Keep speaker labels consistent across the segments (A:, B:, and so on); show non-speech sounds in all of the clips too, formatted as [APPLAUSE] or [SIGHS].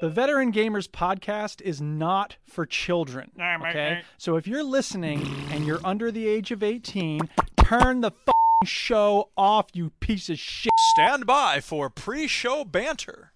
A: The Veteran Gamers podcast is not for children. Okay? So if you're listening and you're under the age of 18, turn the fing show off, you piece of shit.
B: Stand by for pre-show banter.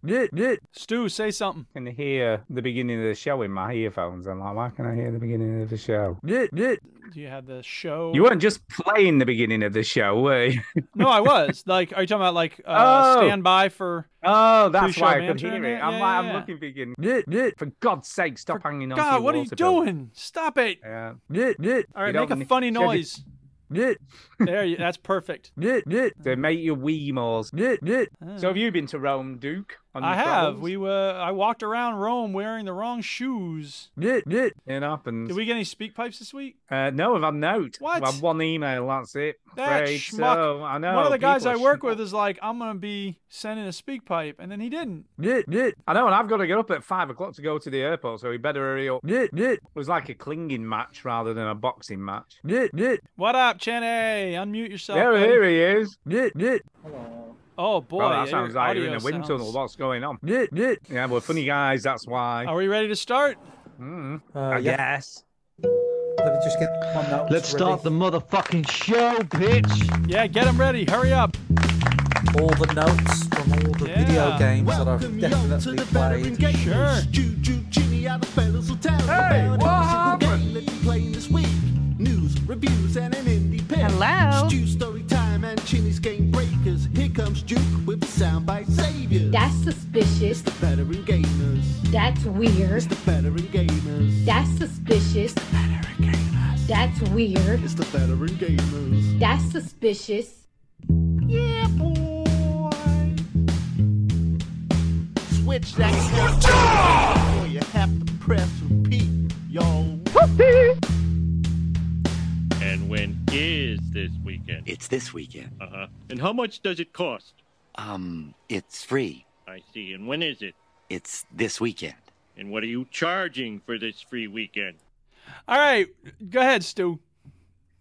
A: Stu, say something.
C: can hear the beginning of the show in my earphones. I'm like, why can I hear the beginning of the show? You
A: Do you have the show?
C: weren't just playing the beginning of the show, were you?
A: no, I
C: [LAUGHS]
A: was. Like, are you talking about like uh,
C: Oh.
A: stand by for?
C: [LAUGHS] Oh, that's
A: Pre-show
C: why I could
A: banter in
C: hear
A: there?
C: it. I'm
A: Yeah,
C: like,
A: yeah,
C: I'm
A: yeah.
C: looking thinking, "Nyeh, for God's sake, stop hanging on. to
A: God,
C: your
A: what are you
C: water bill."
A: doing? Stop it!
C: Yeah.
A: All right,
C: You
A: make
C: don't
A: a
C: need-
A: funny
C: Should I be- [LAUGHS]
A: noise. There, you, that's perfect.
C: They make your Ah. wee malls. So have you been to Rome, Duke? On
A: I
C: your
A: have.
C: travels?
A: We uh, I walked around Rome wearing the wrong shoes.
C: It happens.
A: Did we get any speak pipes this week?
C: Uh, no, I've had note.
A: What?
C: I've had one email. That's it. I'm
A: That
C: afraid
A: schmuck.
C: So, I know.
A: One of the guys
C: people
A: I
C: are
A: work
C: schmuck.
A: with is like, I'm gonna be sending a speak pipe, and then he didn't.
C: I know, and I've got to get up at five o'clock to go to the airport, so we better hurry up. It was like a clinging match rather than a boxing match.
A: What up, Chenny? Unmute yourself.
C: There,
A: buddy.
C: here he is.
A: Oh boy,
C: Well,
A: yeah,
C: that
A: your
C: sounds like you're in a
A: audio
C: wind
A: sounds- Oh,
C: tunnel. What's going on? Yeah, we're funny guys. That's why.
A: Are we ready to start?
C: Mm.
D: Uh, yeah.
C: Yes.
D: Let me just get my notes
E: Let's
D: ready.
E: start the motherfucking show, bitch.
A: Yeah, get them ready. Hurry up.
D: all the notes from all the
A: Yeah.
D: video games
F: Welcome
D: that I've
F: y'all to
D: definitely
F: the veteran
D: played.
F: gamers.
A: Sure.
F: Juju, Jimmy, other fellas will tell
C: Hey,
F: about
C: what
F: every single game that you playing this week. News, reviews, and an indie pick.
G: Hello?
F: Stu story time and Chinny's game breakers. Here comes Duke with the soundbite savior.
G: That's suspicious.
F: the veteran gamers.
G: That's weird.
F: It's the veteran gamers.
G: That's suspicious. That's weird.
F: It's the veteran gamers.
G: That's suspicious.
F: Yeah, boy. Switch that shit. Or you have to press repeat, yo.
H: And when is this weekend?
I: It's this weekend.
H: Uh huh. And how much does it cost?
I: Um, it's free.
H: I see. And when is it?
I: It's this weekend.
H: And what are you charging for this free weekend?
A: All right, go ahead, Stu.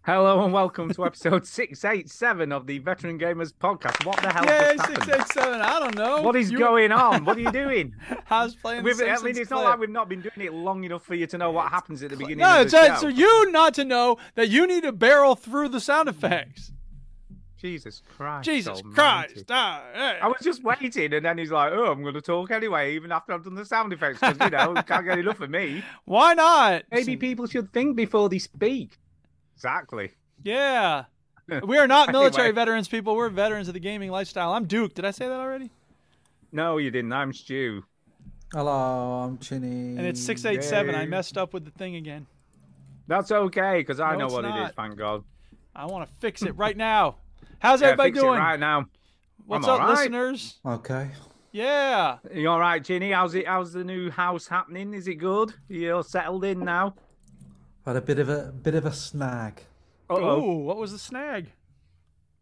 C: Hello and welcome to episode [LAUGHS] 687 of the Veteran Gamers Podcast. What the hell
A: Yay,
C: just happened?
A: six eight seven. I don't know.
C: What is
A: You-
C: going on? What are you doing?
A: [LAUGHS] I was playing.
C: We've,
A: the
C: I mean,
A: Simpsons
C: it's not
A: clip.
C: like we've not been doing it long enough for you to know what happens at the beginning
A: No,
C: of
A: it's,
C: the show.
A: it's for you not to know that you need to barrel through the sound effects.
C: Jesus Christ.
A: Jesus
C: almighty.
A: Christ. Ah, eh.
C: I was just waiting, and then he's like, "Oh, I'm going to talk anyway, even after I've done the sound effects, because you know, can't get enough of me."
A: Why not?
C: Maybe people should think before they speak. Exactly.
A: Yeah.
C: [LAUGHS]
A: We are not military
C: Anyway.
A: veterans, people. We're veterans of the gaming lifestyle. I'm Duke. Did I say that already?
C: No, you didn't. I'm Stu.
D: Hello, I'm Chinny.
A: And it's 687. I
C: Yay.
A: messed up with the thing again.
C: That's okay, because I
A: No,
C: know
A: it's
C: what it is.
A: not.
C: Thank God.
A: I want to fix it right now. How's
C: Yeah,
A: everybody
C: fix
A: doing?
C: it right now.
A: What's
C: I'm
A: up,
C: all right.
A: listeners?
D: Okay.
A: Yeah.
C: You all right, Ginny? How's it? How's the new house happening? Is it good? You're settled in now.
D: Had a bit of a bit of a snag.
C: Oh,
A: Ooh, what was the snag?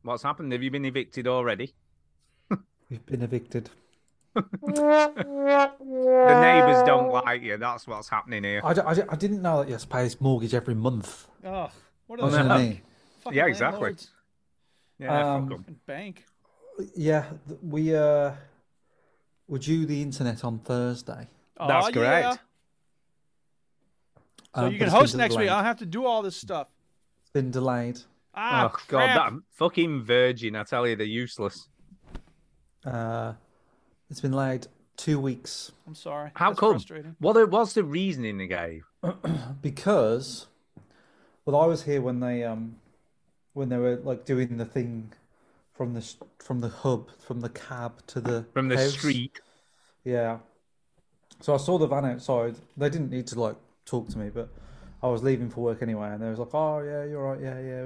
C: what's happened? Have you been evicted already?
D: We've been evicted.
C: The neighbours don't like you. That's what's happening here.
D: I, d- I d- I didn't know that you had to pay his mortgage every month.
A: Oh, what
D: You
A: are
D: know
A: those
D: what I mean?
A: fucking
C: Yeah, exactly.
A: landlords?
C: Yeah,
D: um,
C: fuck 'em.
A: Fucking Bank.
D: Yeah, th- we uh, were due the internet on Thursday.
C: That's
A: Aw,
C: correct.
A: yeah. So you
D: Um, but
A: can
D: it's been
A: host next week. I
D: delayed.
A: don't have to do all this stuff.
D: It's been delayed.
A: Ah,
C: oh
A: crap.
C: god, that fucking Virgin! I tell you, they're useless.
D: Uh, it's been delayed two weeks
A: I'm sorry.
C: How
A: That's
C: come?
A: Frustrating.
C: What it- what's the reasoning they gave?
D: because well i was here when they um when they were like doing the thing from the s- from the hub from the cab to the
C: From the
D: house.
C: street.
D: yeah so i saw the van outside they didn't need to like talk to me but i was leaving for work anyway and they was like oh yeah you're right yeah yeah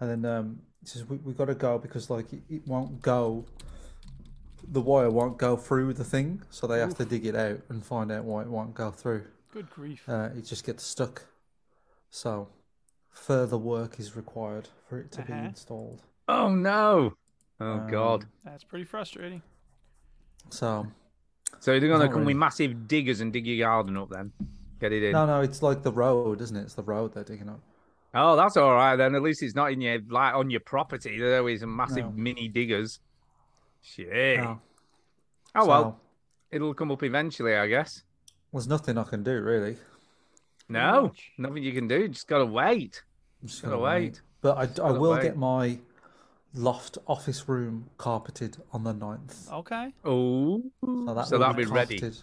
D: and then um he says we, we gotta go because like it, it won't go the wire won't go through the thing so they have to dig it out and find out why it won't go through
A: Good grief.
D: uh, it just gets stuck. So, further work is required for it to
A: Uh-huh.
D: be installed.
C: Oh no! Oh
D: Um,
C: god!
A: That's pretty frustrating.
D: So,
C: So they're gonna
D: not
C: come
D: really.
C: with massive diggers and dig your garden up then. Get it in.
D: no, no, it's like the road, isn't it? It's the road they're digging up.
C: Oh, that's all right then. At least it's not in your like on your property. There's always massive
D: No.
C: mini diggers. Shit.
D: No,
C: Oh well.
D: so
C: it'll come up eventually, I guess.
D: There's nothing I can do really.
C: No, nothing you can do. Just gotta wait.
D: I'm just
C: Gotta
D: gonna
C: wait.
D: But I, I
C: gotta
D: will
C: wait.
D: get my loft office room carpeted on the 9th.
A: Okay.
C: Oh, so
D: So, will
C: that'll be ready.
D: carpeted.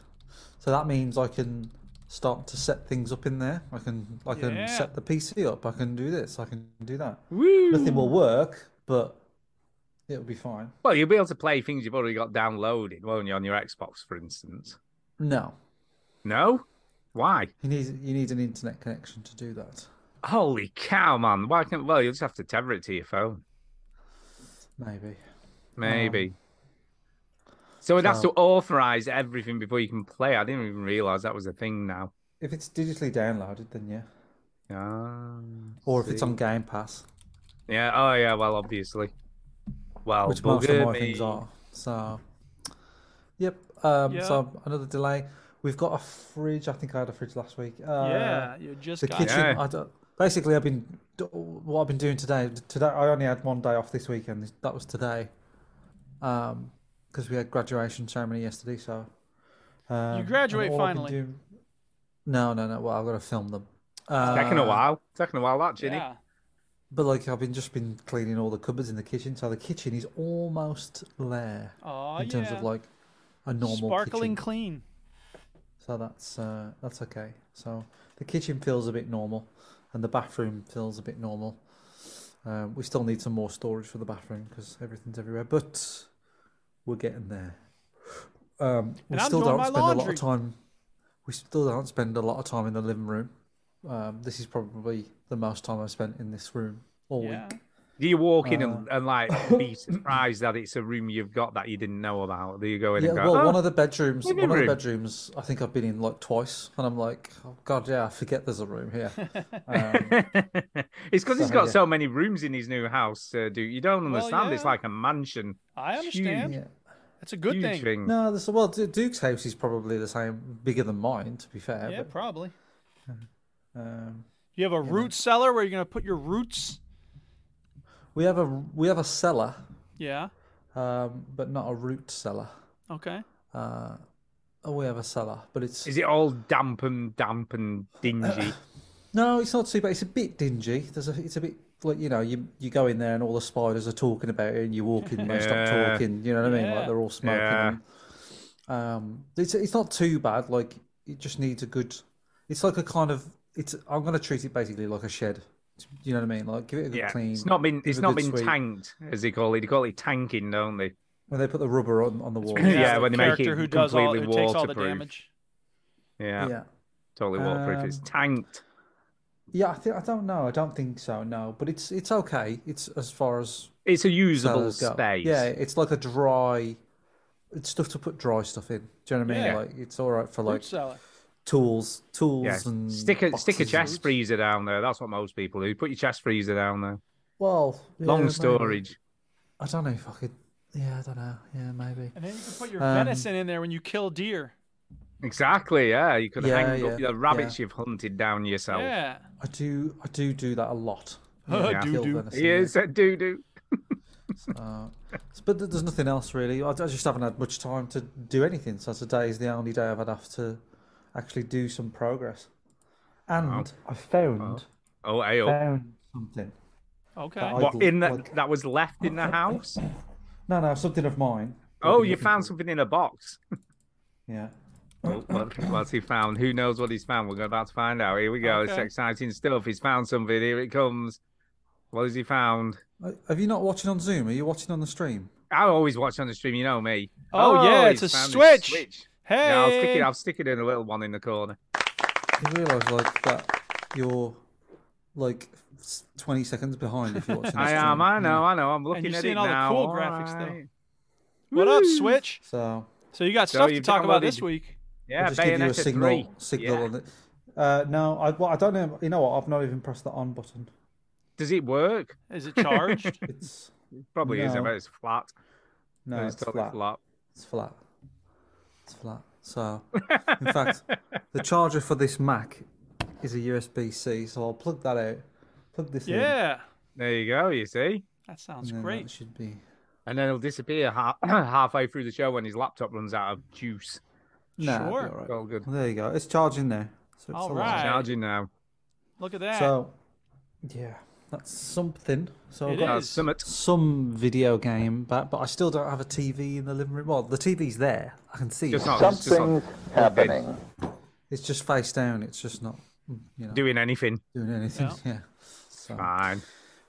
D: So that means I can start to set things up in there. I can I can
A: Yeah.
D: set the PC up. I can do this. I can do that.
C: Woo!
D: Nothing will work, but it'll be fine.
C: Well, you'll be able to play things you've already got downloaded, won't you, on your Xbox, for instance?
D: No,
C: No? Why?
D: you need you need an internet connection to do that.
C: Holy cow, man. Why can't, well, you'll just have to tether it to your phone,
D: Maybe.
C: maybe. so it has to authorize everything before you can play. I didn't even realize that was a thing now.
D: If it's digitally downloaded, then yeah.
C: Ah,
D: Or if it's on Game Pass,
C: yeah. Oh, yeah. Well, obviously. Well,
D: which most of
C: bugger
D: my
C: me.
D: things are. So, yep. Um,
A: Yeah.
D: So another delay. We've got a fridge. I think I had a fridge last week. Uh,
A: yeah, you just
D: the
A: got
D: kitchen.
C: Yeah.
D: I don't, basically, I've been do- what I've been doing today. Today, I only had one day off this weekend. That was today, because we had graduation ceremony yesterday. So um, and
A: graduate
D: all I've been
A: finally.
D: doing- no, no, no. Well, I've got to film them. Uh,
C: Taking a while. Taking a while, that, Ginny.
A: Yeah.
D: But like, I've been just been cleaning all the cupboards in the kitchen. So the kitchen is almost there
A: Oh,
D: in terms
A: yeah.
D: of like a normal
A: sparkling
D: kitchen.
A: clean.
D: So that's uh, that's okay. So the kitchen feels a bit normal, and the bathroom feels a bit normal. Um, we still need some more storage for the bathroom because everything's everywhere, but we're getting there. Um, we
A: And I'm
D: still
A: doing
D: don't
A: my
D: spend a lot
A: laundry.
D: of time. We still don't spend a lot of time in the living room. Um, this is probably the most time I've spent in this room all
A: Yeah.
D: week.
C: Do you walk in and,
D: Uh.
C: and like
D: [LAUGHS]
C: be surprised that it's a room you've got that you didn't know about? Do you go in
D: Yeah,
C: and go,
D: well, one
C: "Oh,
D: of the bedrooms, one
C: living
D: of the
C: room."
D: bedrooms, I think I've been in like twice, and I'm like, oh god, yeah, I forget there's a
A: [LAUGHS]
D: room here. Um,
C: [LAUGHS] it's because he's
D: So,
C: got
D: yeah.
C: so many rooms in his new house, uh, dude. You don't understand. It's
A: yeah.
C: like a mansion.
A: I understand.
D: yeah.
A: That's a good
C: Huge
A: thing.
C: thing.
D: No, this well, Du- Duke's house is probably the same, bigger than mine, to be fair.
A: Yeah, probably.
D: but, um,
A: You have a root cellar where you're gonna put your roots.
D: we have a we have a cellar,
A: Yeah.
D: um, but not a root cellar.
A: Okay.
D: Oh, we have a cellar, but it's
C: Is it all damp and damp and
D: [LAUGHS]
C: dingy?
D: no, it's not too bad. It's a bit dingy. There's a, it's a bit like you know, you you go in there and all the spiders are talking about it, and you walk in, and
C: [LAUGHS]
D: they stop
C: Yeah.
D: talking. You know what I mean?
A: Yeah.
D: Like they're all smoking.
C: Yeah.
D: and, um, it's it's not too bad. Like it just needs a good. It's like a kind of it's. I'm gonna treat it basically like a shed. You know what I mean? Like give it a good
C: yeah,
D: clean.
C: it's not been
D: give
C: it's
D: it a
C: not
D: good
C: been
D: sweep.
C: tanked as they call it. They call it tanking, don't they?
D: When they put the rubber on, on the wall.
C: Yeah,
A: the
C: when they make
A: character
C: it
A: who does all, who
C: completely
A: takes all the
C: waterproof.
A: damage.
C: Yeah,
D: Yeah.
C: totally waterproof. it's
D: Um,
C: tanked.
D: Yeah, I think I don't know. I don't think so. No, but it's it's okay. It's as far as
C: It's a usable
D: cellars go.
C: space.
D: Yeah, it's like a dry. It's stuff to put dry stuff in. Do you know what I mean?
A: Yeah.
D: Like it's all right for
A: Root
D: like
A: cellar.
D: tools, tools
C: Yeah.
D: and
C: Stick a stick a
D: boxes.
C: chest freezer down there. That's what most people do. Put your chest freezer down there.
D: Well, yeah,
C: Long
D: maybe.
C: storage.
D: I don't know if I could. Yeah, I don't know. Yeah, maybe.
A: And then you can put your
D: Um,
A: venison in there when you kill deer.
C: Exactly. Yeah, you could
D: Yeah,
C: hang
D: yeah,
C: up the rabbits you've hunted down yourself.
A: Yeah.
D: I do. I do do that a lot.
A: Yeah.
D: Kill
A: Do-do.
C: [LAUGHS]
D: venison,
C: Yeah, it's a doo doo.
D: But th- there's nothing else really. I I just haven't had much time to do anything. So today is the only day I've had off to actually do some progress. And I found
C: Oh, hey, oh.
D: found something.
A: Okay.
D: that I
C: What
D: thought-
C: in
D: like-
C: that that was left in the house?
D: No, no, something of mine.
C: Oh, you found something in a box.
D: Yeah.
C: Oh, what, what's he found? Who knows what he's found? We're about to find out. Here we go. It's
A: Okay.
C: exciting stuff. He's found something. Here it comes. What has he found?
D: Uh, Have you not watching on Zoom? Are you watching on the stream?
C: I always watch on the stream. You know me.
A: Oh, yeah,
C: he's
A: it's a
C: found his
A: switch. Hey.
C: Yeah, I'll stick it. I'll stick it in a little one in the corner.
D: You realise like that you're like s- 20 seconds behind if you're watching. the
C: [LAUGHS] I
D: stream.
C: am. I know. I know. I'm looking
A: you're
C: at
A: seeing
C: it
A: all the
C: now.
A: cool graphics, though.
C: Alright.
A: What up, Switch?
D: So
A: So you got
C: So
A: stuff to
C: you've
A: talk about
C: downloaded-
A: this week.
C: Yeah,
D: I'll just give you a
C: Bayonetta
D: signal.
C: three.
D: Signal.
C: Yeah.
D: On it. Uh, no, I, well, I don't know. You know what? I've not even pressed the on button.
C: Does it work?
A: Is it charged?
D: It's
C: Probably isn't.
D: No.
C: But it's flat.
D: no,
C: It's, totally flat.
D: It's flat. It's flat. So, in fact, the charger for this Mac is a USB C. So I'll plug that out. Plug this in. and
A: yeah.
C: There you go. You see.
A: That sounds
D: then uh,
A: great.
D: That should be.
C: [CLEARS THROAT] and then he'll disappear ha- halfway through the show when his laptop runs out of juice.
D: Nah, it'll be
A: Sure.
D: all right.
C: Well, good.
D: Well, there you go. It's charging there. So it's
A: All
D: alive.
A: right.
C: Charging now.
A: Look at that.
D: So, yeah, that's something. So I've
A: It
D: got
A: is.
C: That's summit.
D: some video game back, but I still don't have a TV in the living room. Well, the TV's there. I can see
C: Just
D: it.
C: not it's just not
J: Something's happening.
D: It's just face down. It's just not, you know,
C: doing anything.
D: doing anything. [LAUGHS] Yeah. So
C: Fine.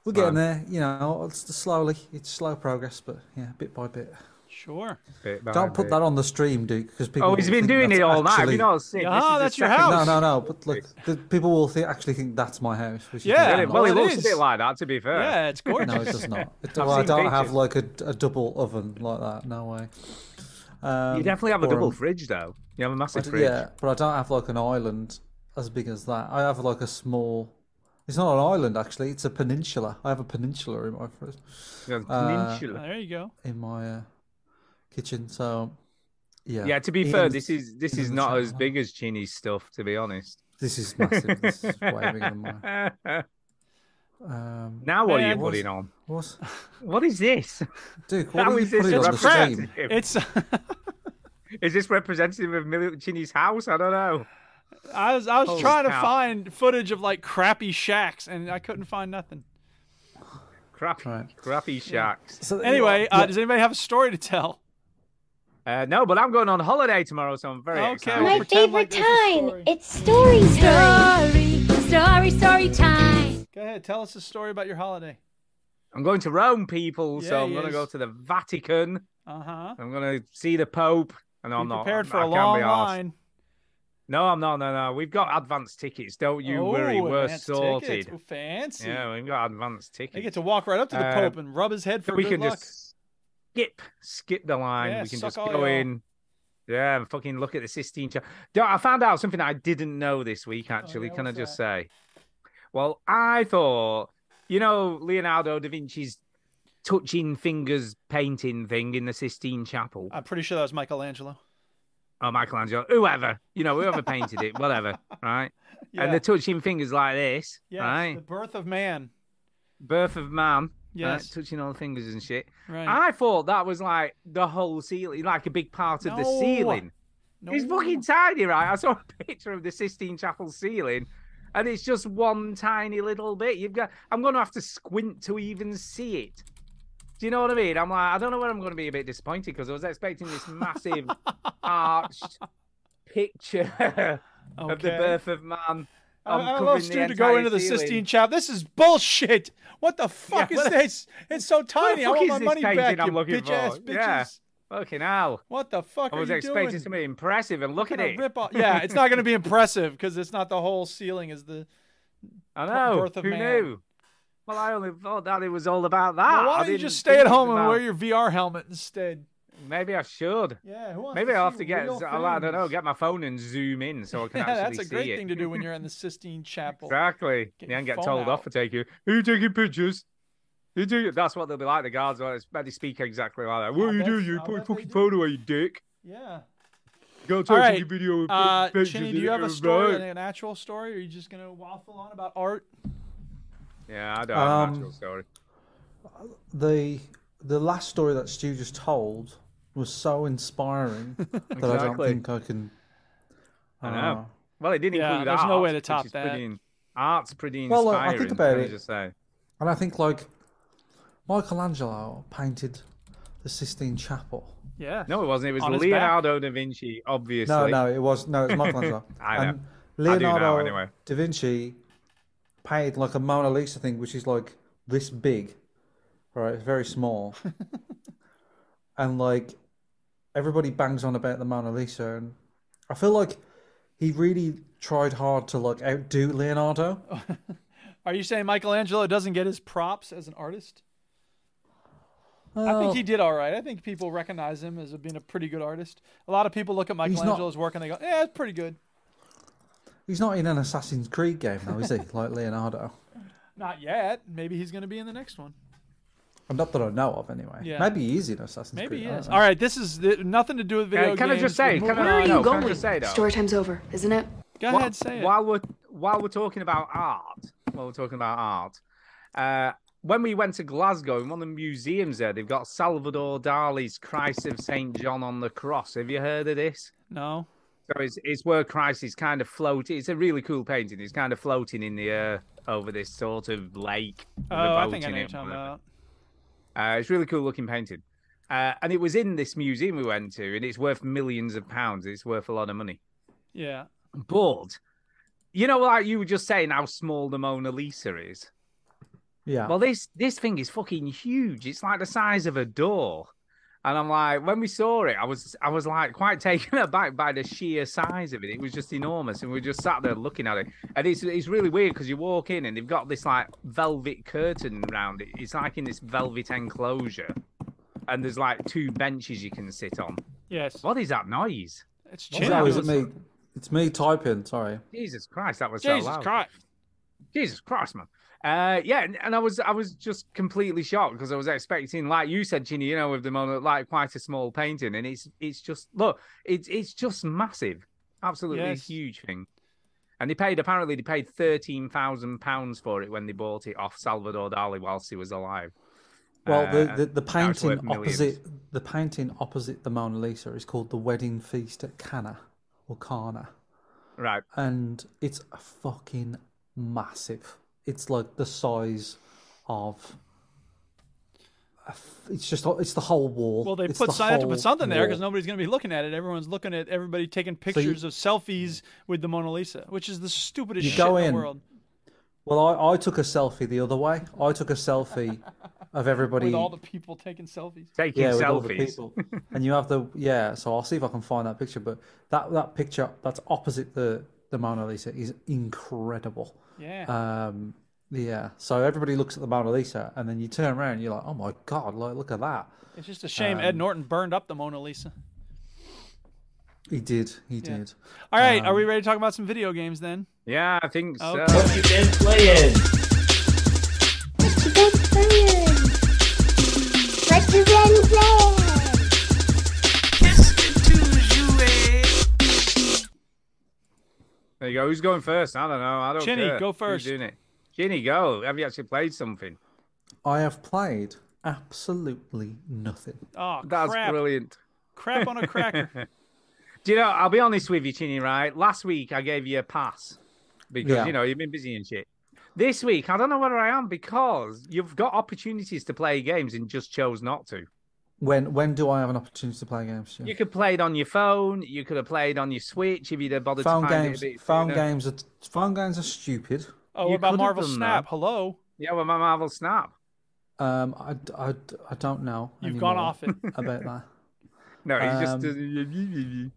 D: we're getting there. You know, it's slowly. It's slow progress, but yeah, bit by bit.
A: Sure.
C: Bit by
D: Don't put
C: bit.
D: that on the stream, Duke, because people.
C: Oh,
D: will
C: he's been
D: think
C: doing
D: that's
C: it all night. Have
D: actually-
C: you not seen?
A: Yeah,
C: This is
A: ah,
C: the
A: that's your
C: second-
A: house.
D: No, no, no. But look, the people will th- actually think that's my house. Which is
A: Yeah,
D: not.
C: Well, it
A: Well, it
C: looks
A: is.
C: a bit like that, to be fair.
A: Yeah, it's gorgeous.
D: [LAUGHS] No, it
C: [LAUGHS]
D: does not. It,
C: I've
D: well, I
C: seen
D: don't have
C: pictures.
D: like a, a double oven like that. No way. Um,
C: You definitely have a
D: or
C: double fridge, though. You have a
D: I
C: massive
D: d-
C: fridge.
D: Yeah, but I don't have like an island as big as that. I have like a small. It's not an island actually. It's a peninsula. I have a peninsula in my fridge,
C: You have a
D: Uh,
C: peninsula.
A: There you go.
D: in my uh, kitchen. So yeah.
C: yeah, to be
D: Even
C: fair,
D: if-
C: this is this
D: even
C: is
D: the
C: not
D: channel.
C: as big as Chinny's stuff, to be honest.
D: This is massive. this
C: [LAUGHS]
D: is way bigger than mine.
C: now
D: Um,
C: what are
A: Man,
C: you
D: what's-
C: putting on?
D: what,
C: What is this?
D: Duke? What
C: How
D: are you
C: is this
D: putting on the
C: representative?
D: stream?
A: It's. uh,
C: Is this representative of Mil- Chinny's house? I don't know.
A: I was I was trying to
C: cow.
A: find footage of like crappy shacks and I couldn't find nothing.
C: Crappy,
D: Right.
C: crappy shacks.
D: So there you
A: Anyway,
D: are.
A: uh, does anybody have a story to tell?
C: Uh, no, but I'm going on holiday tomorrow, so I'm very
A: Okay,
C: excited.
A: well,
K: My
A: pretend
K: favorite
A: like there's a
K: time.
A: story.
K: It's story time.
G: Story, story, story time.
A: Go ahead, tell us a story about your holiday.
C: I'm going to Rome, people.
A: Yeah,
C: so I'm
A: he
C: going to go
A: is.
C: to the Vatican.
A: Uh huh.
C: I'm going to see the Pope. And I'm
A: Be
C: not
A: prepared
C: I'm-
A: for
C: I
A: a
C: can't be
A: long
C: arsed.
A: line.
C: No, I'm not. No, no. We've got advance tickets. Don't you
A: oh,
C: worry. We're
A: advance
C: sorted.
A: tickets. Ooh, fancy.
C: Yeah, we've got advance tickets.
A: They get to walk right up to the
C: Uh,
A: Pope and rub his head for
C: we
A: good
C: can
A: luck.
C: just skip, skip the line.
A: Yeah,
C: we can
A: suck
C: just
A: all
C: go
A: y'all.
C: in. Yeah, and fucking look at the Sistine Chapel. Do- I found out something I didn't know this week. Actually,
A: Oh, yeah,
C: can I
A: what's
C: just say? Well, I thought you know Leonardo da Vinci's touching fingers painting thing in the Sistine Chapel.
A: I'm pretty sure that was Michelangelo.
C: Oh, Michelangelo, whoever you know, whoever painted
A: [LAUGHS]
C: it, whatever, right?
A: Yeah.
C: And they're touching fingers like this,
A: yes,
C: right?
A: the birth of man.
C: Birth of man, right?
A: Yes.
C: Touching all the fingers and shit.
A: Right.
C: I thought that was like the whole ceiling, like a big part of the
A: No.
C: ceiling.
A: no.
C: It's fucking tiny, right? I saw a [LAUGHS] picture of the Sistine Chapel ceiling, and it's just one tiny little bit. You've got. I'm going to have to squint to even see it. Do you know what I mean? I'm like, I don't know where I'm going to be a bit disappointed because I was expecting this massive
A: [LAUGHS]
C: arched picture
A: okay.
C: of the birth of man.
A: I, I
C: uncovering
A: love
C: the
A: Stu to go
C: entire
A: into the
C: ceiling.
A: Sistine Chapel. This is bullshit. What the fuck is
C: what the-
A: this? It's so tiny. I
C: fuck
A: want
C: is
A: my
C: this
A: money
C: painting
A: back.
C: I'm
A: you
C: looking
A: bitch ass
C: for?
A: bitches.
C: Yeah. Fucking hell.
A: What the fuck
C: I was
A: are you
C: expecting
A: doing?
C: something impressive, and look at
A: Gonna
C: it.
A: rip off- Yeah, it's not going to
C: [LAUGHS]
A: be impressive because it's not the whole ceiling. Is the
C: I know.
A: birth of
C: Who
A: man.
C: knew? Well, I only thought that it was all about that.
A: Well,
C: I
A: why don't you
C: didn't
A: just stay at
C: think
A: home and
C: about-
A: wear your VR helmet instead?
C: Maybe I should.
A: Yeah, who wants
C: Maybe
A: to
C: I'll
A: see
C: have to get.
A: real
C: I don't know.
A: things?
C: Get my phone and zoom in so I can
A: yeah,
C: actually
A: that's a
C: see
A: great
C: it.
A: thing to do when you're in the Sistine Chapel.
C: Exactly.
A: Get
C: yeah,
A: your
C: and get
A: phone
C: told
A: out.
C: off for taking. Are you taking pictures? You do. That's what they'll be like. The guards are. They speak exactly like that. What
A: I
C: are you
A: bet-
C: doing? You
A: I
C: put your
A: bet they
C: fucking
A: do.
C: phone away, you dick. [LAUGHS]
A: Yeah.
C: Go
A: All
C: take
A: right.
C: your video. and
A: Uh,
C: put pictures
A: Chinny,
C: in
A: do you
C: it,
A: have a story,
C: right?
A: an actual story, or are you just going to waffle on about art?
C: Yeah, I don't have an
D: Um,
C: actual story.
D: the the last story that Stu just told was so
C: [LAUGHS]
D: inspiring that I don't
C: Exactly.
D: think I can.
C: I
D: don't
C: know. Well, it didn't
A: Uh, Yeah,
C: include
A: there's
C: art.
A: no way to
C: which
A: top
C: is
A: that.
C: Pretty, art's pretty
D: Well,
C: inspiring.
D: look, I think about
C: can I
D: it.
C: Just say.
D: And I think like Michelangelo painted the Sistine Chapel.
A: Yeah.
C: No, it wasn't. It was
A: On his back.
C: Leonardo da Vinci, obviously.
D: No, no, it was no,
C: [LAUGHS]
D: it's Michelangelo.
C: I know.
D: And
C: I do know,
D: Leonardo
C: anyway.
D: da Vinci painted like a Mona Lisa thing, which is like this big, right? It's
C: [LAUGHS]
D: very small, and like everybody bangs on about the Mona Lisa, and I feel like he really tried hard to like outdo Leonardo.
A: Are you saying Michelangelo doesn't get his props as an artist? I
D: Well,
A: think he did all right. I think people recognize him as being a pretty good artist. A lot of people look at Michelangelo's work and they go, "Yeah, it's pretty good."
D: he's not in an Assassin's Creed game
A: [LAUGHS]
D: though, is he? like Leonardo.
A: Not yet. Maybe he's going to be in the next one.
D: Not that I know of, anyway.
A: Yeah.
D: Maybe he is in Assassin's
A: Maybe
D: Creed.
A: he
D: I
A: is.
D: don't know.
A: All right, this is th- nothing to do with video
C: Uh, can I
A: games.
C: just say?
A: We're
C: Can I,
A: moving
C: no,
A: on.
C: no, Can I just say though?
K: Story time's over, isn't it?
A: Go
C: Wha-
A: ahead, say it.
C: While we're while we're talking about art, while we're talking about art, uh, when we went to Glasgow, in one of the museums there, they've got Salvador Dali's Christ of Saint John on the Cross. Have you heard of this?
A: No.
C: So it's, it's where Christ is kind of floating. It's a really cool painting. It's kind of floating in the air over this sort of lake. with a
A: Oh, I
C: boat
A: think I
C: in
A: know
C: it
A: what you're talking
C: and
A: about.
C: Uh, it's really cool looking painting. Uh, and it was in this museum we went to, and it's worth millions of pounds. It's worth a lot of money.
A: Yeah.
C: But, you know, like you were just saying, how small the Mona Lisa is.
D: Yeah.
C: Well, this this thing is fucking huge. It's like the size of a door. And I'm like, when we saw it, I was I was like quite [LAUGHS] taken aback by the sheer size of it. It was just enormous, and we just sat there looking at it. And it's it's really weird because you walk in and they've got this like velvet curtain around it. It's like in this velvet enclosure, and there's like two benches you can sit on.
A: Yes.
C: What is that noise?
A: It's
D: Sorry, is it me? It's me typing. Sorry.
C: Jesus Christ, that was so
A: Jesus
C: loud.
A: Christ.
C: Jesus Christ, man. Uh, yeah, and, and I was I was just completely shocked because I was expecting, like you said, Ginny, you know, with the Mona, like quite a small painting, and it's it's just look, it's it's just massive, absolutely
A: Yes.
C: huge thing. And they paid apparently they paid thirteen thousand pounds for it when they bought it off Salvador Dali whilst he was alive.
D: Well,
C: Uh,
D: the, the, the
C: now it's worth
D: painting
C: millions.
D: opposite the painting opposite the Mona Lisa is called the Wedding Feast at Cana or Cana,
C: right?
D: and it's a fucking massive. It's like the size of. a f- It's just it's the whole wall.
A: Well, they
D: It's
A: put,
D: the
A: some- they have to
D: whole
A: put something there
D: wall.
A: because nobody's going to be looking at it. Everyone's looking at everybody taking pictures of selfies with the Mona Lisa, which is the stupidest
D: You
A: shit
D: go
A: in,
D: in.
A: the world.
D: Well, I, I took a selfie the other way. I took a selfie of everybody.
A: With all the people taking selfies.
C: Taking
D: yeah, with all the
C: selfies.
A: [LAUGHS]
D: people. and you have the yeah. So I'll see if I can find that picture. But that that picture that's opposite the the Mona Lisa is incredible.
A: Yeah.
C: Uh,
D: Um, yeah. So everybody looks at the Mona Lisa, and then you turn around, and you're like, oh my god, like look at that.
A: it's just a shame
C: um,
A: Ed Norton burned up the Mona Lisa.
D: He did. He did.
A: All right, are we
C: um,
A: ready to talk about some video games then?
C: Yeah, I think
A: Okay.
C: so.
F: you been playing?
G: What you been playing? What you been playing?
C: There you go. Who's going first? I don't know. I don't.
A: Ginny,
C: care.
A: go
C: Who's
A: first.
C: doing it? Ginny, go. Have you actually played something?
D: I have played absolutely nothing.
A: Oh,
C: That's
A: crap.
C: brilliant.
A: Crap on a cracker.
C: [LAUGHS] Do you know? I'll be honest with you, Chinny. Right, last week I gave you a pass because
D: Yeah.
C: you know you've been busy and shit. This week I don't know whether I am because you've got opportunities to play games and just chose not to.
D: When when do I have an opportunity to play games? Stu?
C: You could play it on your phone. You could have played on your Switch if you'd have bothered
D: Phone
C: to find
D: games.
C: it. A bit
D: Phone
C: sooner.
D: games are phone games are stupid.
A: Oh,
C: You
A: what about
C: could've
A: Marvel
C: done
A: Snap?
C: that.
A: Hello.
C: Yeah, well, my Marvel Snap.
D: Um, I, I, I don't know.
A: You've gone
D: anymore
A: off it.
D: about that.
C: No, he's
D: Um,
C: just. doesn't-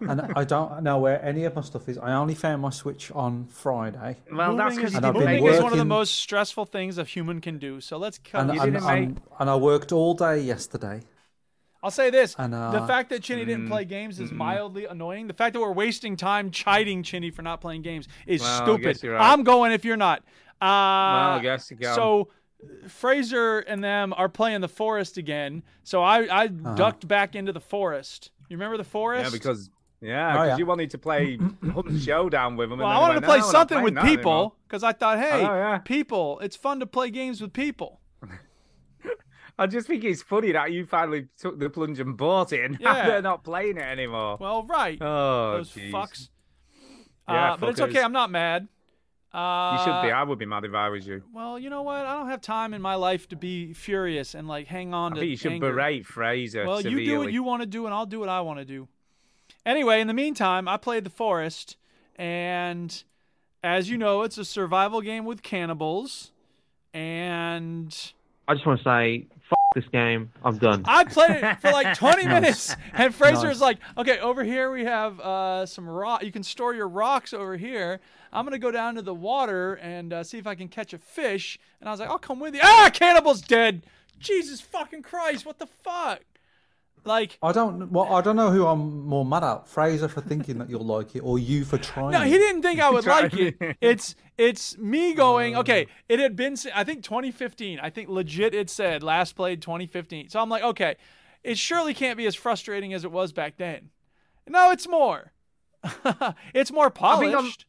D: and I don't know where any of my stuff is. I only found my Switch on Friday,
C: [LAUGHS] Well, that's
A: moving
C: because
A: is,
C: you
D: And I've
C: didn't
D: been
C: make
A: moving
C: it.
A: is one of the
D: working-
A: most stressful things a human can do. So let's cut. Um,
D: and
C: you
D: I'm-
C: didn't
D: I'm-
C: make-
D: and I worked all day yesterday.
A: I'll say this:
D: And,
A: the
D: uh,
A: fact that Chinny
C: mm,
A: didn't play games
C: mm-hmm.
A: is mildly annoying. The fact that we're wasting time chiding Chinny for not playing games is
C: Well, I
A: stupid.
C: guess you're right.
A: I'm going if you're not. Uh,
C: Well, I guess you go.
A: So Fraser and them are playing the forest again. So I I ducked back into the forest. You remember the forest?
C: Uh-huh. Yeah, because yeah, because
D: Oh, yeah.
C: you wanted to
D: [CLEARS THROAT]
C: play Hunt Showdown with him.
A: well,
C: and
A: I
C: then
A: wanted
C: went,
A: to play
C: "No, we're not
A: something
C: playing
A: with
C: that anymore."
A: people because I thought, hey,
C: Oh, yeah.
A: people, it's fun to play games with people.
C: I just think it's funny that you finally took the plunge and bought it, and
A: Yeah.
C: now they're not playing it anymore.
A: Well, right.
C: oh,
A: those
C: jeez.
A: fucks.
C: Yeah,
A: uh, but it's
C: fuckers.
A: okay. I'm not mad. Uh,
C: You should be. I would be mad if I was you.
A: Well, you know what? I don't have time in my life to be furious and like hang on
C: I
A: to.
C: think you should
A: anger.
C: berate Fraser
A: Well,
C: severely.
A: you do what you want to do, and I'll do what I want to do. Anyway, in the meantime, I played the forest, and as you know, it's a survival game with cannibals, and.
E: I just want to say, F- this game. I'm done.
A: I played it for like 20 minutes, and Fraser
D: Nice.
A: was like, "Okay, over here we have uh, some rock. You can store your rocks over here. I'm gonna go down to the water and uh, see if I can catch a fish." And I was like, "I'll come with you." Ah, cannibal's dead. Jesus fucking Christ! What the fuck? Like,
D: I don't. Well, I don't know who I'm more mad at: Fraser for thinking that you'll like it, or you for trying.
A: No, he
D: it.
A: didn't
C: [LAUGHS]
A: think I would like
C: Sorry.
A: it. It's it's me
C: Oh.
A: going. Okay, it had been si- I think 2015. I think legit it said last played 2015. So I'm like, okay, it surely can't be as frustrating as it was back then. No, it's more. [LAUGHS] it's more
C: think I'm-
A: polished.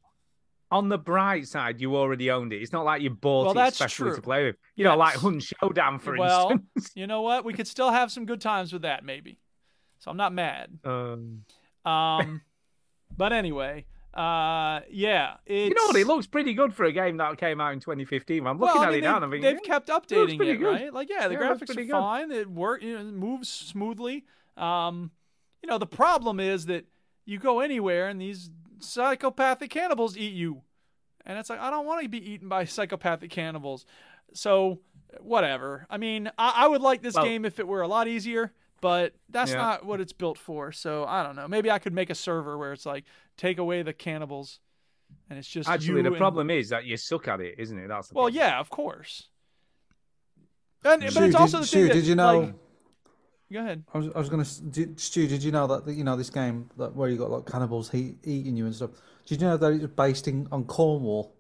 C: On the bright side, you already owned it. It's not like you bought
A: Well,
C: it
A: that's
C: especially
A: true.
C: to play with. You know, like
A: Yes.
C: Hunt Showdown, [LAUGHS] for
A: well,
C: instance. [LAUGHS]
A: you know what? We could still uh,
C: [LAUGHS]
A: have some good times with that maybe. So I'm not mad.
C: Um,
A: Um, But anyway, uh, yeah, it's
C: You know what? It looks pretty good for a game that came out in 2015. I'm looking
A: well,
C: at
A: I mean,
C: it now and I'm
A: They've,
C: thinking, "Hmm."
A: they've
C: yeah,
A: kept
C: looks
A: updating
C: pretty
A: it,
C: good.
A: right? Like, yeah, the
C: Yeah, it looks
A: graphics are
C: pretty good.
A: fine. It work, you know, it moves smoothly. Um, you know, the problem is that you go anywhere and these psychopathic cannibals eat you, and it's like I don't want to be eaten by [LAUGHS] psychopathic cannibals. So whatever. I mean, I, I would like this
C: Well-
A: game if it were a lot easier. But that's
C: Yeah.
A: not what it's built for. So I don't know. Maybe I could make a server where it's like take away the cannibals, and it's just
C: Actually,
A: you
C: the
A: and-
C: problem is that you suck at it, isn't it? That's the
A: well,
C: problem.
A: yeah, of course. And but
D: Stu,
A: it's also
D: did,
A: the
D: Stu,
A: thing that,
D: did you know?
A: like- go ahead. [LAUGHS]
D: I was, I was gonna. s- Did, Stu, did you know that you know this game that where you got like cannibals he, eating you and stuff? Did you know that it was based in on Cornwall?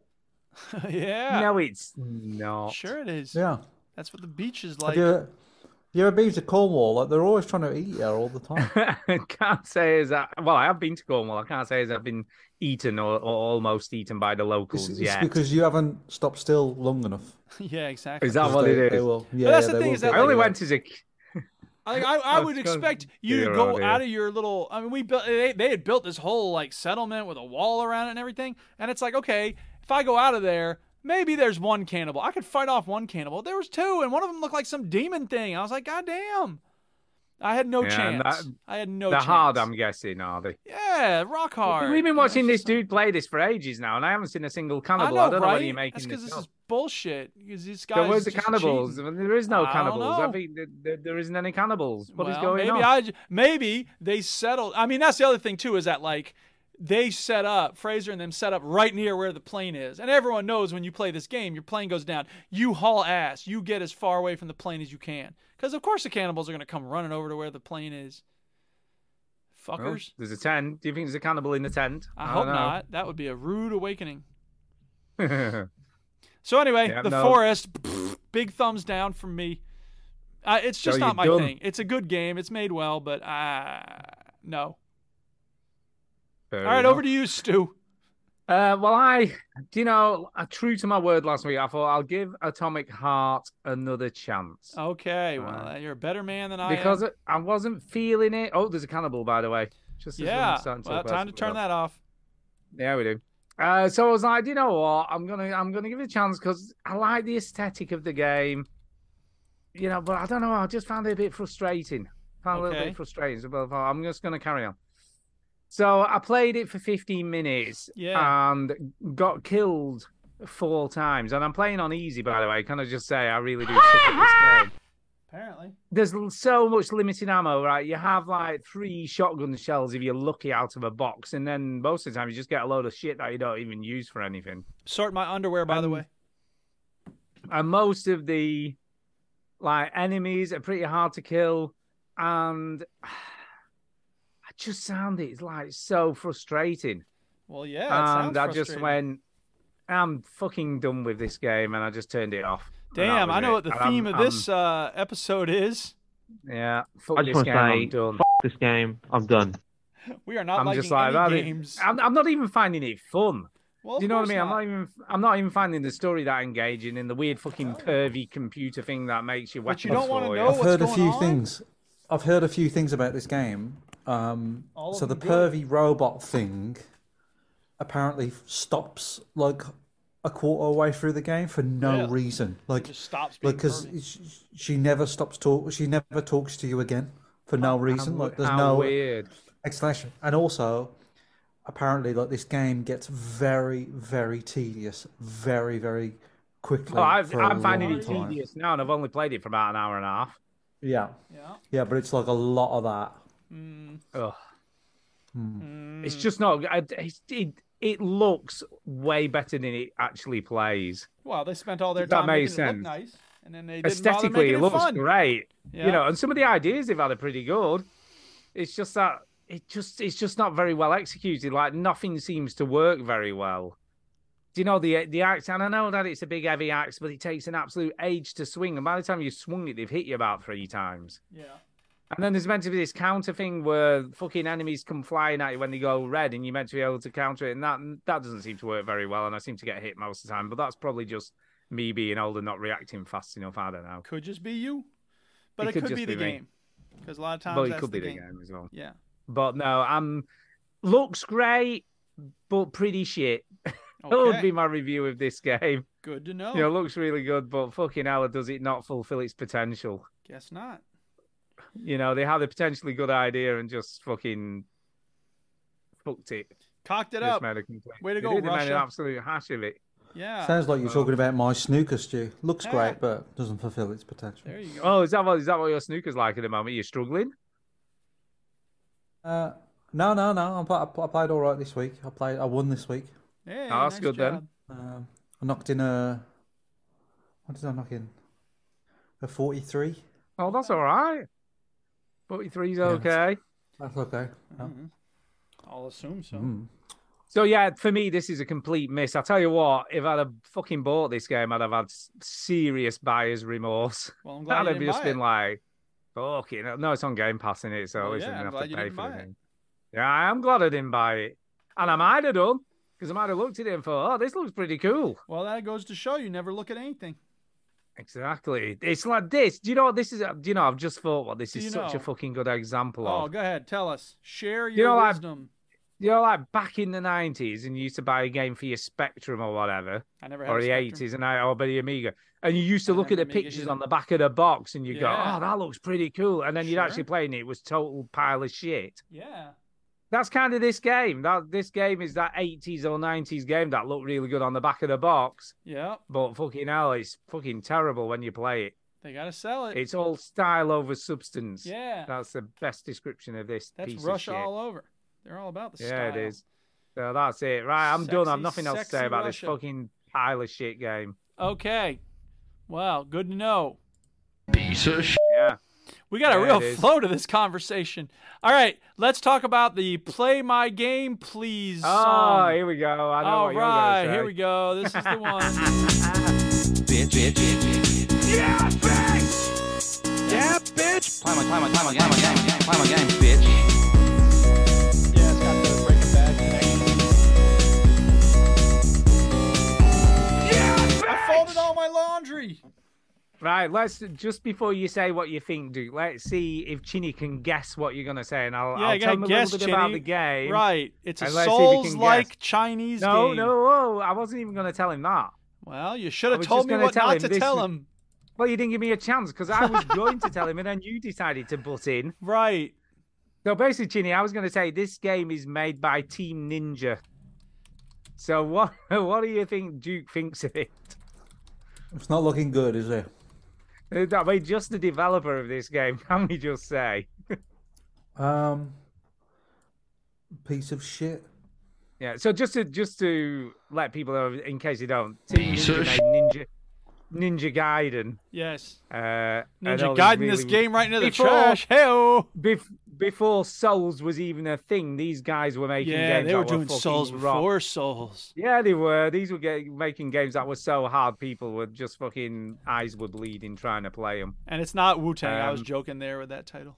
A: yeah.
C: No, it's not.
A: Sure it is.
D: Yeah.
A: That's what the beach is
D: Have
A: like.
D: you, ever- you ever been to Cornwall? Like they're always trying to eat you all the time.
C: [LAUGHS] can't say as I, well, I have been to Cornwall. I can't say as I've been eaten or, or almost eaten by the
D: It's,
C: locals
D: it's
C: yet.
D: because you haven't stopped still long enough.
A: [LAUGHS] yeah, exactly.
C: Is that
D: 'Cause
C: what
D: they-
C: it
D: they
C: is?
D: will-
A: But
D: yeah,
A: that's the
D: they
A: thing
D: will
A: is that,
D: get
A: like-
C: I
D: you.
C: only went as a k-
A: Like, I, I
C: [LAUGHS] I
A: would
C: was gonna-
A: expect you to
C: Yeah,
A: go
C: right, yeah.
A: out of your little. I mean, we built. They, they had built this whole like settlement with a wall around it and everything. And it's like, okay, if I go out of there, maybe there's one cannibal. I could fight off one cannibal. There was two, and one of them looked like some demon thing. I was like, god damn. I had no
C: Yeah, and
A: chance.
C: that-
A: I had no
C: the
A: chance.
C: hard. um, I'm guessing are they?
A: Yeah, rock hard.
C: We've been
A: You know,
C: watching
A: it's
C: this
A: just like-
C: dude play this for ages now, and I haven't seen a single
A: I
C: cannibal.
A: know,
C: I, don't know
A: right?
C: whether you're making
A: That's because
C: this.
A: this
C: up.
A: is bullshit. Because these guys.
C: So where's the
A: just
C: cannibals?
A: cheating.
C: There is no
A: I don't
C: cannibals.
A: know.
C: I think there, there, there isn't any cannibals. What is
A: Well,
C: going
A: maybe
C: on?
A: I j- maybe they settled. I mean, that's the other thing too is that like they set up Fraser and them set up right near where the plane is, and everyone knows when you play this game, your plane goes down. You haul ass. You get as far away from the plane as you can, because of course the cannibals are gonna come running over to where the plane is.
C: Well,
A: Fuckers.
C: Oh, there's a tent. Do you think there's a cannibal in the tent?
A: I,
C: don't
A: hope
C: know. [LAUGHS]
A: not. That would be a rude awakening. So anyway,
C: Yeah,
A: the
C: no.
A: forest, [SNIFFS] pfft, big thumbs down from me. Uh, it's just
C: So
A: not my
C: you're done.
A: thing. It's a good game. It's made well, but uh, no.
C: Fair
A: All right,
C: enough.
A: over to you, Stu.
C: Uh, well, I, do you know, uh, true to my word last week, I thought I'll give Atomic Heart another chance
A: Okay, well,
C: Alright.
A: uh, you're a better man than Oh, I um,
C: because
A: am.
C: I, wasn't feeling it. Oh, there's a cannibal, by the way. Just as I'm
A: yeah,
C: starting
A: well,
C: talk about
A: time to
C: something
A: turn
C: else.
A: that off.
C: Yeah, we do. Uh, so I was like, do you know what? I'm gonna, I'm gonna give it a chance because I like the aesthetic of the game. You know, but I don't know. I just found it a bit frustrating. Found it a little
A: Okay.
C: bit frustrating. So but I thought, I'm just gonna carry on. So I played it for 15 minutes
A: Yeah.
C: and got killed four times. And I'm playing on easy, by the way. Can I just say I really do
A: [LAUGHS]
C: suck at this game?
A: Apparently,
C: there's l- so much limited ammo, right? You have like three shotgun shells if you're lucky out of a box, and then most of the time you just get a load of shit that you don't even use for anything.
A: sort my underwear, by
C: Um,
A: the way.
C: And most of the like enemies are pretty hard to kill, and [SIGHS] I just sound it's like so frustrating.
A: Well, yeah, it sounds
C: and I um, just
A: frustrating.
C: went, I'm fucking done with this game, and I just turned it off. And that
A: Damn,
C: was
A: I know
C: it. Um,
A: what the
C: And I'm-
A: theme of
C: I'm-
A: this uh, episode is.
C: yeah, fuck
E: I just
C: this
E: want
C: game, I'm
E: to
C: done.
E: say, F- this game, I'm done.
A: We are not
C: I'm
A: liking
C: just like
A: any
C: that.
A: games.
C: It, I'm, I'm not even finding it fun.
A: well,
C: Do you know what I mean? I'm not even I'm not even finding the story that engaging in the weird fucking pervy computer thing that makes you.
A: But you don't wanna
C: want to
A: know
D: I've
A: what's
D: heard a
A: going
D: few
A: on?
D: things. I've heard a few things about this game. Um,
A: All of
D: so the
A: them good.
D: pervy robot thing apparently stops like a quarter way through the game for no
A: Yeah.
D: reason. Like
A: just stops being
D: because
A: pervy.
D: she, she never stops talk. She never talks to you again for no reason. Like there's
C: How
D: no
C: weird.
D: explanation. And also, apparently, like this game gets very, very tedious, very, very quickly.
C: Well, Oh, I've,
D: for a
C: I'm finding
D: long
C: it
D: time.
C: tedious now, and I've only played it for about an hour and a half.
D: Yeah,
A: yeah.
D: yeah, but it's like a lot of that.
C: Ugh.
A: Hmm.
C: It's just not. I- It's, it it looks way better than it actually plays.
A: Well, they spent all their
C: That
A: time making
C: makes
A: it look
C: sense.
A: nice, and then they didn't bother
C: Aesthetically,
A: making
C: it
A: it
C: looks
A: fun.
C: great.
A: Yeah.
C: You know, and some of the ideas they've had are pretty good. It's just that it just it's just not very well executed. Like nothing seems to work very well. Do you know the the axe? And I know that it's a big heavy axe, but it takes an absolute age to swing. And by the time you've swung it, they've hit you about three times.
A: Yeah.
C: And then there's meant to be this counter thing where fucking enemies come flying at you when they go red, and you're meant to be able to counter it. And that that doesn't seem to work very well. And I seem to get hit most of the time. But that's probably just me being old and not reacting fast enough. I don't know.
A: Could just be you, but it,
C: It could
A: could, be
C: just
A: the
C: be me.
A: game. Because a lot of times
C: Well, it
A: that's
C: could
A: the
C: be the
A: game.
C: game as well.
A: Yeah.
C: But no, I'm Looks great, but pretty shit. that would
A: Okay.
C: Oh,
A: Oh.
C: be my review of this [LAUGHS] game.
A: Good to know.
C: You know, looks really good, but fucking hell, does it not fulfill its potential?
A: Guess not.
C: You know, they had a potentially good idea and just fucking fucked it.
A: Cocked it
C: Just
A: up.
C: made a complete-
A: Way to
C: they
A: go,
C: did, they made
A: Russia.
C: an absolute hash of it.
A: Yeah.
D: Sounds like you're talking about my snooker stew. Looks
A: Ah. Yeah.
D: great, but doesn't fulfill its potential.
A: There you go.
C: Oh, is that what is that what your snooker's like at the moment? You're struggling.
D: Uh, no, no, no. I, pl- I played all right this week. I played. I won this week.
A: Hey,
C: Oh, that's
A: nice
C: good then.
A: job.
D: Um, I knocked in a. What did I knock in? A forty-three.
C: Oh, that's all right. Forty three's okay.
D: That's okay. No.
A: Mm-hmm. I'll assume so.
C: Hmm. So yeah, for me, this is a complete miss. I tell you what, if I'd have fucking bought this game, I'd have had s- serious buyer's remorse. [LAUGHS]
A: Well, I'm glad
C: I'd
A: you
C: have
A: didn't
C: just
A: buy
C: been
A: it.
C: like, fucking. hell." No, it's on Game Pass in it, so
A: Well,
C: I
A: yeah,
C: isn't
A: I'm
C: gonna
A: glad
C: have
A: you
C: to pay
A: didn't
C: for
A: buy
C: it.
A: it.
C: then. Yeah, I am glad I didn't buy it, and I might have done because I might have looked at it and thought, oh, this looks pretty cool.
A: Well, that goes to show you never look at anything.
C: Exactly. It's like this. Do you know what this is? Do you know? I've just thought what this
A: Do
C: is
A: you
C: such
A: know?
C: a fucking good example
A: Oh,
C: of.
A: go ahead. Tell us. Share your
C: You know, like-
A: wisdom.
C: You know, like back in the nineties, and you used to buy a game for your Spectrum or whatever,
A: I never had
C: or
A: a
C: the
A: Spectrum.
C: eighties, and I or the Amiga, and you used to
A: I
C: look at
A: had an
C: the
A: Amiga
C: pictures
A: either.
C: on the back of the box, and you
A: Yeah.
C: go, "Oh, that looks pretty cool," and then you'd actually
A: Sure.
C: play, it and it was total pile of shit.
A: Yeah.
C: That's kind of this game. That this game is that eighties or nineties game that looked really good on the back of the box,
A: Yeah.
C: but fucking hell, it's fucking terrible when you play it.
A: They gotta sell it.
C: It's all style over substance.
A: yeah.
C: That's the best description of this
A: That's
C: piece
A: Russia
C: of shit.
A: all over. They're all about the
C: Yeah,
A: style.
C: it is. So that's it. Right, I'm done.
A: Sexy,
C: I've nothing else to
A: sexy
C: say about
A: Russia.
C: this fucking pile of shit game.
A: Okay. Wow. Good to know.
C: Yeah.
A: We got a
C: Yeah,
A: real
C: it is.
A: flow to this conversation. All right, let's talk about the "Play My Game, Please"
C: Oh,
A: song.
C: here we go. I know
A: All
C: what you're gonna
A: right,
C: say.
A: here we go. This is
C: [LAUGHS]
A: the one.
I: Bitch, bitch, bitch, bitch, bitch.
F: Yeah, bitch!
I: Yeah, bitch. Play my, play my, play my game, play my game, play my game, bitch.
A: Yeah, it's got the Breaking Bad connection. I folded all my laundry.
C: Right, let's just before you say what you think, Duke. Let's see if Chinny can guess what you're gonna say, and I'll,
A: Yeah,
C: I'll
A: you
C: tell
A: gotta
C: him a
A: guess,
C: little bit about
A: Chinny.
C: the game.
A: Right, it's a
C: And let's see if you can
A: Souls-like
C: guess.
A: Chinese
C: No,
A: game.
C: no, whoa, I wasn't even gonna tell him that.
A: Well, you should
C: I
A: have
C: was
A: told
C: just
A: me
C: gonna
A: what
C: tell
A: not
C: him
A: to
C: this
A: tell
C: is-
A: him.
C: Well, you didn't give me a chance because I was going to tell him, and then you decided to butt in.
A: Right.
C: So basically, Chinny, I was going to say this game is made by Team Ninja. So what [LAUGHS] what do you think Duke thinks of it? [LAUGHS]
D: It's not looking good, is it?
C: That way, just the developer of this game, can we just say?
D: Um, piece of shit.
C: Yeah. So just to just to let people know, in case you don't, Team Ninja made Ninja Ninja Gaiden.
A: Yes.
C: Uh, and
A: Ninja
C: all these
A: guiding this
C: really-
A: game right into the
C: Before-
A: trash. Hey
C: Bef- before Souls was even a thing, these guys were making
A: Yeah,
C: games
A: they were
C: that
A: doing
C: fucking
A: Souls
C: rock
A: before Souls.
C: Yeah, they were. These were ga- making games that were so hard, people were just fucking eyes were bleeding trying to play them.
A: And it's not Wu Tang. I was
C: Um,
A: joking there with that title.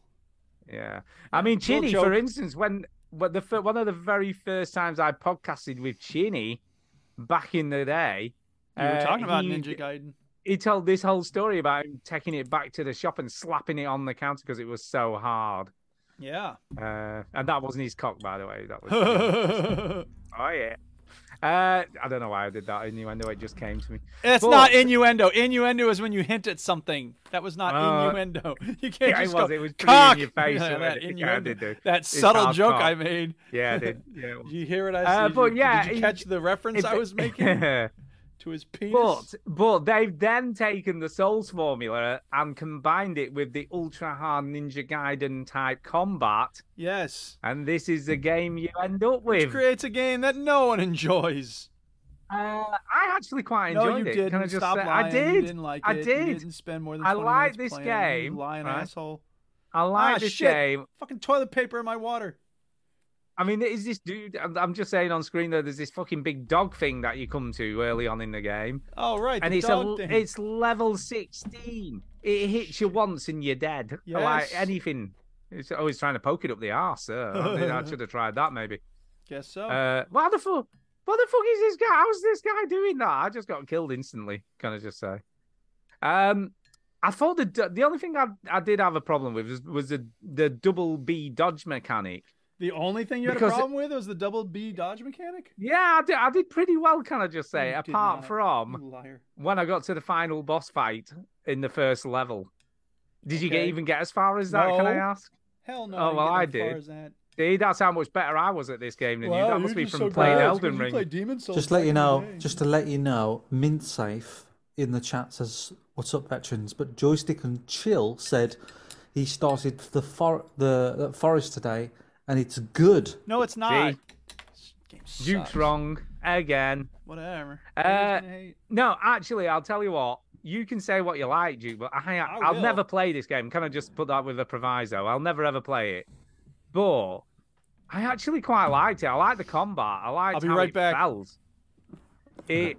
C: Yeah, I mean, Chinny,
A: joke.
C: for instance, when when the fir- one of the very first times I podcasted with Chinny back in the day,
A: You were
C: uh,
A: talking about
C: he,
A: Ninja Gaiden.
C: He told this whole story about him taking it back to the shop and slapping it on the counter because it was so hard.
A: Yeah. [LAUGHS]
C: Uh, and that wasn't his cock, by the way. That was.
A: it's
C: oh yeah. Uh, I don't know why I did that. I knew. I knew it just came to me.
A: not
C: But-
A: innuendo. Innuendo is when you hint at something. That was not
C: Uh,
A: innuendo. [LAUGHS] You can't
C: yeah, it
A: just
C: was.
A: go,
C: It was pretty in
A: cock. [LAUGHS]
C: your face
A: Yeah,
C: or
A: that
C: anything. [LAUGHS] Yeah, I
A: innuendo.
C: did do.
A: That
C: It's
A: subtle
C: hard
A: joke
C: cock.
A: I made.
C: Yeah, I did. Yeah.
A: Did you hear what I
C: Uh,
A: said?
C: but
A: Did you-
C: yeah,
A: did you
C: he-
A: catch the reference
C: If
A: I
C: it- [LAUGHS]
A: was making to his penis?
C: but but they've then taken the Souls formula and combined it with the ultra hard Ninja Gaiden type combat,
A: yes.
C: and this is the game you end up
A: Which
C: with.
A: creates a game that no one enjoys.
C: Uh, I actually quite
A: No,
C: enjoyed
A: you
C: it.
A: didn't.
C: Can I just
A: Stop
C: say-
A: lying.
C: I
A: You
C: did.
A: didn't like
C: I
A: it. You
C: did.
A: didn't spend more than
C: I
A: 20
C: like
A: minutes
C: this
A: playing, you
C: game,
A: lying
C: right?
A: asshole.
C: I like
A: Ah,
C: this
A: shit.
C: game.
A: Fucking toilet paper in my water.
C: I mean, is this dude? I'm, I'm just saying on screen though. There's this fucking big dog thing that you come to early on in the game,
A: Oh right,
C: and
A: the
C: it's a,
A: dog
C: l-
A: thing.
C: it's level sixteen. It hits you once and you're dead.
A: Yes.
C: Like anything. It's always trying to poke it up the arse. Uh, I, think I should have tried that maybe.
A: Guess so.
C: Uh, why the fuck? What the fuck is this guy? How's this guy doing that? I just got killed instantly. Can I just say? Um, I thought the d- the only thing I I did have a problem with was, was the the double B dodge mechanic.
A: The only thing you had
C: Because
A: a
C: it-
A: problem with was the double B dodge mechanic.
C: Yeah, I did, I did pretty well, can I just say?
A: You did Mm.
C: apart
A: not,
C: from
A: you liar.
C: when I got to the final boss fight in the first level. Did you get,
A: Okay.
C: even get as far as that? Can I
A: No.
C: ask?
A: Hell no.
C: Oh,
A: didn't
C: well,
A: get
C: I
A: as far
C: did.
A: as that.
C: See, that's how much better I was at this game than you.
A: Wow,
C: That
A: you're
C: must be
A: just
C: from
A: so
C: playing
A: bad. It's 'cause
C: Elden
A: you
C: Ring.
A: play Demon's Souls
D: Just let you
A: back in the
D: know,
A: day.
D: just to let you know, Mint Safe in the chat says, "What's up, veterans?" But Joystick and Chill said he started the for- the, the forest today, and it's good.
A: No, it's not.
C: Duke's wrong again.
A: Whatever.
C: Uh,
A: Haters gonna hate.
C: no, actually, I'll tell you what. You can say what you like, Duke, but I, I will
A: will.
C: never play this game. Can I just put that with a proviso? I'll never ever play it. But I actually quite liked it. I liked the combat. I liked
A: I'll be
C: how
A: right
C: it
A: back.
C: felt. It,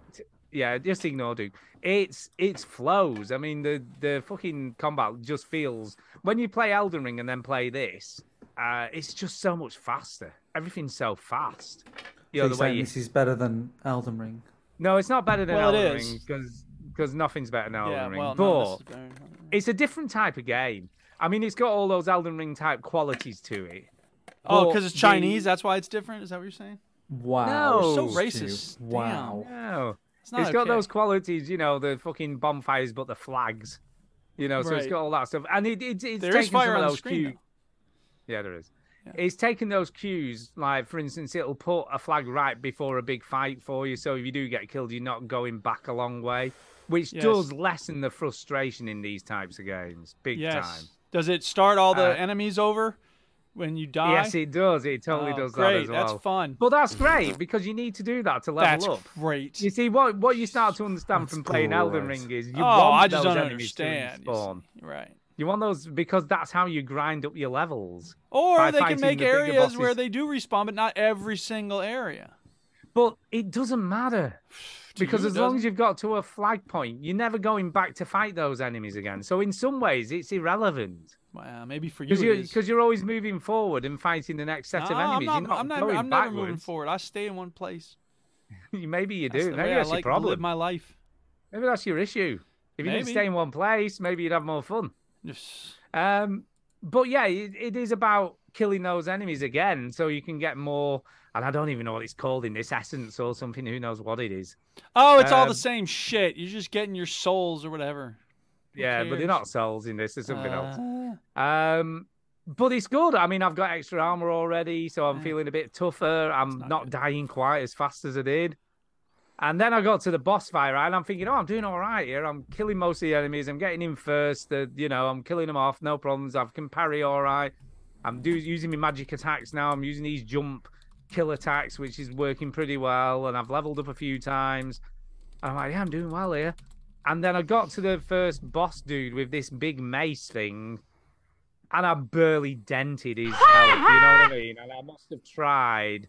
C: yeah, just ignore Duke. It's it's flows. I mean, the the fucking combat just feels when you play Elden Ring and then play this. Uh, it's just so much faster. Everything's so fast. You
D: So
C: know,
D: you're
C: the way
D: saying
C: you
D: this is better than Elden Ring.
C: no, it's not better than
A: Well, it
C: Elden
A: is.
C: Ring because because nothing's better than
A: Yeah,
C: Elden Ring.
A: well, no, this
C: but
A: is better.
C: it's a different type of game. I mean, it's got all those Elden Ring type qualities to it.
A: Oh,
C: but
A: because it's
C: the-
A: Chinese. That's why it's different. Is that what you're saying?
D: Wow,
C: No.
A: So racist.
D: Stu. Wow.
C: No,
A: It's not
C: Oh, it's got
A: okay.
C: those qualities, you know, the fucking bonfires, but the flags, you know. So it's
A: Right.
C: got all that stuff, and it, it, it's
A: There
C: taken
A: is fire
C: some of
A: on the
C: those
A: screen.
C: cues.
A: though.
C: Yeah, there is. It's taking those cues, like for instance, it'll put a flag right before a big fight for you. So if you do get killed, you're not going back a long way, which
A: Yes.
C: does lessen the frustration in these types of games, big
A: Yes.
C: time.
A: Does it start all the
C: Uh,
A: enemies over when you die?
C: Yes, it does. It totally
A: Oh,
C: does that
A: great.
C: as well.
A: That's fun.
C: But that's great because you need to do that to level
A: That's
C: up.
A: great.
C: You see, what what you start to understand
D: That's
C: from playing Elden
D: great.
C: Ring is you
A: oh,
C: want
A: I just
C: those
A: don't
C: enemies to
A: understand. you see.
C: respawn.
A: Right.
C: You want those because that's how you grind up your levels.
A: Or
C: By
A: they can
C: fighting
A: make
C: the bigger
A: areas where
C: bosses.
A: they do respawn, but not every single area.
C: But it doesn't matter.
A: [SIGHS] To
C: Because
A: you,
C: as
A: it
C: long
A: doesn't.
C: as you've got to a flag point, you're never going back to fight those enemies again. So in some ways, it's irrelevant
A: Wow, maybe for you
C: because
A: it
C: you're
A: is.
C: because you're always moving forward and fighting the next set
A: No,
C: of enemies.
A: I'm not.
C: you're not
A: I'm, not,
C: going
A: I'm never
C: backwards. [LAUGHS]
A: moving forward. I stay in one place.
C: Maybe you
A: That's
C: do.
A: the
C: Maybe
A: way I
C: that's your
A: like to
C: problem.
A: live my life.
C: Maybe that's your issue. If you didn't
A: Maybe.
C: stay in one place, maybe you'd have more fun.
A: Yes.
C: Um, but yeah, it, it is about killing those enemies again, so you can get more. And I don't even know what it's called in this essence or something. Who knows what it is?
A: Oh, it's all the
C: Um,
A: same shit. You're just getting your souls or whatever. Who
C: Yeah, but they're
A: cares?
C: not souls in this. There's something else.
A: Uh,
C: Um, but it's good. I mean, I've got extra armor already, so I'm feeling a bit tougher. I'm not, dying quite as fast as I did. And then I got to the boss fight, right? And I'm thinking, oh, I'm doing all right here. I'm killing most of the enemies. I'm getting in first. The, you know, I'm killing them off. No problems. I can parry all right. I'm do- using my magic attacks now. I'm using these jump kill attacks, which is working pretty well. And I've leveled up a few times. And I'm like, yeah, I'm doing well here. And then I got to the first boss dude with this big mace thing and I barely dented his health. You know what I mean? And I must have tried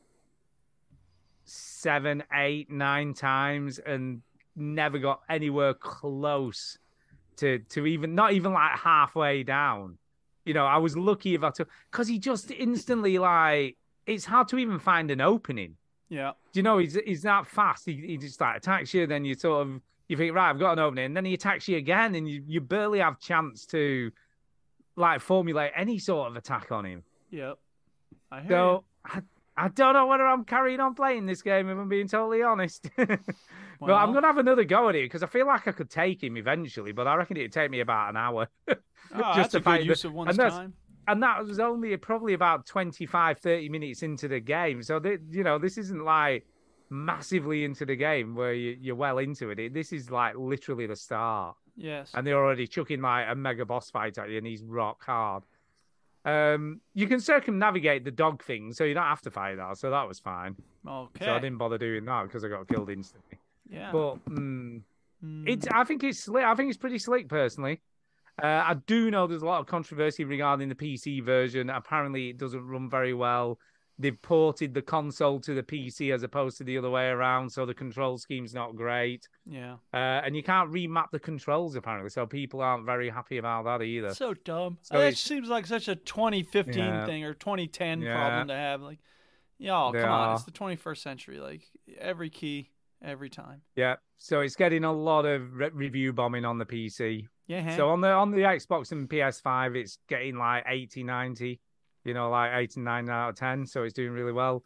C: seven, eight, nine times and never got anywhere close to to even not even like halfway down. You know, I was lucky if I took because he just instantly like it's hard to even find an opening.
A: yeah.
C: Do you know he's he's that fast? He, he just like attacks you, then you sort of you think right, I've got an opening, and then he attacks you again, and you, you barely have chance to like formulate any sort of attack on him.
A: Yep. I hear
C: So I, I don't know whether I'm carrying on playing this game if I'm being totally honest. [LAUGHS] but
A: Well.
C: I'm gonna have another go at it because I feel like I could take him eventually, but I reckon it'd take me about an hour. [LAUGHS]
A: you. Oh, that's
C: just to
A: a good
C: find the-
A: use of one's
C: and that's-
A: time.
C: and that was only probably about 25 30 minutes into the game so th- you know this isn't like massively into the game where you, you're well into it. it this is like literally the start
A: Yes.
C: and they're already chucking like a mega boss fight at you and he's rock hard um you can circumnavigate the dog thing so you don't have to fight that so that was fine
A: Okay.
C: so i didn't bother doing that because i got killed instantly
A: yeah.
C: but mm, it's I think it's slick. I think it's pretty slick personally. Uh, I do know there's a lot of controversy regarding the PC version. Apparently, it doesn't run very well. They've ported the console to the PC as opposed to the other way around, so the control scheme's not great.
A: yeah.
C: Uh, and you can't remap the controls apparently, so people aren't very happy about that either.
A: So dumb.
C: So
A: that
C: it's-
A: seems like such a 2015
C: Yeah.
A: thing or 2010
C: Yeah.
A: problem to have. Like, y'all,
C: They
A: come on,
C: are.
A: it's the 21st century. Like every key, every time.
C: yeah, so it's getting a lot of re- review bombing on the PC.
A: Yeah.
C: So on the on the Xbox and PS5, it's getting like 80, 90. you know, like eight and nine out of ten, so it's doing really well.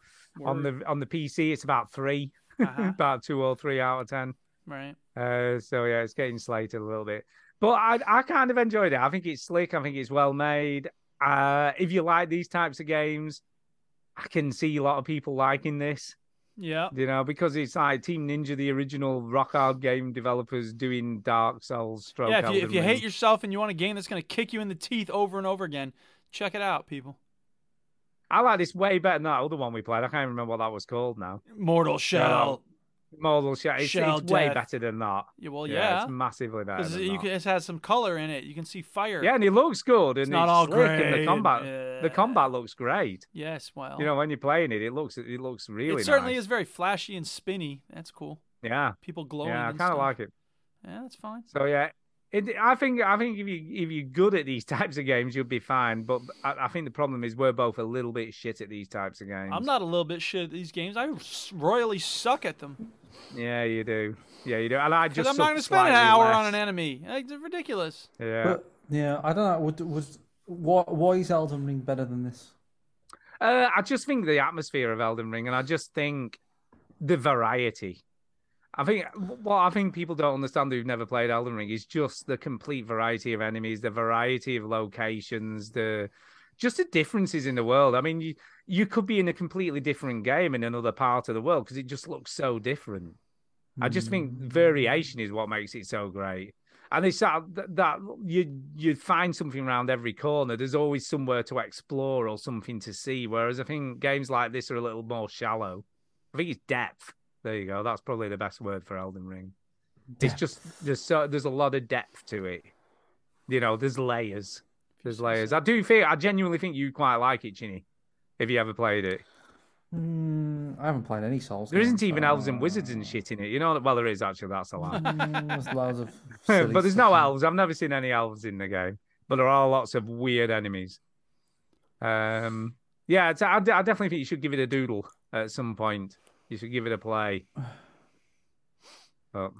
C: On the on the PC, it's about 3
A: Uh-huh.
C: [LAUGHS] about two or three out of ten.
A: Right.
C: Uh, so yeah, it's getting slated a little bit, but I I kind of enjoyed it. I think it's slick. I think it's well made. Uh, if you like these types of games, I can see a lot of people liking this.
A: Yeah.
C: You know, because it's like Team Ninja, the original rock hard game developers, doing Dark Souls. Stroke
A: yeah, if you,
C: Elden
A: if you
C: Ring.
A: hate yourself and you want a game that's going to kick you in the teeth over and over again, check it out, people.
C: I like this way better than that other one we played. I can't remember what that was called now.
A: Mortal Shell.
C: Yeah. Mortal Shell. It's,
A: Shell
C: it's way
A: Death.
C: better than that.
A: Yeah, well, yeah.
C: It's massively better.
A: 'Cause
C: than
A: you
C: that.
A: can, it has some color in it. You can see fire.
C: Yeah, and it looks good. And
A: It's not all
C: slick, And
A: grey
C: the combat,
A: and-
C: the combat looks great.
A: Yes, well.
C: You know, when you're playing it, it looks it looks really
A: it certainly
C: nice.
A: is very flashy and spinny. That's cool.
C: Yeah,
A: People glowing.
C: yeah, I
A: and
C: kind of
A: stuff.
C: like it.
A: Yeah, that's fine.
C: So yeah, it, I think I think if you if you're good at these [LAUGHS] types of games, you'll be fine. But I, I think the problem is we're both a little bit shit at these types of games.
A: I'm not a little bit shit at these games. I s- royally suck at them
C: Yeah, you do. Yeah, you do. And I
A: because
C: just
A: I'm not
C: suck
A: going to spend an
C: slightly
A: hour
C: less.
A: on an enemy. Like, It's ridiculous.
C: Yeah.
D: But yeah, I don't know. Would would why why is Elden Ring better than this?
C: Uh, I just think the atmosphere of Elden Ring, and I just think the variety. I think what I think people don't understand who've never played Elden Ring is just the complete variety of enemies, the variety of locations, the just the differences in the world. I mean, you you could be in a completely different game in another part of the world because it just looks so different. I just think variation is what makes it so great. And it's that, that you you find something around every corner. There's always somewhere to explore or something to see. Whereas I think games like this are a little more shallow. I think it's depth. There you go. That's probably the best word for Elden Ring. It's just there's so there's a lot of depth to it. You know, there's layers. There's layers. I do think I genuinely think you quite like it, Chinny. If you ever played it,
D: Mm, I haven't played any Souls.
C: there
D: games,
C: isn't even
D: so,
C: elves and
D: uh,
C: wizards and shit in it. You know, well there is actually. That's a lie.
D: mm, there's loads of.
C: [LAUGHS]
D: silly
C: but there's
D: stuff
C: no
D: in it.
C: elves. I've never seen any elves in the game, but there are lots of weird enemies. Um, yeah, it's, I, I definitely think you should give it a doodle at some point. You should give it a play. But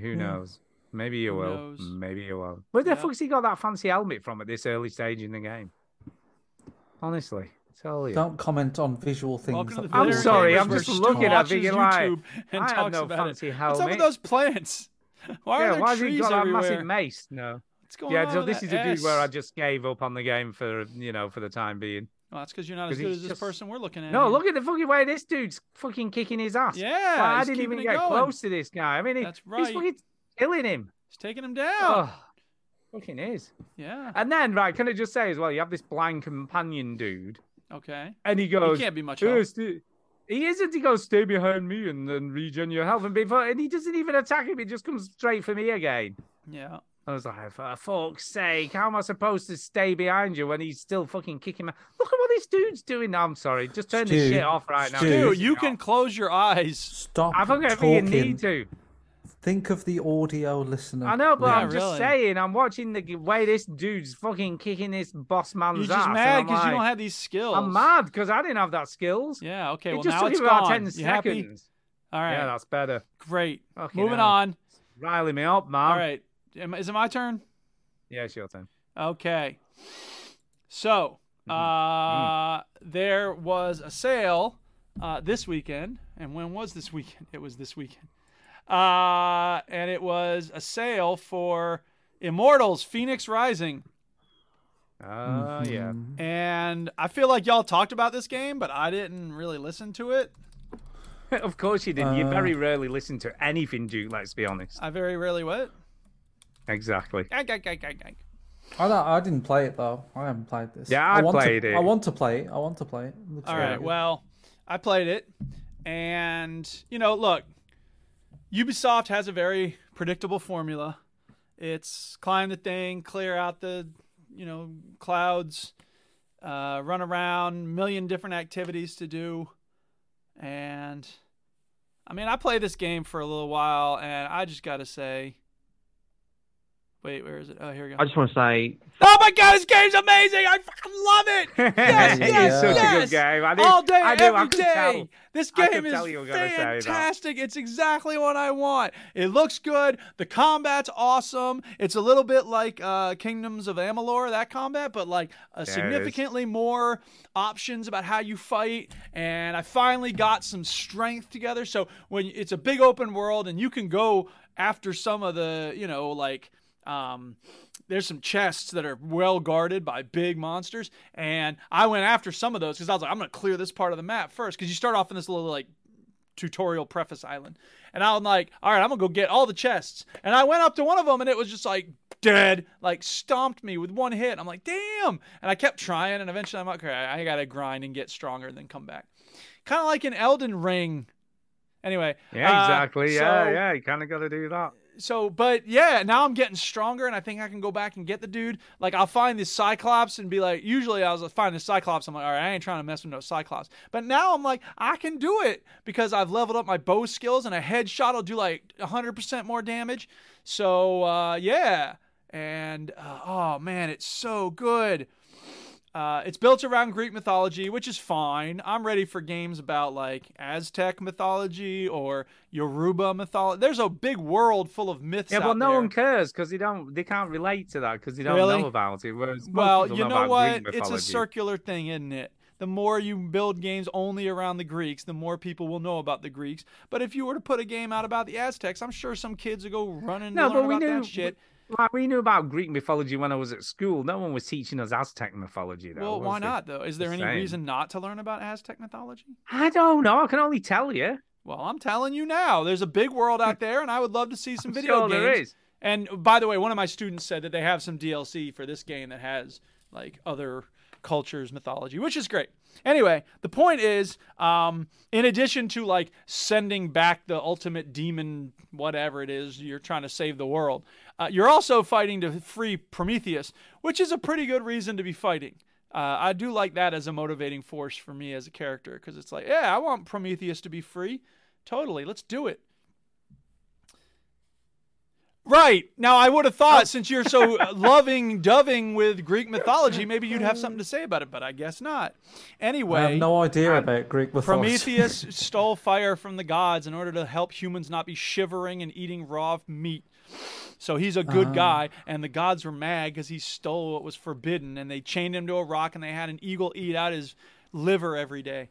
C: who knows? Maybe you
A: Who
C: will.
A: knows?
C: Maybe you will. Where the
A: Yeah.
C: fuck's he got that fancy helmet from at this early stage in the game? Honestly, I tell you.
D: Don't comment on visual things.
A: Welcome to
D: that
A: the
D: people
C: I'm
A: video
D: say.
C: sorry,
A: gamers
C: I'm
A: where
C: just
A: Stu
C: looking at
A: watches
C: Biggie Live.
A: YouTube and
C: I have
A: talks
C: no
A: about
C: fancy
A: it. What's up with
C: helmet.
A: those plants? [LAUGHS] Why are
C: yeah,
A: there
C: why has
A: trees
C: he got that
A: everywhere?
C: massive mace? No.
A: What's going
C: Yeah,
A: on?
C: so
A: with
C: this
A: that
C: is a dude where I
A: S?
C: just gave up on the game for you know for the time being.
A: Well, that's because you're not as
C: 'Cause
A: good
C: he's
A: as this
C: just-
A: person we're looking at.
C: No,
A: here.
C: look at the fucking way this dude's fucking kicking his ass.
A: Yeah,
C: Like, I
A: he's
C: didn't even
A: keeping it
C: get
A: going.
C: close to this guy. I mean, he-
A: That's
C: he's
A: right.
C: fucking killing him.
A: He's taking him down.
C: Oh, fucking is.
A: Yeah.
C: And then, right, can I just say as well, you have this blind companion dude,
A: Okay.
C: and he goes,
A: can't be much
C: "Oh,
A: help."
C: stay-" He isn't. He goes, stay behind me and then regen your health. And before, and he doesn't even attack him. He just comes straight for me again.
A: Yeah.
C: I was like, for fuck's sake, how am I supposed to stay behind you when he's still fucking kicking my? Look at what this dude's doing. I'm sorry, just turn this
D: Stu,
C: shit off right now.
D: Stu,
C: This
A: Dude,
C: is
A: you
C: not-
A: can close your eyes.
D: Stop
C: I think if you
D: talking.
C: need to.
D: Think of the audio listener.
C: I know, but
A: Yeah,
C: I'm just
A: really.
C: saying, I'm watching the g- way this dude's fucking kicking this boss man's
A: You're
C: ass.
A: just
C: and
A: mad
C: I'm
A: because you don't
C: like,
A: have these skills.
C: I'm mad because I didn't have that skills.
A: Yeah. Okay.
C: it
A: well,
C: just
A: now
C: took
A: it's
C: me about
A: gone.
C: ten
A: you happy?
C: seconds.
A: All right.
C: Yeah, that's better.
A: Great.
C: Fucking
A: Moving
C: hell.
A: on.
C: Riling me up, man.
A: All right. Am- Is it my turn?
C: Yeah, it's your turn.
A: Okay. So,
C: Mm-hmm. Mm.
A: uh, there was a sale uh, this weekend. And when was this weekend? It was this weekend. Uh, and it was a sale for Immortals Phoenix Rising.
C: Oh yeah.
A: Mm-hmm. And I feel like y'all talked about this game, but I didn't really listen to it.
C: [LAUGHS] of course you didn't. you
A: Uh,
C: very rarely listen to anything, Duke. Let's be honest.
A: I very rarely what?
C: Exactly. [LAUGHS]
A: Gank, gank, gank, gank, gank.
D: I, don't- I didn't play it though. I haven't played this.
C: Yeah, I
D: want
C: played
D: to,
C: it.
D: I want to play it. I want to play it. Looks
A: All
D: really
A: right.
D: good.
A: Well, I played it, and you know, look, Ubisoft has a very predictable formula. It's climb the thing, clear out the, you know, clouds, uh, run around, million different activities to do, and I mean, I played this game for a little while, and I just got to say, Wait, where is it? Oh, here we go.
E: I just want to say
A: Oh my god, this game's amazing! I fucking love it!
E: [LAUGHS]
A: Yes,
C: It is
A: yes,
C: such a
A: yes.
C: good game. I do-
A: All day,
C: I do, I
A: every
C: could
A: day.
C: tell.
A: This
C: I could
A: game is
C: tell you were gonna say that.
A: fantastic. It's exactly what I want. It looks good. The combat's awesome. It's a little bit like uh, Kingdoms of Amalur, that combat, but like a
C: is.
A: significantly more options about how you fight. And I finally got some strength together. So when it's a big open world, and you can go after some of the, you know, like. Um, there's some chests that are well guarded by big monsters, and I went after some of those because I was like, I'm gonna clear this part of the map first because you start off in this little like tutorial preface island, and I'm like, all right, I'm gonna go get all the chests, and I went up to one of them, and it was just like dead, like stomped me with one hit. I'm like, damn, and I kept trying, and eventually I'm like, okay, I gotta grind and get stronger, and then come back, kind of like an Elden Ring. Anyway,
C: Yeah,
A: uh,
C: exactly. yeah,
A: so-
C: yeah. You kind of got to do that.
A: so but yeah now i'm getting stronger and i think i can go back and get the dude like i'll find this cyclops and be like usually i was like find the cyclops i'm like all right i ain't trying to mess with no cyclops but now i'm like i can do it because i've leveled up my bow skills and a headshot will do like 100% more damage so uh, yeah and uh, oh man it's so good uh, it's built around Greek mythology, which is fine. I'm ready for games about like Aztec mythology or Yoruba mythology. There's a big world full of myths.
C: Yeah,
A: out
C: well, no
A: there.
C: one cares because they don't. They can't relate to that because they don't
A: Really?
C: know about it. Whereas most
A: Well,
C: people
A: you know
C: about
A: what?
C: Greek
A: It's a
C: mythology.
A: circular thing, isn't it? The more you build games only around the Greeks, the more people will know about the Greeks. But if you were to put a game out about the Aztecs, I'm sure some kids would go running to
C: No, but
A: learn
C: we
A: about
C: knew
A: that shit.
C: Like we knew about Greek mythology when I was at school. No one was teaching us Aztec mythology, though.
A: well, why
C: was they?
A: not though? Is there any
C: same.
A: reason not to learn about Aztec mythology?
C: I don't know. I can only tell you.
A: Well, I'm telling you now, there's a big world out there, and I would love to
C: [LAUGHS]
A: see some video
C: sure
A: games.
C: there is.
A: And by the way, one of my students said that they have some DLC for this game that has like other cultures, mythology, which is great. Anyway, the point is, um, in addition to like sending back the ultimate demon, whatever it is you're trying to save the world, uh, you're also fighting to free Prometheus, which is a pretty good reason to be fighting. Uh, I do like that as a motivating force for me as a character because it's like, yeah, I want Prometheus to be free. Totally, let's do it. Right. Now, I would have thought since you're so uh, loving doving with Greek mythology, maybe you'd have something to say about it, but I guess not. Anyway,
D: I have no idea about Greek mythology.
A: Prometheus stole fire from the gods in order to help humans not be shivering and eating raw meat. So he's a good guy, and the gods were mad because he stole what was forbidden, and they chained him to a rock, and they had an eagle eat out his liver every day.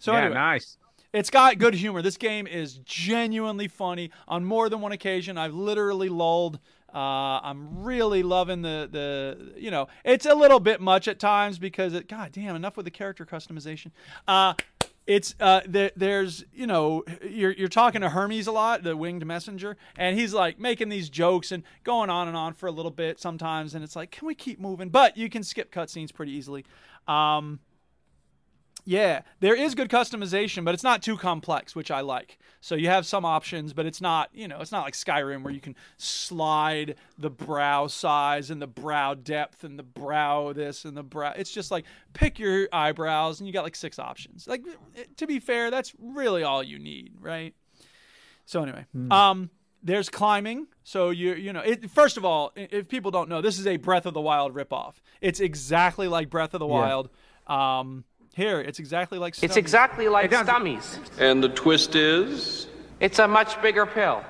A: So
C: yeah,
A: anyway,
C: nice.
A: it's got good humor. This game is genuinely funny. On more than one occasion, I've literally lulled. Uh, I'm really loving the the you know it's a little bit much at times because it god damn enough with the character customization. Uh, it's uh there, there's you know you're you're talking to Hermes a lot the winged messenger and he's like making these jokes and going on and on for a little bit sometimes and it's like can we keep moving but you can skip cutscenes pretty easily. Um, yeah, there is good customization, but it's not too complex, which I like. So you have some options, but it's not, you know, it's not like Skyrim where you can slide the brow size and the brow depth and the brow this and the brow. It's just like pick your eyebrows and you got like six options. Like it- to be fair, that's really all you need, right? So anyway, um, there's climbing. So you you know, it, first of all, i- if people don't know, this is a Breath of the Wild ripoff. It's exactly like Breath of the Wild. Um, here, it's exactly like. It's
J: exactly like Stummies.
L: And the twist is?
J: It's a much bigger pill.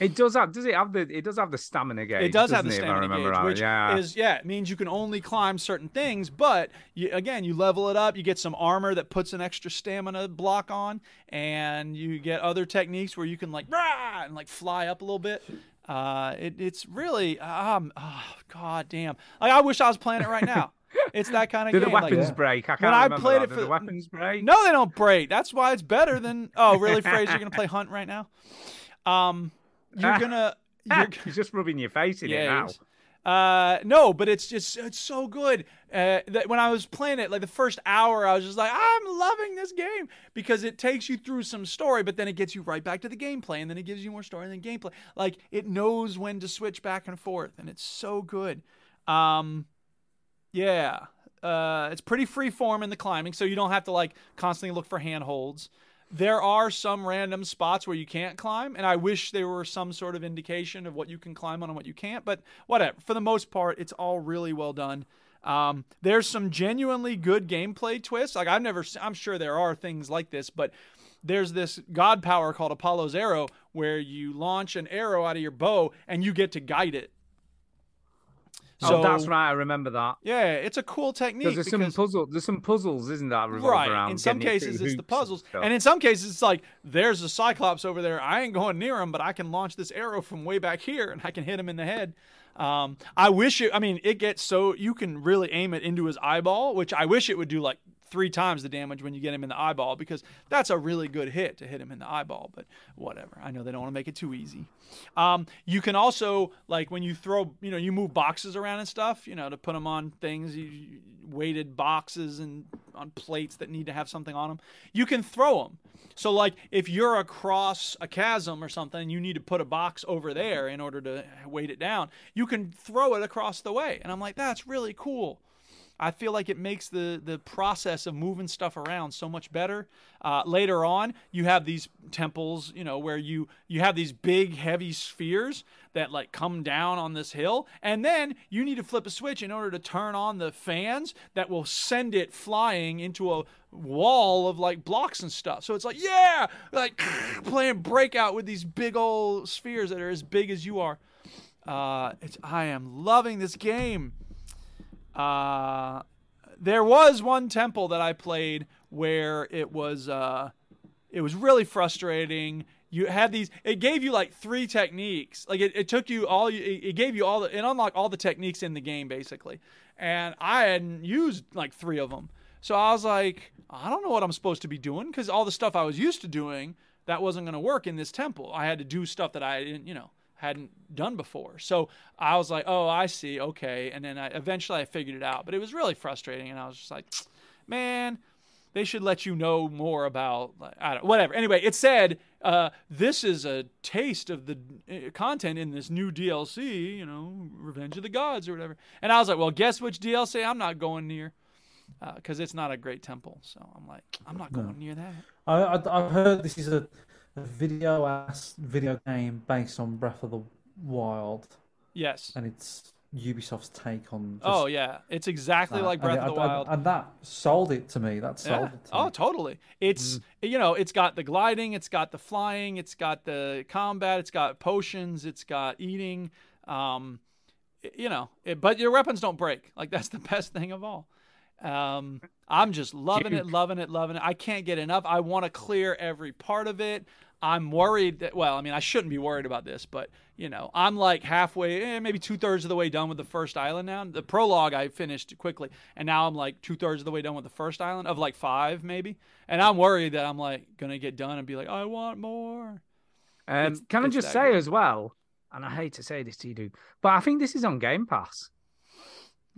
C: It does have. Does it have the? It does have the stamina gauge.
A: It does have
C: doesn't
A: the
C: if I
A: stamina
C: remember
A: gauge,
C: right.
A: which
C: yeah.
A: is yeah, it means you can only climb certain things. But you, again, you level it up, you get some armor that puts an extra stamina block on, and you get other techniques where you can like rah, and like fly up a little bit. Uh, it, it's really um, oh, god damn. Like I wish I was playing it right
C: [LAUGHS]
A: now. It's that kind of
C: Did the
A: game. like-
C: weapons break? I
A: When
C: can't
A: I
C: remember
A: played
C: that.
A: it
C: Did
A: for
C: the weapons break.
A: [LAUGHS] no, they don't break. That's why it's better than. Oh, really, Fraser? You're gonna
C: [LAUGHS]
A: play Hunt right now? Um, you're gonna.
C: [LAUGHS]
A: You're,
C: He's just rubbing your face in it
A: Ah. Yeah,
C: now.
A: he's- uh, no, but it's just it's so good. Uh, that when I was playing it, like the first hour, I was just like, I'm loving this game because it takes you through some story, but then it gets you right back to the gameplay, and then it gives you more story and then gameplay. Like it knows when to switch back and forth, and it's so good. Um, yeah, uh, it's pretty free form in the climbing, so you don't have to like constantly look for handholds. There are some random spots where you can't climb, and I wish there were some sort of indication of what you can climb on and what you can't, but whatever. For the most part, it's all really well done. Um, there's some genuinely good gameplay twists. Like I've never, se- I'm sure there are things like this, but there's this god power called Apollo's arrow where you launch an arrow out of your bow and you get to guide it.
C: oh, that's right. I remember that.
A: Yeah, it's a cool technique.
C: There's some puzzle. There's some puzzles, isn't that? revolve
A: right.
C: around
A: in some
C: getting it through
A: cases, it's the
C: hoops and
A: puzzles,
C: stuff.
A: and in some cases, it's like there's a Cyclops over there. I ain't going near him, but I can launch this arrow from way back here, and I can hit him in the head. Um, I wish it. I mean, it gets so you can really aim it into his eyeball, which I wish it would do like three times the damage when you get him in the eyeball because that's a really good hit to hit him in the eyeball. But whatever. I know they don't want to make it too easy. Um, you can also like when you throw, you know, you move boxes around and stuff, you know, to put them on things, you, you- weighted boxes and on plates that need to have something on them. You can throw them. So like if you're across a chasm or something, you need to put a box over there in order to weight it down. You can throw it across the way, and I'm like, that's really cool. I feel like it makes the the process of moving stuff around so much better. Uh, later on, you have these temples, you know, where you you have these big heavy spheres that like come down on this hill, and then you need to flip a switch in order to turn on the fans that will send it flying into a wall of like blocks and stuff. So it's like yeah, like [CLEARS THROAT] playing breakout with these big old spheres that are as big as you are. Uh, it's I am loving this game. Uh, there was one temple that I played where it was uh, it was really frustrating. You had these. It gave you like three techniques. Like it, it took you all. you- It it gave you all. The, it unlocked all the techniques in the game basically, and I hadn't used like three of them. So I was like, I don't know what I'm supposed to be doing because all the stuff I was used to doing that wasn't going to work in this temple. I had to do stuff that I didn't, you know, hadn't done before. So I was like, oh, I see, okay. And then I, eventually I figured it out, but it was really frustrating, and I was just like, man, they should let you know more about like, I don't, whatever. Anyway, it said uh, this is a taste of the uh, content in this new DLC, you know, Revenge of the Gods or whatever. And I was like, well, guess which DLC I'm not going near. Because it's not a great temple, so I'm like, I'm not
D: No.
A: going near that.
D: I, I, I've heard this is a, a video ass video game based on Breath of the Wild.
A: Yes.
D: And it's Ubisoft's take on. just
A: oh yeah, it's exactly
D: that.
A: like
D: And
A: Breath
D: it-
A: of the
D: and-
A: Wild.
D: And, that sold it to me. Mm. That sold
A: Yeah.
D: it.
A: Oh, totally. It's you know, it's got the gliding, it's got the flying, it's got the combat, it's got potions, it's got eating. Um, y- you know, it, but your weapons don't break. Like that's the [LAUGHS] best thing of all. Um, I'm just loving it,
M: Duke.
A: loving it, loving it. I can't get enough. I want to clear every part of it. I'm worried that well, I mean, I shouldn't be worried about this, but you know, I'm like halfway, eh, maybe two thirds of the way done with the first island now. The prologue I finished quickly, and now I'm like two thirds of the way done with the first island of like five maybe, and I'm worried that I'm like gonna get done and be like, I want more.
C: Um,
A: It's-
C: can I
A: it's
C: just
A: that
C: say
A: good.
C: as well, and I hate to say this to you, dude, but I think this is on Game Pass.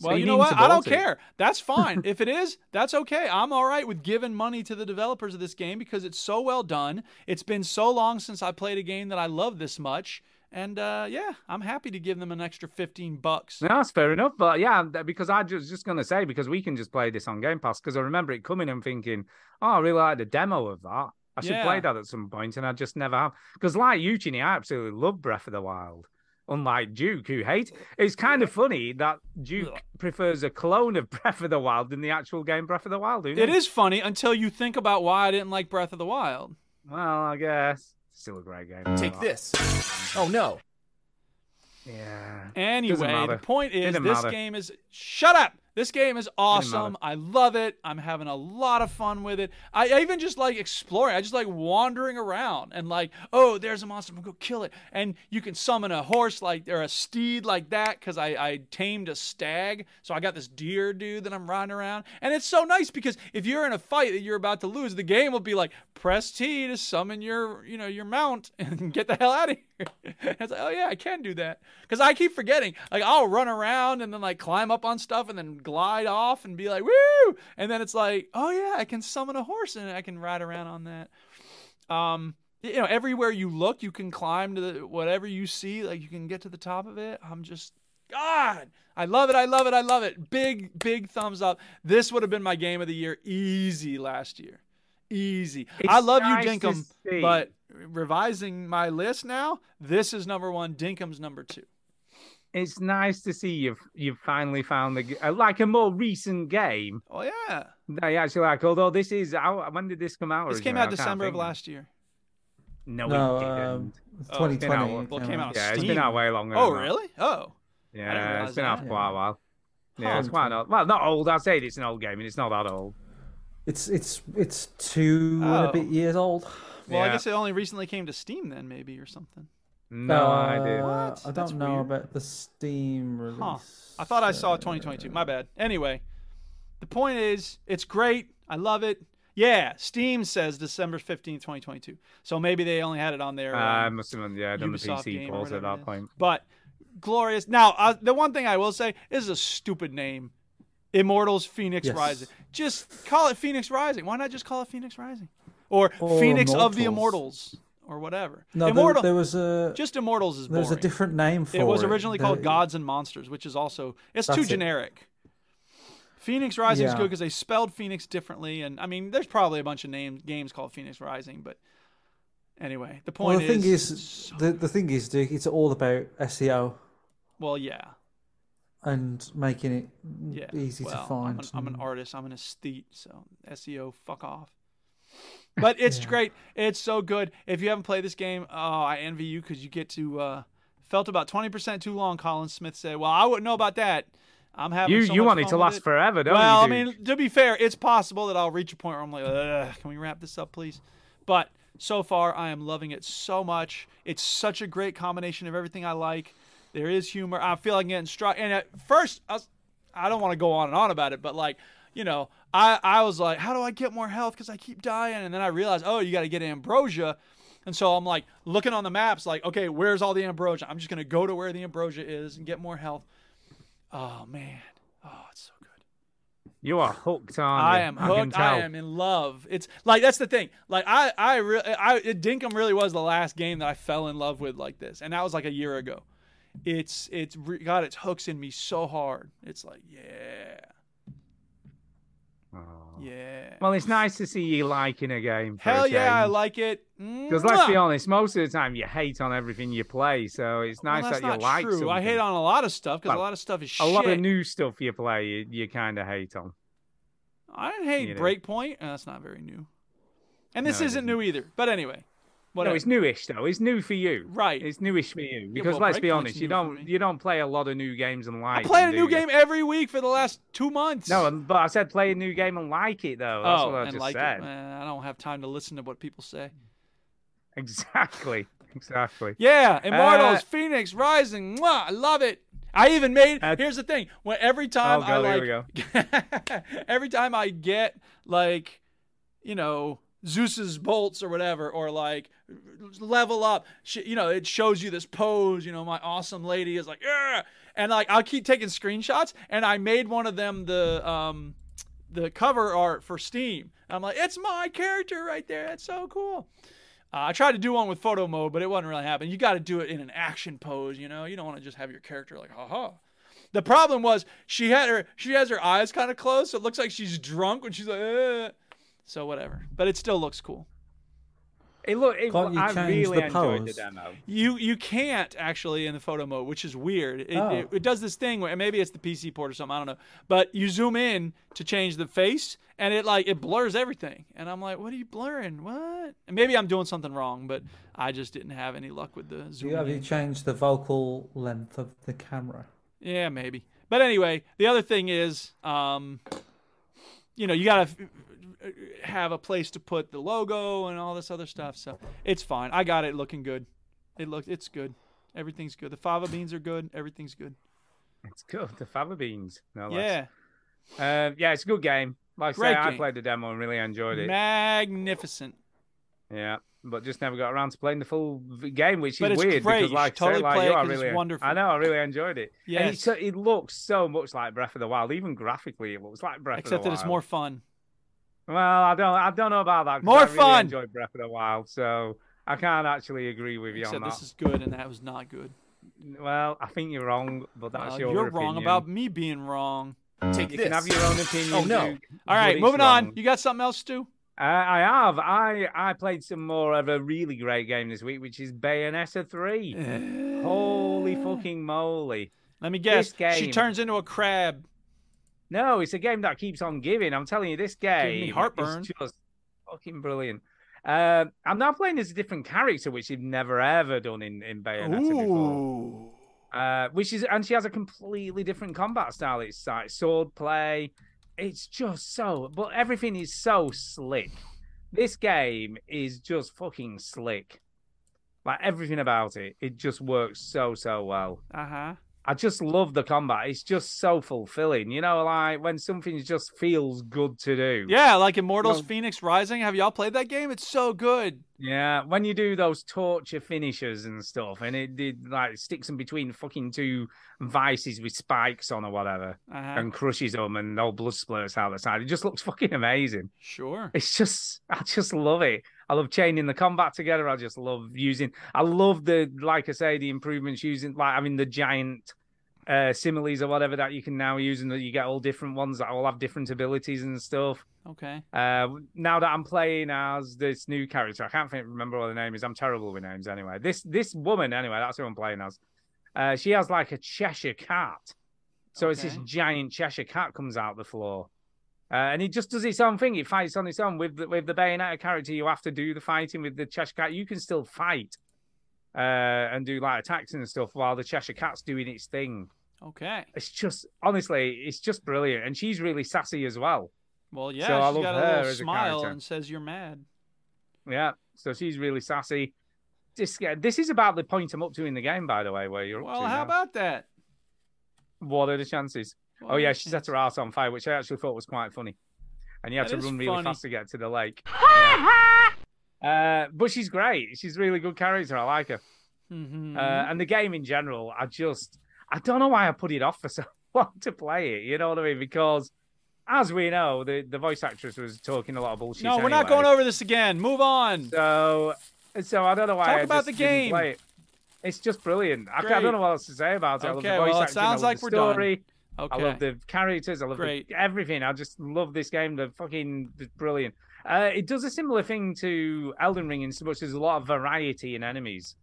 C: So
A: Well, you know
C: need
A: what?
C: to
A: I don't
C: vault it.
A: care. That's
C: [LAUGHS]
A: fine. if it is, that's okay. I'm all right with giving money to the developers of this game because it's so well done. It's been so long since I played a game that I love this much. And uh, yeah, I'm happy to give them an extra 15 bucks.
C: No, that's fair enough. But yeah, th- because I was just going to say, because we can just play this on Game Pass, because I remember it coming and thinking, oh, I really like the demo of that. I should play
A: Yeah.
C: that at some point, and I just never have. Because like Eugenie, I absolutely love Breath of the Wild. Unlike Duke, who hates it's kind of funny that Duke prefers a clone of [LAUGHS] Breath of the Wild than the actual game Breath of the Wild. Who
A: It
C: knew?
A: is funny until you think about why I didn't like Breath of the Wild.
C: Well, I guess. Still a great game.
A: Take
C: this.
A: Oh, no.
C: Yeah.
A: Anyway, the
C: matter.
A: point is
C: Didn't
A: this
C: matter.
A: game is shut up. This game is awesome.
C: matter.
A: I love it. I'm having a lot of fun with it. I, I even just like exploring. I just like wandering around and like, oh, there's a monster. I'm gonna go kill it. And you can summon a horse like or a steed like that because I, I tamed a stag. So I got this deer dude that I'm riding around. And it's so nice because if you're in a fight that you're about to lose, the game will be like, press T to summon your you know your mount [LAUGHS] and get the hell out of here. [LAUGHS] it's like, oh yeah, I can do that because I keep forgetting. Like I'll run around and then like climb up on stuff and then glide off and be like woo, and then it's like, oh yeah, I can summon a horse and I can ride around on that. Um, you know, everywhere you look, you can climb to the, whatever you see. Like you can get to the top of it. I'm just God, I love it. I love it. I love it. Big, big thumbs up. This would have been my game of the year easy last year easy.
B: It's
A: I love
B: nice
A: you,
B: to
A: Dinkum,
B: see.
A: but revising my list now, this is number one. Dinkum's number two.
C: It's nice to see you've you've finally found the g- uh, like a more recent game.
A: Oh yeah,
C: they actually like. Although this is how, when did this come out?
A: This came
C: originally? I
A: out
C: can't
A: December of
C: think.
A: last year.
C: No,
D: No,
C: it didn't.
D: um,
C: Oh, it's been
D: 2020
C: out-
D: it
A: Well, it came out. on
C: Yeah, it's
A: Steam.
C: been out way longer.
A: Oh
C: than that.
A: really? Oh,
C: Yeah,
A: realize
C: it's been
A: that.
C: out for quite a while. Yeah,
A: Huh.
C: it's quite old. Well, not old. I'd say it's an old game, and it's not that old.
D: It's it's it's two and
A: Oh.
D: a bit years old.
A: well, I
D: Yeah.
A: guess it only recently came to Steam then, maybe or something.
C: No idea.
D: Uh,
A: What?
D: I don't
A: That's
D: know
A: weird.
D: about the Steam release.
A: Huh. I thought I saw 2022. My bad. Anyway, the point is, it's great. I love it. Yeah, Steam says December 15th, 2022. So maybe they only had it on there.
C: Uh, I must have done, yeah, done the
A: Ubisoft game
C: PC
A: or
C: port at
A: whatever it
C: that point.
A: But glorious. Now, uh, the one thing I will say is a stupid name. Immortals Phoenix
B: Yes.
A: Rising. Just call it Phoenix Rising. Why not just call it Phoenix Rising? Or, Phoenix of the Immortals or whatever.
D: No, there-
A: Immortal.
D: there was a-
A: just Immortals is
D: there was a
A: boring.
D: different name for
A: it. was
D: it.
A: originally
D: The-
A: called Gods and Monsters, which is also it's too
D: That's it.
A: generic. Phoenix Rising is
D: Yeah.
A: good because they spelled Phoenix differently, and I mean, there's probably a bunch of name, games called Phoenix Rising, but anyway, the
D: Well,
A: point
D: the thing
A: is,
D: is, the, the thing is, Duke, it's all about SEO
A: well, yeah,
D: and making it
A: yeah,
D: easy
A: well,
D: to find.
A: I'm an, I'm an artist, I'm an aesthete, so SEO, fuck off. But it's great, it's so good. If you haven't played this game, oh, I envy you because you get to uh, felt about twenty percent too long. Colin Smith said, "Well, I wouldn't know about that." I'm having
C: You
A: so
C: you
A: much
C: want it
A: fun
C: to
A: with
C: last
A: it.
C: forever, don't
A: well,
C: you?
A: I
C: dude?
A: mean, to be fair, it's possible that I'll reach a point where I'm like, Ugh, can we wrap this up, please? But so far, I am loving it so much. It's such a great combination of everything I like. There is humor. I feel like I'm getting struck. And at first, I, was, I don't want to go on and on about it, but like, you know, I, I was like, how do I get more health? Because I keep dying. And then I realized, oh, you got to get ambrosia. And so I'm like looking on the maps, like, okay, where's all the ambrosia? I'm just going to go to where the ambrosia is and get more health. Oh, man. Oh, it's so
C: you are hooked on.
A: I am
C: I can
A: hooked.
C: tell.
A: I, am in love. It's like that's the thing. Like I, I really, I Dinkum really was the last game that I fell in love with like this, and that was like a year ago. It's it's re- God, it's hooks in me so hard. It's like yeah,
C: Oh.
A: yeah.
C: Well, it's nice to see you liking a game. For
A: Hell
C: a
A: yeah, I
C: change.
A: like it.
C: Because let's be
A: Mwah!
C: honest, most of the time you hate on everything you play, so it's
A: Well,
C: nice
A: that's
C: that you
A: not
C: like
A: true. I
C: something.
A: hate on a lot of stuff because
C: Well,
A: a lot of stuff is
C: a
A: shit.
C: lot of new stuff you play, you, you kind of hate on.
A: I didn't hate
C: you know.
A: Breakpoint. Uh, that's not very new, and this
C: No, it
A: isn't new either. But anyway,
C: No,
A: whatever.
C: it's newish though. It's new for you,
A: right?
C: It's newish for you because
A: well,
C: let's be
A: Breakpoint's
C: honest,
A: new
C: you
A: for
C: don't you don't play a lot of new games and like.
A: I play a
C: them,
A: new
C: do you?
A: game every week for the last two months.
C: No, and- but I said play a new game and like it though. That's
A: oh,
C: what I
A: and
C: just
A: like
C: said.
A: it. Man, I don't have time to listen to what people say.
C: [LAUGHS] Exactly, exactly.
A: Yeah, Immortals,
C: Uh,
A: Phoenix Rising. Mwah, I love it. I even made. here's the thing. When every time
C: oh,
A: I
C: God,
A: like,
C: here we go.
A: [LAUGHS] every time I get like, you know, Zeus's bolts or whatever, or like level up, sh- you know, it shows you this pose. You know, my awesome lady is like, yeah, and like I'll keep taking screenshots, and I made one of them the um the cover art for Steam. And I'm like, it's my character right there. That's so cool. Uh, I tried to do one with photo mode, but it wasn't really happening. You got to do it in an action pose, you know. You don't want to just have your character like, haha. The problem was she had her she has her eyes kind of closed, so it looks like she's drunk when she's like, eh. so whatever. But it still looks cool.
C: It look. It,
A: Can't you
C: I
A: change
C: really
A: the
C: enjoyed the
A: pose?
C: demo.
A: You you can't actually in the photo mode, which is weird. It,
C: Oh.
A: it, it does this thing where maybe it's the PC port or something. I don't know. But you zoom in to change the face, and it like it blurs everything. And I'm like, what are you blurring? What? And maybe I'm doing something wrong, but I just didn't have any luck with the
D: Do
A: zoom.
D: you, have you changed the vocal length of the camera?
A: Yeah, maybe. But anyway, the other thing is, um, you know, you gotta f- have a place to put the logo and all this other stuff. So it's fine. I got it looking good. It looked, it's good. Everything's good. The fava beans are good. Everything's good.
C: It's good. The fava beans. No
A: Yeah,
C: less. Uh, yeah, it's a good game. Like I
A: Great
C: say, I
A: game.
C: played the demo and really enjoyed it.
A: magnificent.
C: Yeah, but just never got around to playing the full v- game, which
A: But
C: is
A: it's
C: weird
A: great. You
C: because,
A: should
C: like, I say,
A: totally
C: like
A: play
C: you,
A: it
C: I
A: 'cause it's
C: really,
A: wonderful.
C: I know, I really enjoyed it. and
A: Yes.
C: it, so- it looks so much like Breath of the Wild. Even graphically, it looks like Breath of
A: Except
C: the
A: that
C: Wild.
A: it's more fun.
C: Well, I don't, I don't know about that. 'cause
A: More
C: I really
A: fun.
C: Enjoyed Breath of the Wild, so I can't actually agree with you
A: Except
C: on that.
A: this is good and that was not good.
C: Well, I think you're wrong, but that's
A: Well,
C: your
A: you're wrong
C: opinion.
A: about me being wrong.
C: Take You can this. have your own opinion,
A: Oh no!
C: Duke.
A: All right,
C: Woody's
A: moving
C: wrong.
A: on. You got something else, Stu?
C: Uh, I have. I I played some more of a really great game this week, which is Bayonetta three. Holy fucking moly!
A: Let me guess. She turns into a crab.
C: No, it's a game that keeps on giving. I'm telling you, this game
A: me heartburn.
C: is just fucking brilliant. Uh, I'm now playing as a different character, which you've never ever done in in Bayonetta before. Uh, which is, and she has a completely different combat style. It's like sword play. It's just so, but everything is so slick. This game is just fucking slick. Like everything about it, it just works so so well.
A: Uh huh.
C: I just love the combat. It's just so fulfilling. You know, like when something just feels good to do.
A: Yeah, like Immortals Phoenix Rising. Have y'all played that game? It's so good.
C: Yeah, when you do those torture finishers and stuff, and it, it like sticks them between fucking two vices with spikes on or whatever,
A: Uh-huh.
C: and crushes them, and no blood splurts out the side. It just looks fucking amazing.
A: Sure.
C: [LAUGHS] It's just, I just love it. I love chaining the combat together. I just love using. I love the, like I say, the improvements using, like having the giant uh similes or whatever that you can now use, and that you get all different ones that all have different abilities and stuff.
A: Okay.
C: Uh, now that I'm playing as this new character, I can't think, remember what the name is. I'm terrible with names anyway. This this woman anyway, that's who I'm playing as. Uh, she has like a Cheshire cat, so it's this
A: Okay.
C: giant Cheshire cat comes out the floor, uh, and it just does its own thing. It fights on its own with the, with the Bayonetta character. You have to do the fighting with the Cheshire cat. You can still fight uh, and do like attacks and stuff while the Cheshire cat's doing its thing.
A: Okay.
C: It's just honestly, it's just brilliant, and she's really sassy as well.
A: Well, yeah,
C: So I
A: she's
C: love
A: got
C: her
A: a little
C: as a
A: smile
C: character.
A: and says you're mad.
C: Yeah, so she's really sassy. This yeah, this is about the point I'm up to in the game, by the way. Where you're up
A: Well,
C: to
A: how
C: now.
A: about that?
C: what are the chances?
A: What
C: oh
A: are
C: yeah,
A: the
C: she set her ass on fire, which I actually thought was quite funny. And you had
A: That
C: to
A: is
C: run really
A: funny.
C: fast to get to the lake. Yeah. uh, but she's great. She's a really good character. I like her.
A: [LAUGHS] Mm-hmm.
C: Uh, and the game in general, I just I don't know why I put it off for [LAUGHS] so long to play it. You know what I mean? Because as we know, the, the voice actress was talking a lot of bullshit.
A: no, we're not
C: anyway.
A: going over this again. Move on.
C: So, so I don't know why.
A: Talk
C: I
A: about
C: just
A: the
C: didn't
A: game.
C: play it. It's just brilliant. I, I
A: Great.
C: don't know what else to say about it. I love the
A: Okay,
C: voice
A: well, it
C: acting, I
A: sounds
C: love
A: like
C: the
A: we're done.
C: story, I
A: Okay.
C: love the characters. I love the,
A: Great.
C: everything. I just love this game. The fucking it's brilliant. Uh, it does a similar thing to Elden Ring in so much there's a lot of variety in enemies,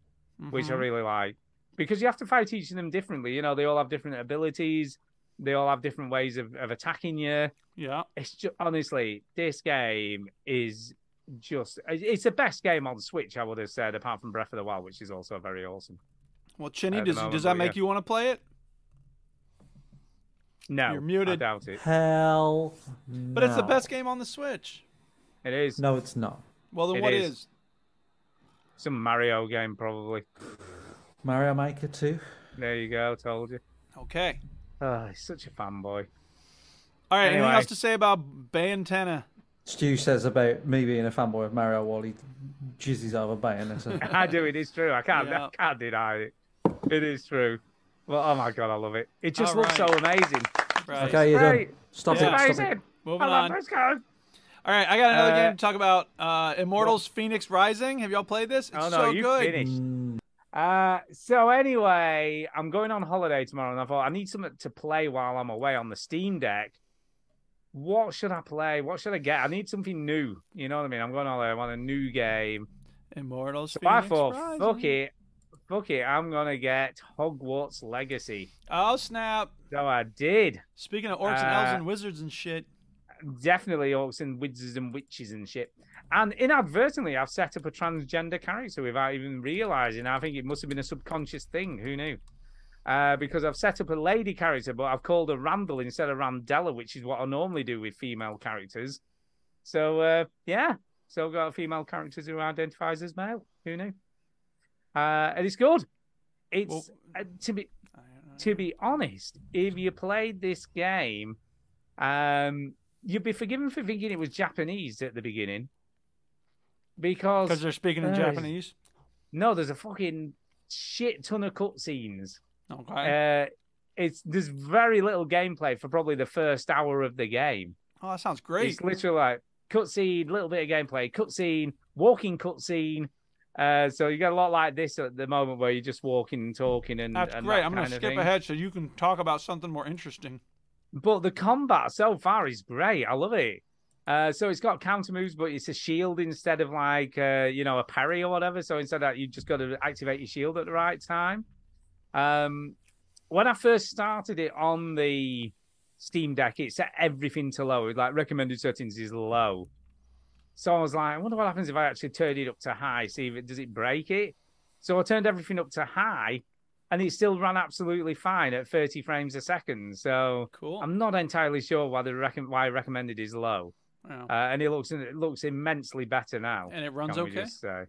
C: which I
A: Mhm.
C: really like because you have to fight each of them differently. You know, they all have different abilities. They all have different ways of, of attacking you
A: Yeah.
C: it's just honestly this game is just it- it's the best game on switch i would have said apart from breath of the wild which is also very awesome
A: Well, Chinny,
C: At the
A: does,
C: moment,
A: does
C: but
A: that make
C: yeah.
A: you want to play it?
C: no
A: You're muted.
C: i doubt it
D: Hell.
A: But it's the
D: no.
A: best game on the Switch.
C: it is
D: No, it's not.
A: Well, then
C: It
A: what
C: is.
A: is?
C: some mario game probably
D: Mario Maker 2.
C: there you go told you
A: Okay.
C: oh he's such a fanboy [LAUGHS]
A: All right. Anything
D: Anyway.
A: else to say about Bayonetta?
D: Stu says about me being a fanboy of Mario while he jizzes out of a bayonetta.
C: i do it is true i can't
A: Yeah.
C: i can't deny it it is true well oh my god i love it it just
A: All
C: looks
A: right.
C: so amazing
A: Right.
D: Okay, you're
C: Right.
D: done. Stop
A: Yeah.
D: it. Stop it.
C: amazing
A: Moving
C: I love
A: on.
C: this game.
A: All right, I got another
C: Uh,
A: game to talk about. Uh, Immortals: Phoenix Rising. Have y'all played this? It's
C: Oh no,
A: so
C: you
A: good.
C: finished. Uh, so anyway, I'm going on holiday tomorrow, and I thought I need something to play while I'm away on the Steam Deck. What should I play? What should I get? I need something new. You know what I mean? I'm going on holiday. I want a new game.
A: Immortals:
C: So
A: Phoenix
C: I thought,
A: Rising.
C: fuck it, fuck it. I'm gonna get Hogwarts Legacy.
A: Oh snap!
C: So I did.
A: Speaking of orcs and elves
C: Uh,
A: and wizards and shit.
C: Definitely orcs and wizards and witches and shit. And inadvertently, I've set up a transgender character without even realizing. I think it must have been a subconscious thing. Who knew? Uh, because I've set up a lady character, but I've called her Randall instead of Randella, which is what I normally do with female characters. So uh, yeah, so I've got female characters who identifies as male. Who knew? Uh, and it's good. It's
A: Well-
C: uh, to be to be honest, if you played this game, um, you'd be forgiven for thinking it was Japanese at the beginning because
A: Because they're speaking in
C: Uh,
A: Japanese.
C: no, there's a fucking shit ton of cutscenes.
A: Okay.
C: Uh, it's there's very little gameplay for probably the first hour of the game.
A: oh, that sounds great.
C: It's literally like cutscene, little bit of gameplay, cutscene, walking cutscene. Uh, so you got a lot like this at the moment where you're just walking and talking and
A: That's
C: and
A: great.
C: that
A: I'm gonna
C: kind of
A: skip
C: thing.
A: ahead so you can talk about something more interesting.
C: But the combat so far is great. I love it. Uh, so it's got counter moves, but it's a shield instead of like uh, you know a parry or whatever. So instead of that, you just got to activate your shield at the right time. Um, when I first started it on the Steam Deck, it set everything to low. Like recommended settings is low. So I was like, I wonder what happens if I actually turn it up to high. See if it does it break it. So I turned everything up to high, and it still ran absolutely fine at 30 frames a second. So
A: cool.
C: I'm not entirely sure why the rec- why recommended is low.
A: Wow.
C: Uh, and it looks it looks immensely better now.
A: And it runs
C: can we
A: okay?
C: just say.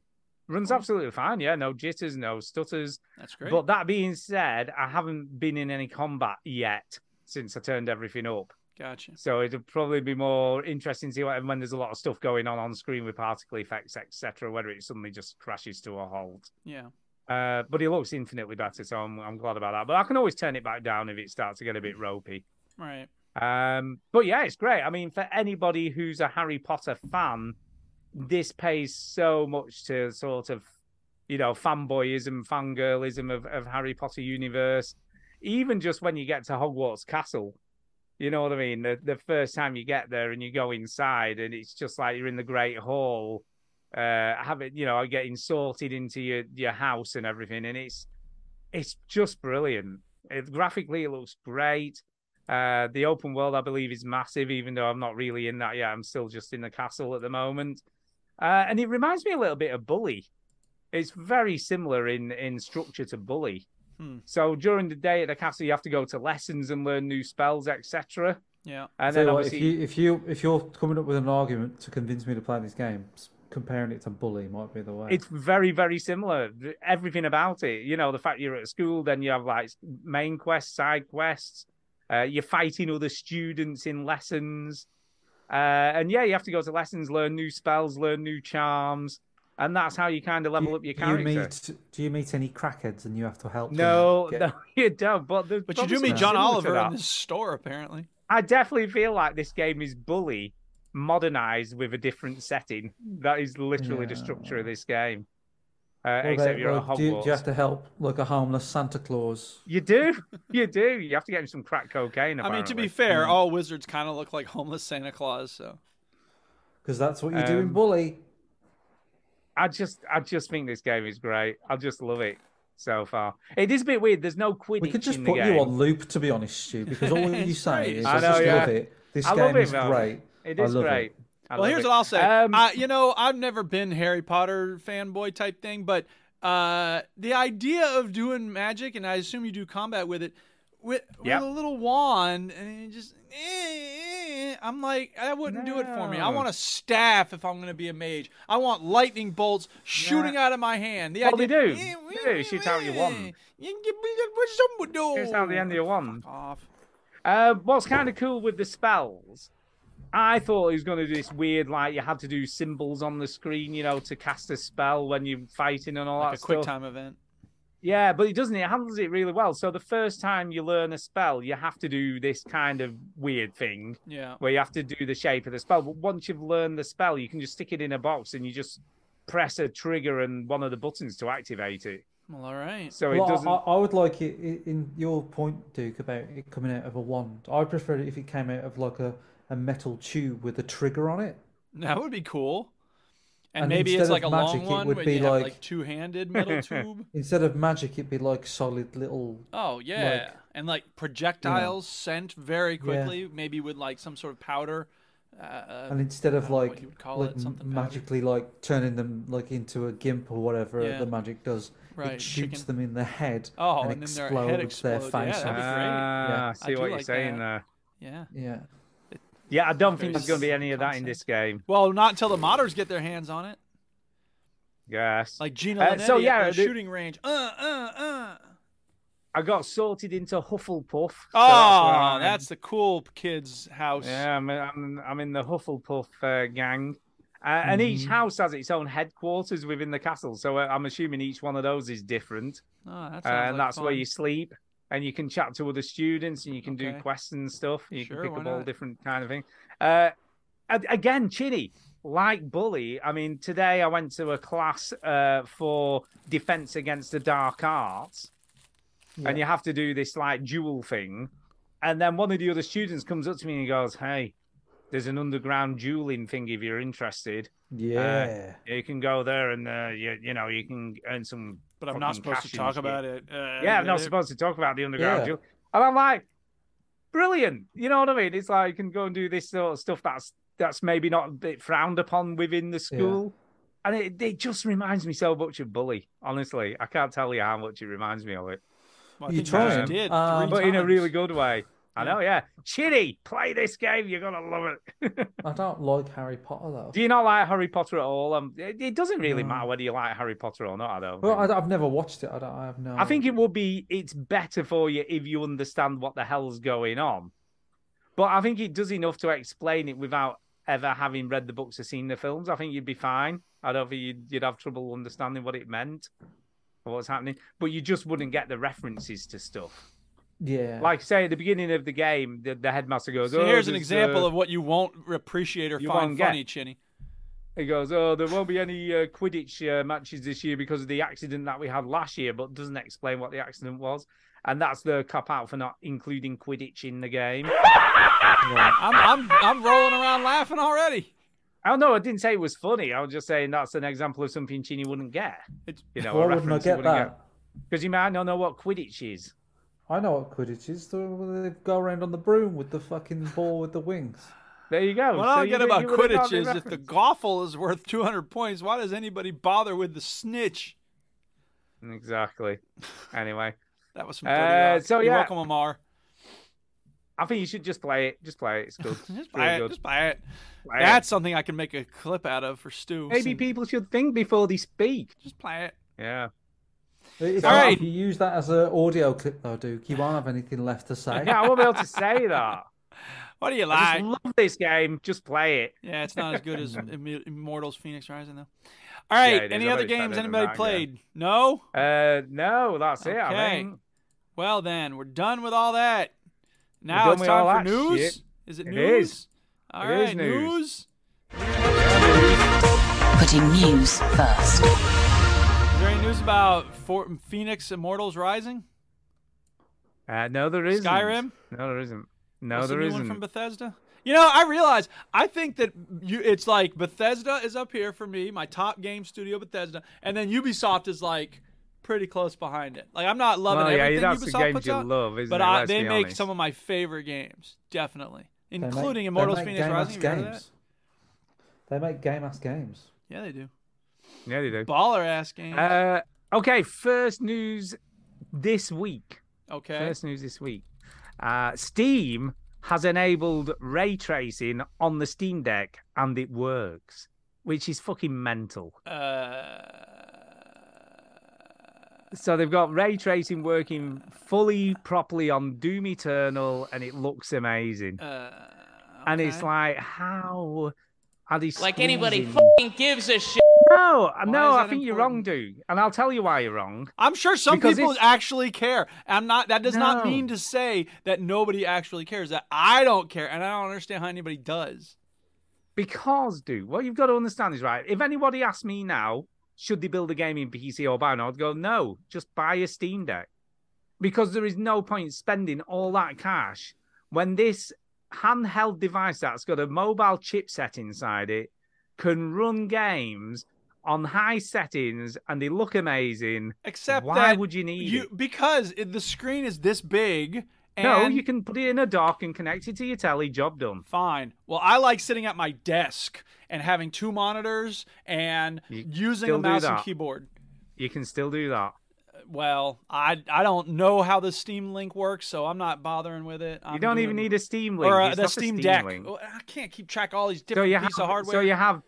C: Runs absolutely fine. Yeah, no jitters, no stutters.
A: That's great.
C: But that being said, I haven't been in any combat yet since I turned everything up.
A: Gotcha.
C: So it'll probably be more interesting to see what, when there's a lot of stuff going on on screen with particle effects, etc. Whether it suddenly just crashes to a halt.
A: Yeah.
C: Uh, but it looks infinitely better, so I'm, I'm glad about that. But I can always turn it back down if it starts to get a bit ropey.
A: Right.
C: Um, but yeah, it's great. I mean, for anybody who's a Harry Potter fan, this pays so much to sort of, you know, fanboyism, fangirlism of, of Harry Potter universe. Even just when you get to Hogwarts Castle, you know what I mean? The, the first time you get there and you go inside, and it's just like you're in the Great Hall, uh, having, you know, getting sorted into your, your house and everything. And it's, it's just brilliant. It, graphically, it looks great. Uh, the open world, I believe, is massive, even though I'm not really in that yet. I'm still just in the castle at the moment. Uh, and it reminds me a little bit of Bully. It's very similar in, in structure to Bully.
A: Hmm.
C: So during the day at the castle, you have to go to lessons and learn new spells, etc.
A: Yeah.
C: And
D: Tell
C: then
D: you what,
C: obviously,
D: if you if you if you're coming up with an argument to convince me to play this game, s- comparing it to Bully might be the way.
C: it's very very similar Th- everything about it you know the fact you're at school then you have like main quests side quests uh, you're fighting other students in lessons uh, and yeah you have to go to lessons learn new spells learn new charms and that's how you kind of level up your
D: do you
C: character
D: meet do you meet any crackheads and you have to help? them
C: no
D: get-
C: no [LAUGHS] you don't but, the
A: But you do
C: promise
A: meet
C: is
A: John
C: similar to
A: Oliver
C: that.
A: in this store, apparently.
C: I definitely feel like this game is bully modernized with a different setting. That is literally the structure of this game. Uh,
D: What
C: except
D: about,
C: you're at
D: like,
C: Hogwarts.
D: do, you, do you have to help like a homeless Santa Claus?
C: You do, you do. You have to get him some crack cocaine.
A: I mean, to be
C: apparently.
A: fair, all wizards kind of look like homeless Santa Claus, so.
D: Because that's what you do in
C: Um,
D: Bully.
C: I just, I just think this game is great. I just love it so far. It is a bit weird. There's no Quidditch
D: We could just
C: in the
D: put
C: game.
D: you on loop, to be honest, Stu, because
C: [LAUGHS]
D: all you say is,
C: I know,
D: I, just
C: yeah.
D: love it. This
C: I
D: game
C: love it,
D: is
C: man.
D: great.
C: It
D: I
C: is
D: love
C: great.
D: It.
C: I
A: well,
C: love
A: here's
C: it.
A: what I'll say.
C: Um,
A: I, you know, I've never been Harry Potter fanboy type thing, but uh, the idea of doing magic, and I assume you do combat with it, with,
C: Yep.
A: with a little wand, and you just, eh, eh, I'm like, that wouldn't do it for me. I
C: No.
A: want a staff if I'm going to be a mage. I want lightning bolts shooting out of my hand. The
C: Well, they
A: idea, eh,
C: do. They do. Shoot out your wand. Shoot out the end of your wand.
A: Off.
C: Uh, what's kind of cool with the spells, I thought he was going to do this weird, like you had to do symbols on the screen, you know, to cast a spell when you're fighting and all
A: Like
C: that
A: a quick
C: stuff.
A: time event.
C: Yeah, but it doesn't. It handles it really well. So the first time you learn a spell, you have to do this kind of weird thing
A: Yeah.
C: where you have to do the shape of the spell. But once you've learned the spell, you can just stick it in a box and you just press a trigger and one of the buttons to activate it.
A: Well, all right.
C: So it
D: Well,
C: doesn't.
D: I, I I would like it i- in your point, Duke, about it coming out of a wand. I prefer it if it came out of like a, a metal tube with a trigger on it.
A: That would be cool. And,
D: And
A: maybe it's
D: instead
A: like
D: of
A: a long
D: magic, it
A: one
D: would
A: where
D: be
A: you have
D: like-
A: like
C: [LAUGHS]
A: two-handed metal tube.
D: Instead of magic, it'd be like solid little.
A: Oh yeah, and like projectiles sent very
D: Yeah.
A: quickly, maybe with like some sort of powder. Uh, uh,
D: and instead
A: I
D: of
A: don't know what
D: like,
A: you would call
D: like
A: it, something
D: m-
A: powder.
D: magically like turning them like into a gimp or whatever
A: Yeah.
D: the magic does,
A: Right,
D: it shoots
A: chicken.
D: them in the head
A: Oh,
D: and,
A: and then their
D: explodes
A: head
D: their
A: explodes. Yeah,
D: face
A: that'd be
D: off.
A: great.
C: Ah,
D: Yeah.
A: I
C: see
A: do
C: what you're
A: like
C: saying
A: that.
C: there.
A: yeah.
D: Yeah.
C: Yeah, I don't
A: Very
C: think there's going to be any of that in
A: concept.
C: this game.
A: Well, not until the modders get their hands on it,
C: Yes.
A: like Gina
C: Uh,
A: Linetti
C: so yeah,
A: at
C: the-
A: the shooting range. Uh, uh, uh.
C: I got sorted into Hufflepuff. so that's where
A: Oh,
C: I'm-
A: that's the cool kids' house.
C: Yeah, I'm I'm, I'm in the Hufflepuff uh, gang, uh, and
A: Mm-hmm.
C: each house has its own headquarters within the castle. So uh, I'm assuming each one of those is different,
A: Oh, that
C: uh,
A: sounds
C: and
A: like
C: that's where
A: fun.
C: you sleep, and you can chat to other students, and you can
A: Okay.
C: do quests and stuff. You
A: Sure,
C: can pick
A: why
C: up all
A: not?
C: different kind of thing. Uh, a- again, Chinny, like Bully, I mean, today I went to a class uh, for defense against the dark arts and you have to do this like duel thing. And then one of the other students comes up to me and he goes, Hey, There's an underground dueling thing if you're interested. Uh,
D: Yeah.
C: you can go there and uh, you, you know you can earn some.
A: But I'm not
C: fucking
A: supposed
C: cash
A: to
C: and
A: talk
C: shit.
A: about it. Uh,
C: yeah, I'm not
A: it-
C: supposed to talk about the underground
A: Yeah.
C: duel. And I'm like, brilliant. You know what I mean? It's like you can go and do this sort of stuff that's that's maybe not a bit frowned upon within the school. And it, it just reminds me so much of Bully. Honestly, I can't tell you how much it reminds me of it.
A: Well, I You think you just trying? did three
C: Uh, but in a
A: times.
C: really good way. I
A: Yeah.
C: know, yeah. Chitty, play this game. You're gonna love it.
D: I don't like Harry Potter though.
C: Do you not like Harry Potter at all? Um, it, it doesn't really
D: No.
C: matter whether you like Harry Potter or not. I don't.
D: Well,
C: think.
D: I, I've never watched it. I don't. I have no.
C: I think it would be it's better for you if you understand what the hell's going on. But I think it does enough to explain it without ever having read the books or seen the films. I think you'd be fine. I don't think you'd, you'd have trouble understanding what it meant or what's happening. But you just wouldn't get the references to stuff.
D: Yeah.
C: Like say at the beginning of the game, the, the headmaster goes.
A: So
C: oh,
A: here's an
C: there's,
A: example
C: uh,
A: of what you won't appreciate or
C: you
A: find
C: won't get.
A: funny, Chinny.
C: He goes, "Oh, there won't be any uh, Quidditch uh, matches this year because of the accident that we had last year," but doesn't explain what the accident was, and that's the cop out for not including Quidditch in the game.
A: I'm, I'm, I'm rolling around laughing already.
C: I don't know. I didn't say it was funny. I was just saying that's an example of something Chini wouldn't get. You know,
D: Why wouldn't I get that?
C: Because you might not know what Quidditch is.
D: I know what Quidditch is. They they go around on the broom with the fucking ball with the wings.
C: There Oh, you go.
A: What I don't get about Quidditch is if the Goffle is worth 200 points, why does anybody bother with the snitch?
C: Exactly. Anyway,
A: that was some dirty
C: uh,
A: rock.
C: so
A: You're
C: yeah.
A: welcome, Amar.
C: I think you should just play it. Just play it. It's good. just
A: Buy it, [LAUGHS] just buy it.
C: Play it.
A: That's something I can make a clip out of for Stu.
C: Maybe
A: Send-
C: people should think before they speak.
A: Just play it.
C: Yeah.
D: If,
C: All right.
D: if you use that as an audio clip, though, Duke, you won't have anything left to say.
C: Yeah, I won't be able to say that.
A: What do you
C: like? I just love this game. Just play it.
A: Yeah, it's not as good
C: [LAUGHS]
A: as Im- Immortals Phoenix Rising, though. All right.
C: Yeah, it is.
A: any
C: I've
A: other
C: already started
A: games
C: on
A: anybody
C: that, yeah.
A: played? No?
C: Uh, no, that's it. I
A: Okay.
C: think.
A: Well, then, we're done with all that.
C: We're
A: Now
C: done
A: it's
C: with all
A: time for
C: that
A: news.
C: shit.
A: Is it
C: It
A: news?
C: is.
A: All
C: It
A: right,
C: is news.
M: Putting news first.
A: Is there any news about For- Phoenix Immortals Rising?
C: Uh, no, there isn't.
A: Skyrim?
C: No, there isn't. No,
A: What's the
C: there
A: new
C: isn't.
A: One from Bethesda. You know, I realize I think that you. It's like Bethesda is up here for me, my top game studio, Bethesda, and then Ubisoft is like pretty close behind it. Like I'm not loving
C: Well, yeah,
A: everything
C: that's the
A: Ubisoft
C: games
A: puts
C: you
A: out,
C: love, isn't
A: but
C: it?
A: I,
C: Let's
A: they
C: be
A: make
C: honest.
A: some of my favorite games, definitely,
D: They make-
A: including
D: they
A: Immortals
D: make
A: Phoenix
D: game-ass
A: Rising. You ever heard of
D: games. They make game ass games.
A: that? Yeah, they do.
C: Yeah, they do.
A: Baller ass games.
C: Uh, okay, first news this week.
A: Okay.
C: First news this week. Uh, Steam has enabled ray tracing on the Steam Deck, and it works, which is fucking mental.
A: Uh,
C: So they've got ray tracing working fully properly on Doom Eternal, and it looks amazing.
A: uh,
C: And it's like, how are they
N: Like anybody
C: squeezing-
N: fucking gives a shit.
C: No, no,
N: is
C: I
N: that
C: think you're wrong, dude. And I'll tell you why you're wrong.
A: I'm sure some
C: Because
A: people
C: it's-
A: actually care. I'm not. That does not
C: No.
A: mean to say that nobody actually cares. That I don't care, and I don't understand how anybody does.
C: Because, dude, what you've got to understand is right. If anybody asks me now, should they build a game in PC or buy an, I'd go, no, just buy a Steam Deck. Because there is no point spending all that cash when this handheld device that's got a mobile chipset inside it can run games on high settings and they look amazing.
A: Except
C: why
A: that
C: would you need
A: you
C: it?
A: because it, the screen is this big. And
C: No, you can put it in a dock and connect it to your telly. Job done.
A: Fine. Well, I like sitting at my desk and having two monitors and using
C: still
A: a
C: do
A: mouse and
C: that.
A: keyboard.
C: You can still do that.
A: Well, I I don't know how the Steam Link works, so I'm not bothering with it. I'm
C: you don't even
A: doing-
C: need a Steam Link.
A: or uh,
C: It's
A: the
C: not a
A: Steam, Deck.
C: Link.
A: Oh, I can't keep track of all these
C: so
A: different
C: you have,
A: pieces of hardware.
C: So you have,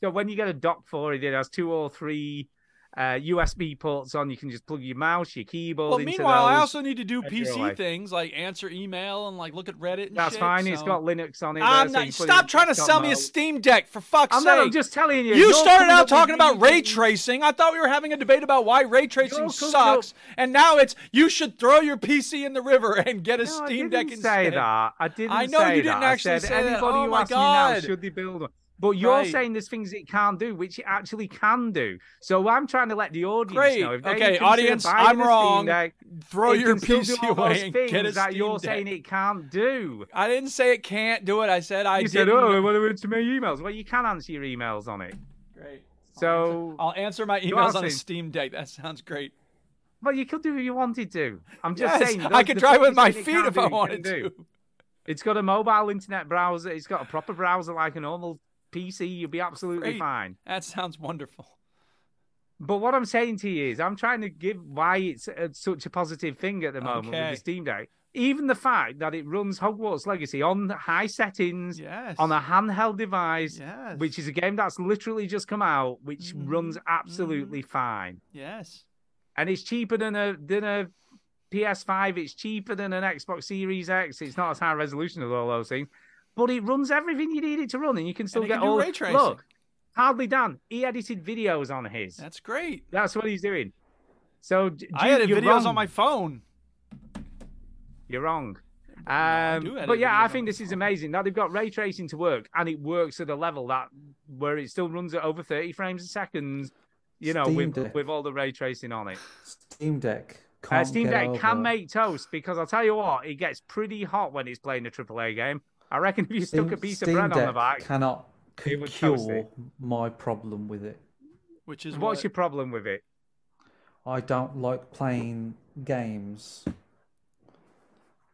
C: so when you get a dock for it, it has two or three uh, USB ports on. You can just plug your mouse, your keyboard.
A: Well,
C: into
A: meanwhile, I
C: those.
A: also need to do
C: and you're
A: PC
C: away.
A: things like answer email and like look at Reddit. And
C: That's
A: shit,
C: fine. It's
A: so-
C: got Linux on it. there,
A: I'm
C: so
A: not.
C: you put it
A: stop
C: in
A: trying to
C: desktop
A: sell me a
C: mode.
A: Steam Deck for fuck's
C: I'm
A: sake.
C: not- I'm just telling
A: You
C: you, you're
A: started
C: coming
A: out
C: up with
A: talking about
C: new
A: ray tracing. I thought we were having a debate about why ray tracing sucks, and now it's you should throw your PC in the river and get a
C: No, I
A: Steam
C: didn't
A: Deck
C: say
A: instead.
C: that. I didn't
A: I know
C: say
A: you
C: that.
A: didn't
C: I
A: actually
C: said,
A: say that.
C: Anybody
A: Oh
C: who
A: my
C: asks me
A: god.
C: now, should they build one? But you're
A: Right.
C: saying there's things it can't do, which it actually can do. So I'm trying to let the audience
A: Great.
C: know. If they
A: Okay,
C: consider
A: audience,
C: buying
A: I'm
C: a Steam
A: wrong.
C: Deck,
A: Throw
C: it
A: your
C: can still do
A: PC
C: all those
A: away and get
C: things
A: a
C: that you're
A: Steam Deck.
C: saying it can't do.
A: I didn't say it can't do it. I said I
C: you
A: didn't.
C: said, "Oh, I want to answer my emails." Well, you can answer your emails on it.
A: Great.
C: So
A: I'll answer my
C: You
A: emails
C: are
A: on a
C: saying-
A: Steam Deck. That sounds great.
C: Well, you could do if you wanted to. I'm just
A: Yes,
C: saying.
A: I
C: those-
A: could
C: the
A: try
C: thing
A: with
C: you
A: my
C: said it
A: feet
C: can't
A: if I
C: do, you can
A: wanted
C: do.
A: to.
C: It's got a mobile internet browser. It's got a proper browser like a normal PC. You'd be absolutely
A: Great.
C: fine.
A: That sounds wonderful.
C: But what I'm saying to you is, I'm trying to give why it's uh such a positive thing at the moment with
A: Okay.
C: the Steam Deck. Even the fact that it runs Hogwarts Legacy on high settings,
A: Yes.
C: on a handheld device,
A: Yes. Mm-hmm.
C: which is a game that's literally just come out, which runs absolutely fine,
A: Yes.
C: and it's cheaper than a than a PS5. It's cheaper than an Xbox Series X. It's not as high resolution as all those things, but it runs everything you need it to run, and you can still
A: it
C: get
A: can do
C: all
A: ray tracing.
C: Look, hardly done. He edited videos on his.
A: That's great.
C: That's what he's doing. So d-
A: I
C: Duke,
A: had
C: you're
A: videos
C: wrong.
A: on my phone.
C: You're wrong.
A: do
C: Um,
A: edit
C: but yeah,
A: videos
C: I
A: on
C: think this is amazing. Now they've got ray tracing to work, and it works at a level that where it still runs at over 30 frames a second. You know,
D: Steam
C: with
D: Deck.
C: with all the ray tracing on it.
D: Steam Deck.
C: Uh,
D: Can't
C: Steam
D: get
C: Deck
D: over
C: can
D: it.
C: make toast because I'll tell you what, it gets pretty hot when it's playing a AAA game. I reckon if you
D: Steam,
C: stuck a piece
D: Steam
C: of bread
D: Deck
C: on the back,
D: cannot c-
C: would toast
D: cure my problem with it.
A: Which is
C: what's
A: what-
C: your problem with it?
D: I don't like playing games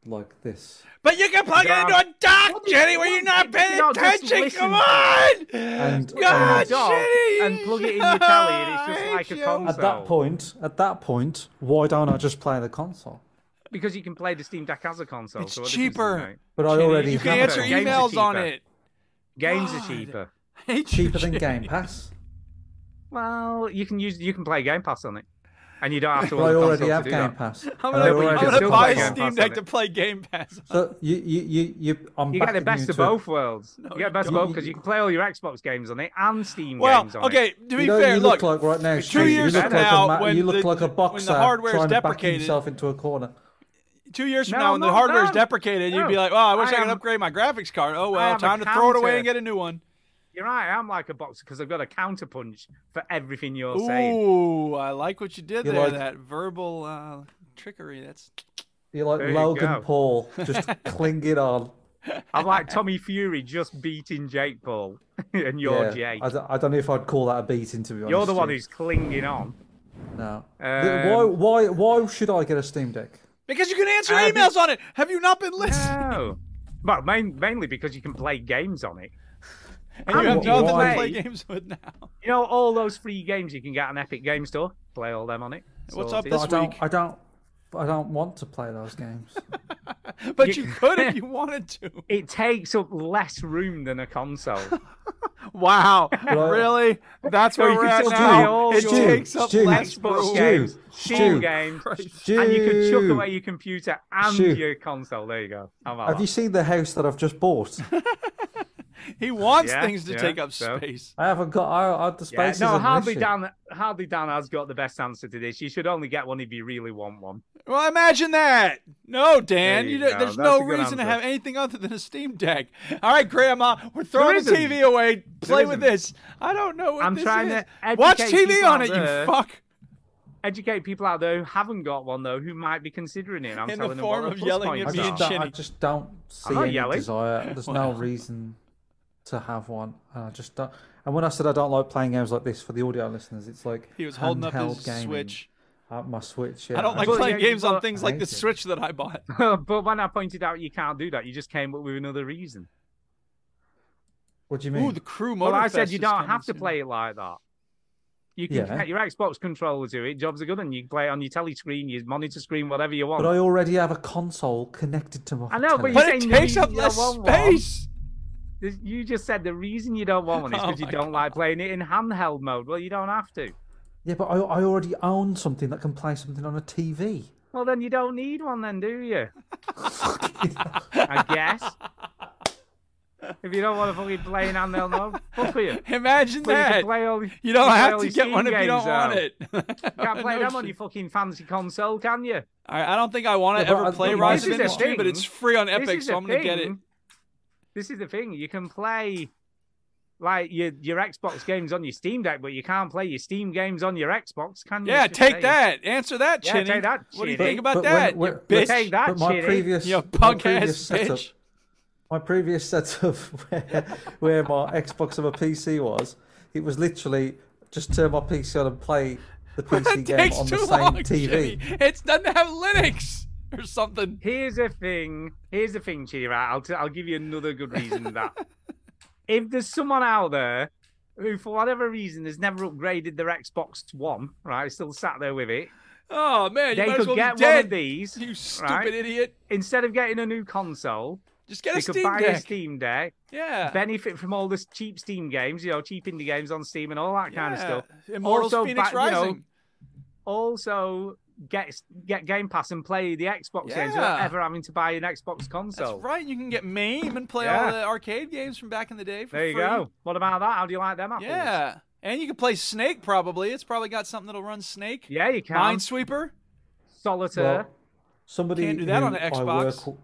D: like this.
A: But you can plug it into a dock, Jenny, where you're not paying
C: not just
A: attention.
C: listen
A: Come
C: to
A: on!
D: And- um,
A: God,
D: and- Dog,
A: Jenny!
C: And plug it in your
A: [LAUGHS]
C: telly, and it's just like a console.
D: At that point, at that point, why don't I just play the console?
C: Because you can play the Steam Deck as a console.
A: It's
C: so what difference does it
A: cheaper.
C: make?
D: But I already
A: You can
D: have
A: answer
D: it.
C: Games are
A: emails on
C: cheaper.
A: it. [LAUGHS]
C: Games
A: God.
C: are cheaper.
D: cheaper than Game Pass.
C: Well, you can use you can play Game Pass on it, and you don't have to.
D: But I
C: own a
D: already
C: console to
D: have
C: do
D: Game
C: that.
D: Pass.
A: I'm
D: And I
A: gonna,
C: Nobody
D: already
A: I'm
C: can
A: gonna
D: have
C: still
A: buy
C: play
D: Game
A: a
D: Pass.
A: Steam
C: on
A: Deck
C: it.
A: to play Game Pass.
D: So you, you, you, you I'm
C: You get the
D: backing
C: best
D: you
C: of
D: too.
C: both worlds. you get the best of
D: you
C: both
D: don't.
C: because you can play all your Xbox games on it and Steam
A: Well,
C: games on
A: okay.
C: it.
A: To be
D: you know,
A: fair,
D: you
A: look,
D: look, like right now,
A: two
D: Steve,
A: years
D: you look
A: from
D: like
A: now,
D: a ma-
A: when
D: you look
A: the-
D: like a
A: when the
D: boxer
A: hardware's
D: trying to back
A: deprecated-
D: himself into a corner.
A: two years from
C: No,
A: now, when the
C: no,
A: hardware is
C: no.
A: deprecated, you'd
C: No.
A: be like, "Oh, I wish
C: I
A: I, could
C: am-
A: upgrade my graphics card." Oh well,
C: am a
A: time to throw it away
C: counter.
A: and get a new one.
C: You're right. I'm like a boxer because I've got a counterpunch for everything you're saying.
A: Ooh, I like what you did
D: You
A: there.
D: like-
A: That verbal uh, trickery. That's
D: You're like
C: There you
D: Logan
C: go.
D: Paul, just clinging on.
C: I'm like Tommy Fury just beating Jake Paul, [LAUGHS] and you're
D: yeah,
C: Jake.
D: I don't, I don't know if I'd call that a beating, to be honest.
C: You're the one
D: Steve.
C: who's clinging on.
D: No.
C: Um,
D: why, why, why should I get a Steam Deck?
A: because you can answer
C: I think-
A: emails on it. Have you not been listening?
C: No, well, main, mainly because you can play games on it.
A: and you have
D: What-
A: nothing
D: why-
A: to play games with now. [LAUGHS]
C: You know, all those free games you can get on Epic Game Store. Play all them on it.
A: What's
C: Sorted.
A: up this
D: I don't,
A: week.
D: I don't, I don't want to play
A: [LAUGHS]
D: those games.
A: But
C: You-
A: you could if you wanted to.
C: It takes up less room than a console.
A: [LAUGHS]
D: [LAUGHS]
A: Wow,
D: I-
A: really? That's
C: So
A: where
C: you
A: we're
C: can
A: at
C: still play
A: now.
C: all
A: It
C: your
A: takes up
D: Stu,
A: less
D: Stu,
A: room.
C: Xbox games,
D: Stu,
C: Steam games, and you can chuck
D: Stu.
C: away your computer and
D: Stu.
C: your console. There you go. How about
D: Have you
C: that?
D: seen the house that I've just bought?
A: He wants
C: Yeah,
A: things to
C: yeah,
A: take up
C: so-
A: space.
D: I haven't got. I, I the
C: Yeah,
D: space. is
C: no,
D: an
C: hardly
D: issue.
C: Dan. Hardly Dan has got the best answer to this. You should only get one if you really want one.
A: Well, imagine that. No, Dan,
C: There
A: you
C: you
A: don't-
C: go.
A: there's
C: That's
A: no
C: a good
A: reason to
C: answer.
A: have anything other than a Steam Deck. All right, Grandma, we're throwing the
C: isn't.
A: TV away. Play with
C: isn't.
A: this. I don't know what
C: I'm
A: this
C: trying
A: is.
C: to educate
A: Watch TV
C: people
A: on
C: out
A: it,
C: there
A: you fuck.
C: Educate people out there who haven't got one though, who might be considering it. I'm
A: In the
C: telling
A: form
C: them what
A: of
C: the plus
A: yelling at
D: I
C: points
A: me
C: are.
A: and
D: just,
A: Chinny.
D: don't, I just don't see
C: not
D: any
A: [LAUGHS]
C: yelling.
D: desire. There's no reason to have one. And I just don't. And when I said I don't like playing games like this for the audio listeners, it's like
A: He was holding up his
D: handheld gaming.
A: Switch.
D: Uh, my Switch. Yeah.
A: I don't like
C: Well,
A: playing
C: yeah,
A: games on
C: but-
A: things
D: I
A: like
D: hate
A: the
D: it.
A: Switch that I bought.
C: [LAUGHS] but when I pointed out you can't do that, you just came up with another reason.
D: What do you mean?
A: Ooh, the crew
C: Well,
A: motor.
C: I
A: Fest
C: said you
A: is
C: don't
A: coming
C: have to
A: soon.
C: play it like that. You can
D: Yeah.
C: connect your Xbox controller to it. Jobs are good, and you can play it on your telly screen, your monitor screen, whatever you want.
D: But I already have a console connected to my.
C: I know,
A: But
C: but
D: telly.
C: You're
A: it
C: saying you-
A: takes up
C: you
A: less
C: want one.
A: space.
C: This- You just said the reason you don't want one is
A: [LAUGHS] Oh
C: because you
A: my
C: don't like playing it in handheld mode. Well, you don't have to.
D: Yeah, but I, I already own something that can play something on a TV.
A: [LAUGHS]
D: [LAUGHS]
C: Well, then you don't need one, then, do you? I guess. If you don't want to fucking play in handheld mode, fuck with
A: [LAUGHS]
C: you.
A: Imagine
C: But you can
A: that.
C: play all-
A: You
C: can
A: don't
C: play
A: have
C: all
A: to
C: your
A: get
C: Steam
A: one if you don't
C: games out.
A: want it. Oh, You [LAUGHS]
C: Can't play them on your fucking fancy console, can you?
A: All right, I don't think I want to
D: Yeah, but
A: ever
D: I-
A: play
D: but
A: Rise
D: this
A: of
D: is a
A: Industry, but
C: thing.
A: it's free on
C: This
A: Epic,
C: is
A: so
C: the
A: I'm gonna get it.
C: thing. This is the thing. You can play like your your Xbox games on your Steam Deck, but you can't play your Steam games on your Xbox, can you?
A: Yeah,
C: Shit,
A: take
C: there
A: that. Answer that,
C: Yeah,
A: Chinny.
C: take that,
A: What do you
C: Chinny.
A: think about
C: But
A: that?
C: when-
A: you
C: when-
A: bitch.
C: Take that,
D: but my
C: Chinny.
D: previous,
A: You
D: my
A: punk
D: previous
A: ass
D: setup,
A: bitch.
D: my previous setup where, where my Xbox and my PC was, it was literally just turn my PC on and play
A: [LAUGHS]
D: the PC game
A: Takes
D: on
A: too
D: the same
A: long, Chinny.
D: TV.
A: It's doesn't have Linux or something.
C: Here's the thing. Here's the thing, Chidi. Right, I'll t- I'll give you another good reason
A: [LAUGHS]
C: for that. if there's someone out there who, for whatever reason, has never upgraded their Xbox One, right, still sat there with it,
A: Oh man, you
C: they
A: might as
C: could
A: well
C: get
A: be dead.
C: one of these.
A: You stupid idiot!
C: Instead of getting a new console,
A: just get a
C: they could
A: Steam
C: buy a
A: Deck. Uh.
C: Steam Deck.
A: Yeah.
C: benefit from all this cheap Steam games, you know, cheap indie games on Steam and all that kind of
A: Yeah.
C: stuff.
A: Immortals Phoenix
C: ba- you know,
A: Rising.
C: also get get Game Pass and play the Xbox games without
A: Yeah.
C: ever having to buy an Xbox console.
A: That's right. You can get MAME and play
C: Yeah.
A: all the arcade games from back in the day for
C: There you
A: free.
C: go. What about that? How do you like them apples?
A: Yeah. And you can play Snake probably. It's probably got something that'll run Snake.
C: Yeah, you can.
A: Minesweeper.
C: Solitaire.
D: Well, somebody
A: Can't do that
D: who
A: on an
D: I
A: Xbox.
D: work-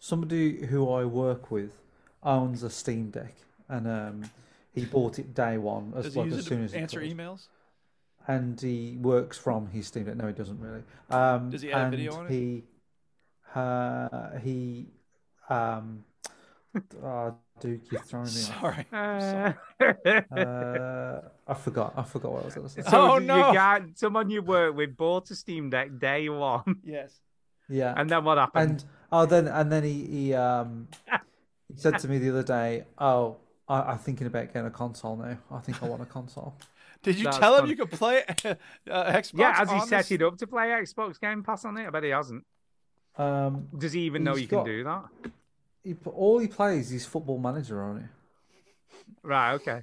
D: somebody who I work with owns a Steam Deck, and um, he bought it day one as
A: Does he
D: like
A: use
D: as
A: it
D: soon
A: to
D: as he
A: answer
D: could.
A: emails?
D: And he works from his Steam Deck. No, he doesn't really. Um,
A: Does he add a
D: and
A: video on it?
D: He, uh, he, um, [LAUGHS] uh, Duke, you're throwing me. off.
A: Sorry.
C: I'm
D: Uh, I forgot. I forgot what I was going to say.
C: So you got someone you work with bought a Steam Deck day
D: [LAUGHS]
C: one.
A: Yes.
D: Yeah.
C: And then what happened?
D: And oh, then and then he he um he said to me the other day, "Oh, I, I'm thinking about getting a console now. I think I
A: [LAUGHS]
D: want a console."
A: Did you
C: That's
A: tell him
C: funny.
A: you could play [LAUGHS] uh, Xbox?
C: yeah, has he
A: on
C: set
A: this?
C: it up to play Xbox Game Pass on it? I bet he hasn't.
D: Um,
C: Does he even know
D: he's
C: you can
D: got-
C: do that?
D: He, but all he plays is Football Manager on it.
C: Right, okay.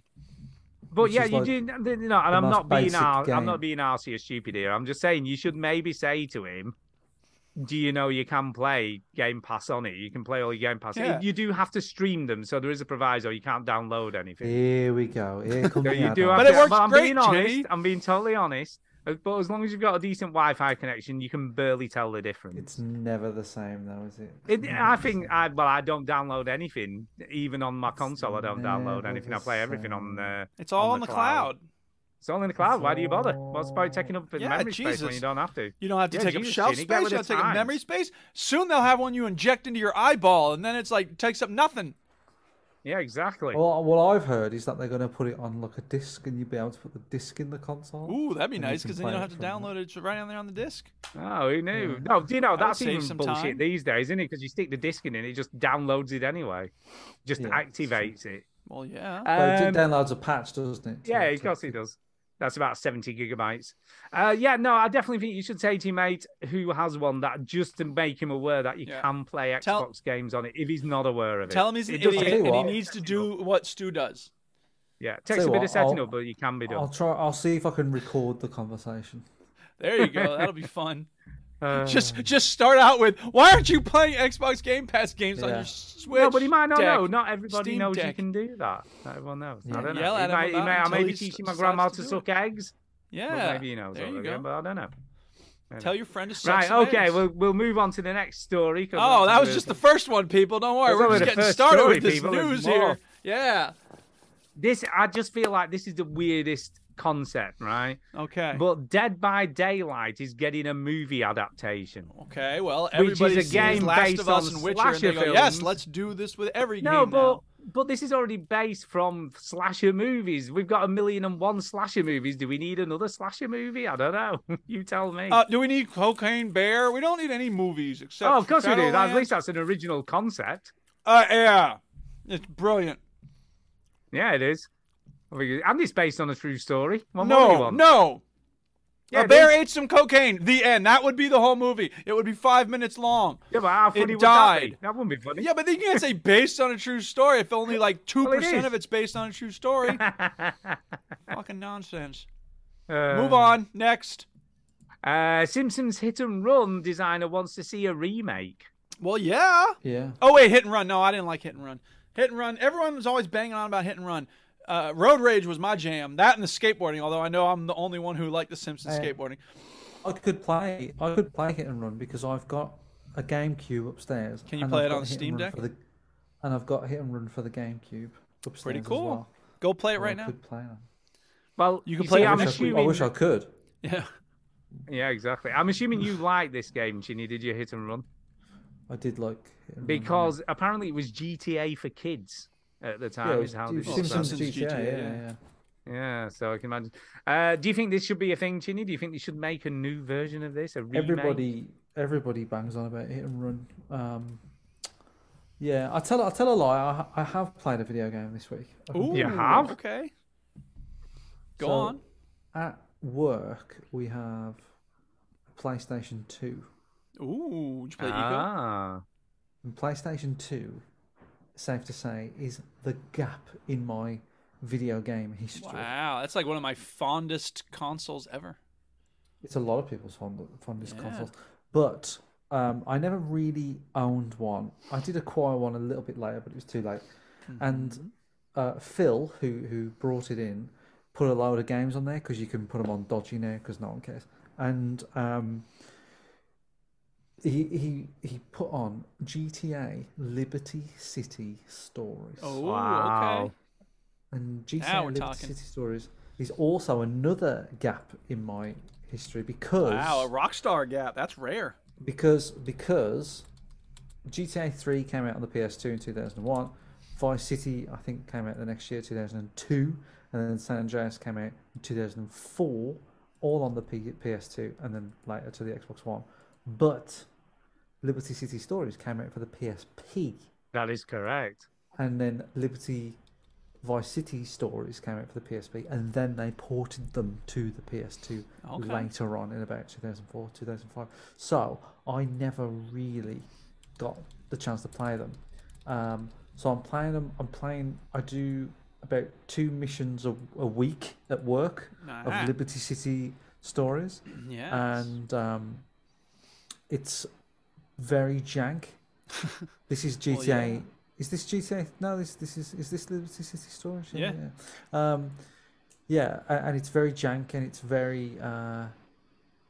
C: But
D: Which
C: yeah,
D: is
C: you
D: like
C: do. No, and I'm
D: most
C: not being
D: basic
C: ar- I'm
D: game.
C: not being arsy or stupid here. I'm just saying you should maybe say to him, "Do you know you can play Game Pass on it? You can play all your Game Pass.
D: Yeah.
C: You do have to stream them, so there is a proviso. You can't download anything.
D: Here we go.
A: [LAUGHS]
D: Here comes
C: So
D: the
C: you do
D: add-on.
C: have to- I'm being honest. I'm being totally honest. uh, But as long as you've got a decent Wi-Fi connection, you can barely tell the difference.
D: It's never the same, though, is it? Mm.
C: It, I think I well, I don't download anything, even on my console. I don't download
D: never
C: anything.
D: the
C: I play everything on the.
A: It's all on the cloud.
C: It's all in the cloud. Why do you bother? What's the point taking up in
A: Yeah,
C: memory space when
A: Jesus.
C: you don't have to?
A: You don't have to
C: Yeah,
A: take
C: Jesus,
A: up shelf
C: Ginny, get
A: space. You
C: with
A: don't
C: the
A: take up
C: times.
A: memory space. Soon they'll have one you inject into your eyeball, and then it's like takes up nothing.
C: Yeah, exactly.
D: Well, what I've heard is that they're going to put it on like a disc, and you'll be able to put the disc in the console.
A: Ooh, that'd be
D: and you
A: nice
D: can
A: because then you
D: play
A: don't
D: it
A: have to
D: from there.
A: download it. It's right on there on the disc.
C: Oh, who knew?
D: Yeah.
C: No, do you know
A: That would
C: that's
A: save
C: even
A: some
C: bullshit
A: time.
C: these days, isn't it? Because you stick the disc in it, it just downloads it anyway, just
D: Yeah, it's true.
C: activates it.
A: Well, yeah.
D: But
C: Um,
D: it downloads a patch, doesn't it?
C: Yeah, of course he does. That's about 70 gigabytes. Uh, yeah, no, I definitely think you should say to your mate who has one that just to make him aware that you
A: Yeah.
C: can play Xbox
A: Tell-
C: games on it if he's not aware of it.
A: Tell him he's an
C: It does
A: idiot
C: take-
A: and
D: what.
A: he needs to do what Stu does.
C: Yeah, it
D: Tell
C: takes a
D: you
C: bit
D: what,
C: of setting
D: I'll-
C: up, but you can be
D: I'll
C: done.
D: try. I'll see if I can record the conversation.
A: There you
C: [LAUGHS]
A: go. That'll be fun.
C: Uh,
A: just just start out with why aren't you playing Xbox Game Pass games on
D: Yeah.
A: your Switch?
C: no, but he might not
A: deck,
C: know. Not everybody
A: Steam
C: knows you
A: deck.
C: can do that. Not everyone knows. I
D: Yeah.
C: don't know.
A: Yell
C: He
A: at him
C: might- he
A: about it
C: may- I
A: until
C: may
A: he
C: be teaching my
A: decides
C: grandma
A: to
C: to
A: do
C: suck eggs. but
A: Yeah.
C: maybe he knows
A: there
C: all
A: you
C: of
A: go.
C: it, but I don't know.
A: Tell your friend to suck
C: Right,
A: some
C: okay,
A: eggs.
C: we'll, we'll move on to the next story. 'cause
A: Oh,
C: that's
A: that was
C: really-
A: just the first one, people. Don't worry,
C: That's
A: we're just
C: only the
A: getting
C: first
A: started
C: story,
A: with this
C: people. There's
A: news
C: more.
A: here. Yeah.
C: this I just feel like this is the weirdest concept, right?
A: Okay.
C: But Dead by Daylight is getting a movie adaptation.
A: Okay, well,
C: Which is
A: everybody
C: a
A: sees
C: game
A: Last
C: based
A: of Us
C: on
A: and Witcher, and
C: slasher
A: they go, yes,
C: films."
A: let's do this with every
C: No,
A: game
C: but
A: now.
C: but this is already based from slasher movies. We've got a million and one slasher movies. Do we need another slasher movie? I don't know. [LAUGHS] you tell me.
A: Uh, do we need Cocaine Bear? We don't need any movies except.
C: oh, of course we do. That- At
A: Shadowlands.
C: least that's an original concept.
A: Uh, yeah, it's brilliant.
C: Yeah, it is. I think it- And it's based on a true story. What more do you
A: no,
C: want?
A: no.
C: Yeah,
A: a
C: it
A: bear
C: is.
A: ate some cocaine. The end. That would be the whole movie. It would be five minutes long.
C: Yeah, but how funny
A: It
C: would that be?
A: died.
C: That wouldn't be funny.
A: Yeah, but then you can't say based on a true story if only like two
C: Well, it
A: percent
C: is.
A: of it's based on a true
C: [LAUGHS]
A: story. Fucking nonsense.
C: Uh,
A: Move
D: Um,
A: on. Next.
C: Uh, Simpsons Hit and Run designer wants to see a remake.
A: Well, yeah.
D: Yeah.
A: Oh wait, hit and run. No, I didn't like hit and run. Hit and run. Everyone was always banging on about hit and run. Uh, road rage was my jam. That and the skateboarding. Although I know I'm the only one who liked the Simpsons
D: Yeah.
A: skateboarding.
D: I could play. I could play Hit and Run because I've got a GameCube upstairs.
A: Can you
D: and
A: play
D: I've
A: it
D: got
A: on
D: Hit and
A: Steam
D: Run
A: Deck?
D: for the- and I've got Hit and Run for the GameCube upstairs. as
A: cool.
D: well.
A: Go play it right
D: I
A: now.
D: could play that.
C: Well,
A: You can
C: see,
A: play it
C: I'm
A: with
D: I could-
C: assuming.
D: I wish I could. [LAUGHS]
A: Yeah.
C: Yeah, exactly. I'm assuming you like this game, Chinny. Did you hit and run?
D: Mm-hmm. I did like. it, remember.
C: Because apparently it was GTA for kids at the time.
D: Yeah, it
C: is
D: was-
C: how
D: it was
C: this was
D: Simpsons
C: done.
D: GTA, GTA, yeah, yeah.
C: Yeah, so I can imagine. Uh, do you think this should be a thing, Chinny? Do you think they should make a new version of this? A remake?
D: everybody everybody bangs on about hit and run. Um, yeah, I tell I tell a lie. I, ha- I have played a video game this week. I can
A: Ooh,
D: confirm that.
A: Okay. Go
D: So,
A: on.
D: At work, we have a PlayStation Two.
A: Ooh, did you play Eco?
C: Ah.
D: And PlayStation Two, safe to say, is the gap in my video game history.
A: Wow, that's like one of my fondest consoles ever.
D: It's a lot of people's fond- fondest
A: Yeah.
D: consoles, but um, I never really owned one. I did acquire one a little bit later, but it was too late.
A: Mm-hmm.
D: And uh, Phil, who who brought it in, put a load of games on there because you can put them on dodgy now because no one cares. And um, he he he put on GTA Liberty City Stories.
A: Oh, okay.
D: And
A: Now
D: GTA
A: we're
D: Liberty
A: talking.
D: City Stories is also another gap in my history because
A: Wow, a Rockstar gap. That's rare.
D: because because GTA 3 came out on the PS2 in 2001. Vice City I think came out the next year 2002 and then San Andreas came out in 2004 all on the P- PS2 and then later to the Xbox One. But Liberty City Stories came out for the PSP
C: That is correct.
D: and then Liberty Vice City stories came out for the PSP, and then they ported them to the PS2
A: Okay.
D: later on in about 2004, 2005. So I never really got the chance to play them. Um, so I'm playing them. I'm playing. I do about two missions a, a week at work
A: Ah.
D: of Liberty City stories,
A: Yes.
D: and um, it's very jank. this is GTA.
A: Well, yeah.
D: Is this GTA? No, this this is is this Liberty City Stories?
A: Yeah.
D: yeah. Um, yeah, a- and it's very jank and it's very uh,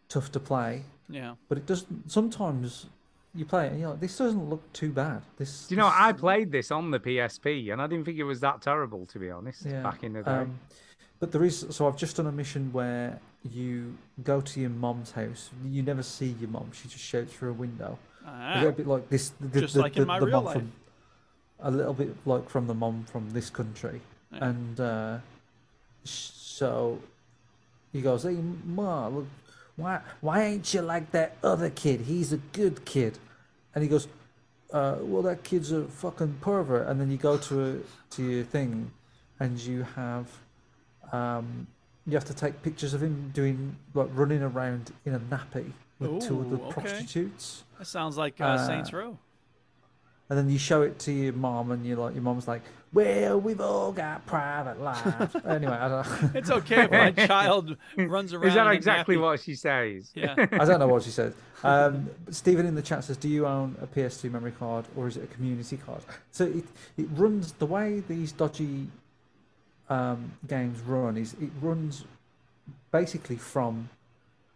D: tough to play.
A: Yeah.
D: But it doesn't. Sometimes you play it and you're like, this doesn't look too bad. This.
C: Do you know,
D: this-
C: I played this on the PSP, and I didn't think it was that terrible, to be honest,
D: Yeah.
C: back in the day.
D: Um, but there is so I've just done a mission where you go to your mum's house. You never see your mum. She just shouts through a window.
A: Ah.
D: A little bit like this. The,
A: Just
D: the,
A: like in
D: the-
A: my
D: the
A: real
D: mum From, a little bit like from the mum from this country,
A: Yeah.
D: and uh, sh- so he goes, "Hey, ma, look, why why ain't you like that other kid? He's a good kid," and he goes, uh, well, that kid's a fucking pervert. And then you go to a, to your thing, and you have, um, you have to take pictures of him doing like running around in a nappy with two other
A: Ooh, okay.
D: prostitutes.
A: That sounds like uh,
D: Uh,
A: Saints Row.
D: And then you show it to your mom, and you're like, your mom's like, "Well, we've all got private lives." anyway, I [LAUGHS] don't.
A: It's okay if
C: [LAUGHS]
A: my child runs around.
C: is that
A: in a
C: exactly
A: nappy.
C: what she says? [LAUGHS]
A: Yeah.
D: I don't know what she said. Um, but Stephen in the chat says, "Do you own a PS2 memory card or is it a community card?" So it it runs the way these dodgy um, games run is it runs basically from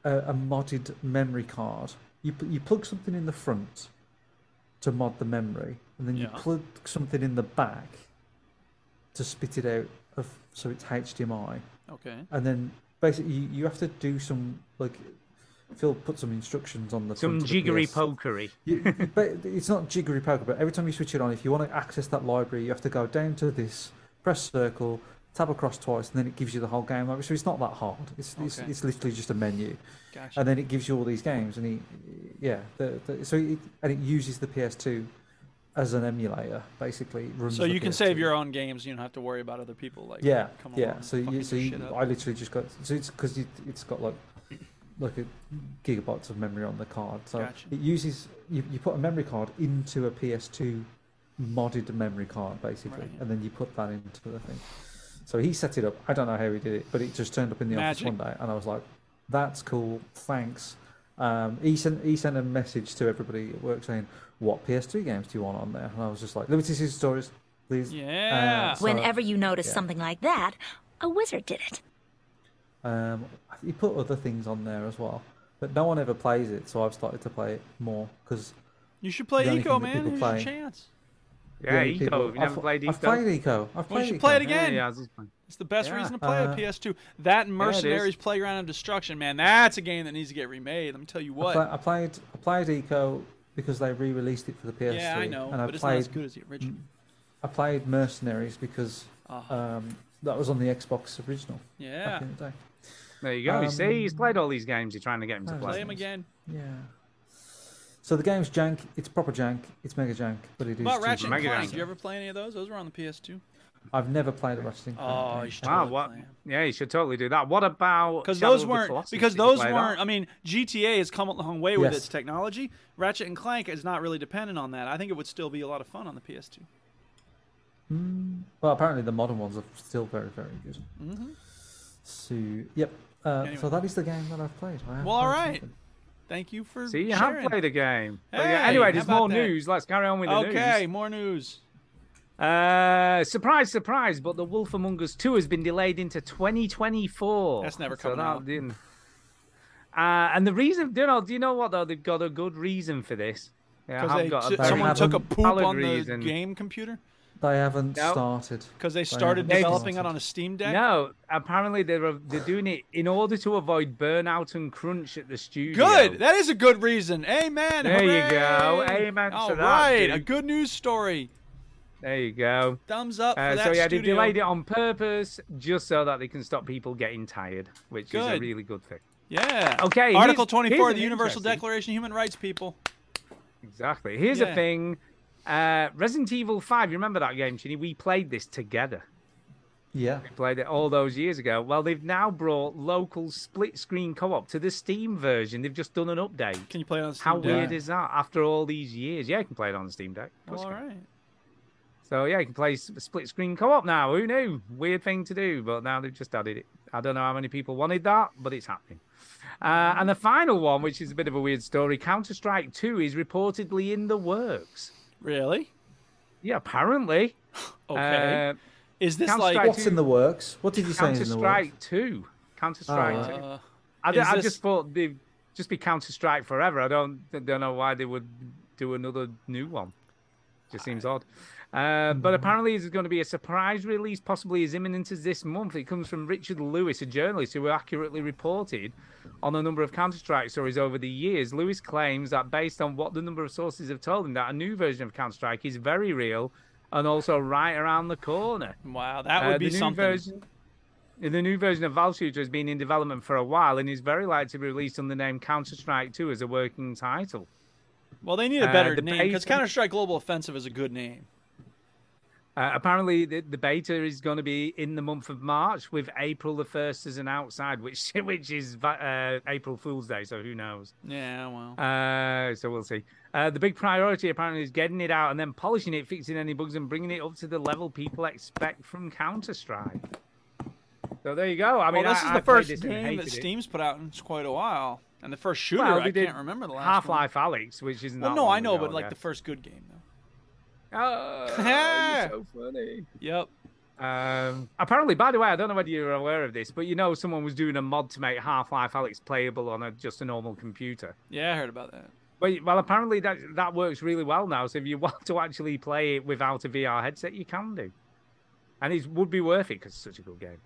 D: a, a modded memory card. You pl- you plug something in the front to mod the memory, and then you
A: Yeah.
D: plug something in the back to spit it out of so it's HDMI
A: Okay.
D: and then basically you, you have to do some like Phil put some instructions on the
C: Some
D: front of the
C: jiggery
D: PS.
C: pokery.
D: You- you- but it's not jiggery poker, but every time you switch it on, if you want to access that library, you have to go down to this, press circle, tab across twice, and then it gives you the whole game library. So it's not that hard. It's it's,
A: Okay.
D: it's literally just a menu,
A: Gotcha.
D: and then it gives you all these games. And he, yeah, the, the, so it, and it uses the PS2 as an emulator, basically. It runs
A: So
D: the
A: you can
D: PS2.
A: save your own games. You don't have to worry about other people. Like
D: Yeah,
A: coming
D: yeah.
A: along
D: So
A: and
D: you,
A: fucking
D: so
A: your
D: you,
A: shit up.
D: I literally just got so it's because it's got like like a gigabytes of memory on the card. So
A: Gotcha.
D: it uses you, you put a memory card into a PS2 modded memory card basically,
A: Right.
D: and then you put that into the thing. So he set it up. I don't know how he did it, but it just turned up in the
A: Magic.
D: office one day, and I was like, "That's cool, thanks." Um, he sent he sent a message to everybody at work saying, "What PS2 games do you want on there?" And I was just like, "Liberty City Stories, please." Uh,
A: Yeah.
D: so-
N: Whenever you notice
D: yeah.
N: something like that, a wizard did it.
D: Um, I think he put other things on there as well, but no one ever plays it, so I've started to play it more because
A: You should play
D: the only
A: Eco,
D: thing that
A: man.
D: people
A: Here's your
D: play-
A: chance.
C: Yeah, Eco. You've never
D: I've,
C: played Eco.
D: I've played Eco. I've
A: Well,
D: played
A: you should play it
D: Eco.
A: again.
C: Yeah, this is fun.
A: It's the best
C: Yeah.
A: reason to play
D: Uh,
A: on PS2. That and
D: yeah, it is.
A: Mercenaries Playground of Destruction, man, that's a game that needs to get remade. Let me tell you
D: I,
A: what.
D: pla- I played I played Eco because they re-released it for the PS3.
A: yeah, I know,
D: and I
A: but it's
D: played mm,
A: not as good as the original.
D: I played Mercenaries because um, that was on the Xbox original.
A: Ah. Yeah.
D: Back in the day.
C: There you go. you see, he's played all these games. You're trying to get him to
D: Play
C: play.
A: Play them again.
D: Yeah. So the game's jank. It's proper jank. It's mega jank, but it is.
A: What
D: too
A: about Ratchet
D: jank.
A: and Clank? Did you ever play any of those? Those were on the PS2.
D: I've never played a Ratchet and Clank.
A: Oh,
D: game.
A: you should
C: Wow,
A: totally
C: what? Yeah, you should totally do that. What about?
A: Because
C: Shadow
A: those
C: of the
A: weren't
C: Colossus?
A: because
C: Did you
A: those
C: play that?
A: weren't. um, I mean, GTA has come a long way with
D: Yes.
A: its technology. Ratchet and Clank is not really dependent on that. I think it would still be a lot of fun on the PS2.
D: Mm. Well, apparently the modern ones are still very, very good.
A: Mm-hmm.
D: So, yep. Uh,
A: Anyway.
D: So that is the game that I've played. I have
A: Well, all
D: played
A: right.
D: something.
A: Thank you for
C: See, you
A: sharing.
C: have played a game. But
A: Hey,
C: yeah, anyway,
A: how
C: there's
A: about
C: more
A: that?
C: news. Let's carry on with the news.
A: Okay, more news.
C: Uh, surprise, surprise! But The Wolf Among Us Two has been delayed into 2024.
A: That's never
C: So
A: coming
C: that
A: out.
C: Didn't... Uh, and the reason, you know, do you know what though? They've got a good reason for this. Yeah,
A: Because
C: I've
A: they
C: got a
A: t-
C: very
A: someone took a
C: valid
A: poop on
C: reason.
A: the game computer
D: They haven't
C: Nope.
D: started.
A: because they started
C: They-
A: developing it on a Steam Deck.
C: No, apparently they're uh, they're doing it in order to avoid burnout and crunch at the studio.
A: Good. That is a good reason. Amen.
C: There you
A: Hooray.
C: go. Amen to
A: All
C: that,
A: right,
C: dude.
A: a good news story.
C: There you go.
A: Thumbs up for
C: Uh,
A: that
C: so yeah,
A: studio.
C: they delayed it on purpose just so that they can stop people getting tired, which is a
A: Good.
C: really good thing.
A: Yeah.
C: Okay, here's-
A: Article 24
C: here's
A: of the
C: an
A: Universal
C: interesting-
A: Declaration of Human Rights, people.
C: Exactly. Here's
A: Yeah.
C: a thing. Uh, Resident Evil 5, you remember that game, Chinny? We played this together.
D: Yeah.
C: We played it all those years ago. Well, they've now brought local split screen co op to the Steam version. They've just done an update.
A: Can you play it on Steam
C: How
A: Deck?
C: weird is that after all these years? Yeah, you can play it on the Steam Deck. Of course
A: All
C: you can.
A: right.
C: So yeah, you can play s- split screen co-op now. Who knew? Weird thing to do, but now they've just added it. I don't know how many people wanted that, but it's happening. Uh, and the final one, which is a bit of a weird story, Counter Strike Two is reportedly in the works.
A: Really?
C: Yeah, apparently.
A: Okay.
C: Uh,
A: is this
C: Counter-Strike
A: like
C: Strike
D: What's in the works? What did you say is
C: Counter
D: in the works?
C: Strike Two. Counter Strike
D: Oh,
C: Two.
A: uh,
C: I,
A: is
C: I
A: this-
C: just thought they'd just be Counter Strike forever. I don't I don't know why they would do another new one. Just seems odd. Uh, but
D: Mm-hmm.
C: apparently, there's going to be a surprise release, possibly as imminent as this month. It comes from Richard Lewis, a journalist who accurately reported on a number of Counter Strike stories over the years. Lewis claims that, based on what the number of sources have told him, that a new version of Counter Strike is very real and also right around the corner.
A: Wow, that would
C: Uh,
A: be
C: the new
A: something.
C: version- the new version of Val Shooter has been in development for a while and is very likely to be released under the name Counter Strike 2 as a working title.
A: Well, they need a
C: Uh,
A: better
C: the
A: name because
C: base-
A: Counter Strike Global Offensive is a good name.
C: Uh, apparently, the, the beta is going to be in the month of March, with April the 1st as an outside, which [LAUGHS] which is va- uh, April Fool's Day, so who knows?
A: Yeah, well.
C: Uh, so we'll see. Uh, the big priority apparently is getting it out and then polishing it, fixing any bugs, and bringing it up to the level people expect from Counter Strike. So there you go. I mean,
A: well, this
C: I-
A: is
C: I
A: the
C: played
A: first
C: this and
A: game that
C: hated it.
A: Steam's put out in quite a while, and the first shooter
C: Well,
A: I
C: they did
A: can't remember the last
C: Half
A: one.
C: Life Alex, which isn't.
A: Well,
C: that
A: no,
C: long
A: I know,
C: ago,
A: but like
C: guess.
A: the first good game though. [LAUGHS]
C: Oh, so funny.
A: Yep.
C: Um, apparently, by the way, I don't know whether you're aware of this, but you know, someone was doing a mod to make Half Life Alex playable on a, just a normal computer.
A: Yeah, I heard about that.
C: But well, apparently that that works really well now. So if you [LAUGHS] want to actually play it without a VR headset, you can do, and it would be worth it because it's such a good game.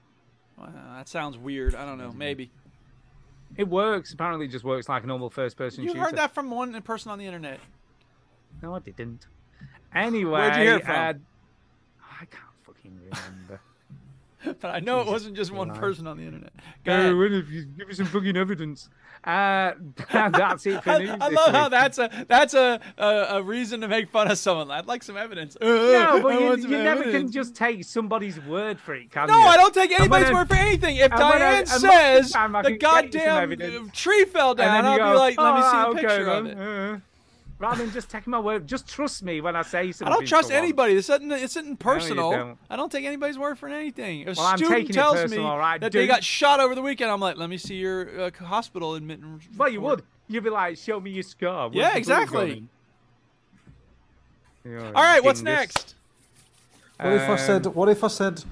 A: Wow, that sounds weird. I don't know. Maybe
C: It works. Apparently, it just works like a normal first-person
A: you
C: shooter.
A: heard that from one person on the internet. [LAUGHS]
C: No, I didn't. Anyway,
A: Where'd you hear it from?
C: uh, I can't fucking remember.
A: but I know it
C: Jesus
A: wasn't just one
C: Christ.
A: person on the internet. Go
C: Hey,
A: ahead.
C: when if you give me some fucking evidence. [LAUGHS] Uh, that's it for
A: I,
C: news.
A: I
C: this
A: love how
C: [LAUGHS] week.
A: that's a that's a, a a reason to make fun of someone. I'd like some evidence. Uh, [LAUGHS]
C: No,
A: I
C: but you,
A: want some
C: you never can
A: evidence.
C: just take somebody's word for it, can
A: No,
C: you?
A: I don't take
C: And when
A: anybody's
C: I-
A: word for anything. If
C: and when I-
A: Diane
C: and most of the
A: says
C: time I
A: the
C: can get you some
A: goddamn
C: evidence.
A: uh, tree fell
C: And then
A: down, I'll
C: you
A: be
C: go,
A: like, let me see
C: "Alright,
A: a picture
C: okay,
A: of it.
C: then, uh, rather than just taking my word, just trust me when I say
A: I
C: something.
A: don't trust
C: for once.
A: anybody. This isn't, this isn't personal.
C: don't.
A: I don't take anybody's word for anything. If
C: Well,
A: a
C: I'm
A: student
C: taking it
A: tells
C: personal,
A: me
C: all right,
A: that they
C: dude.
A: got shot over the weekend, I'm like, let me see your uh, hospital admittance.
C: Well, you
A: report."
C: would. You'd be like, show me your scar.
A: Yeah, exactly. All right, what's next?
D: What if I
C: um,
D: said? What if I said?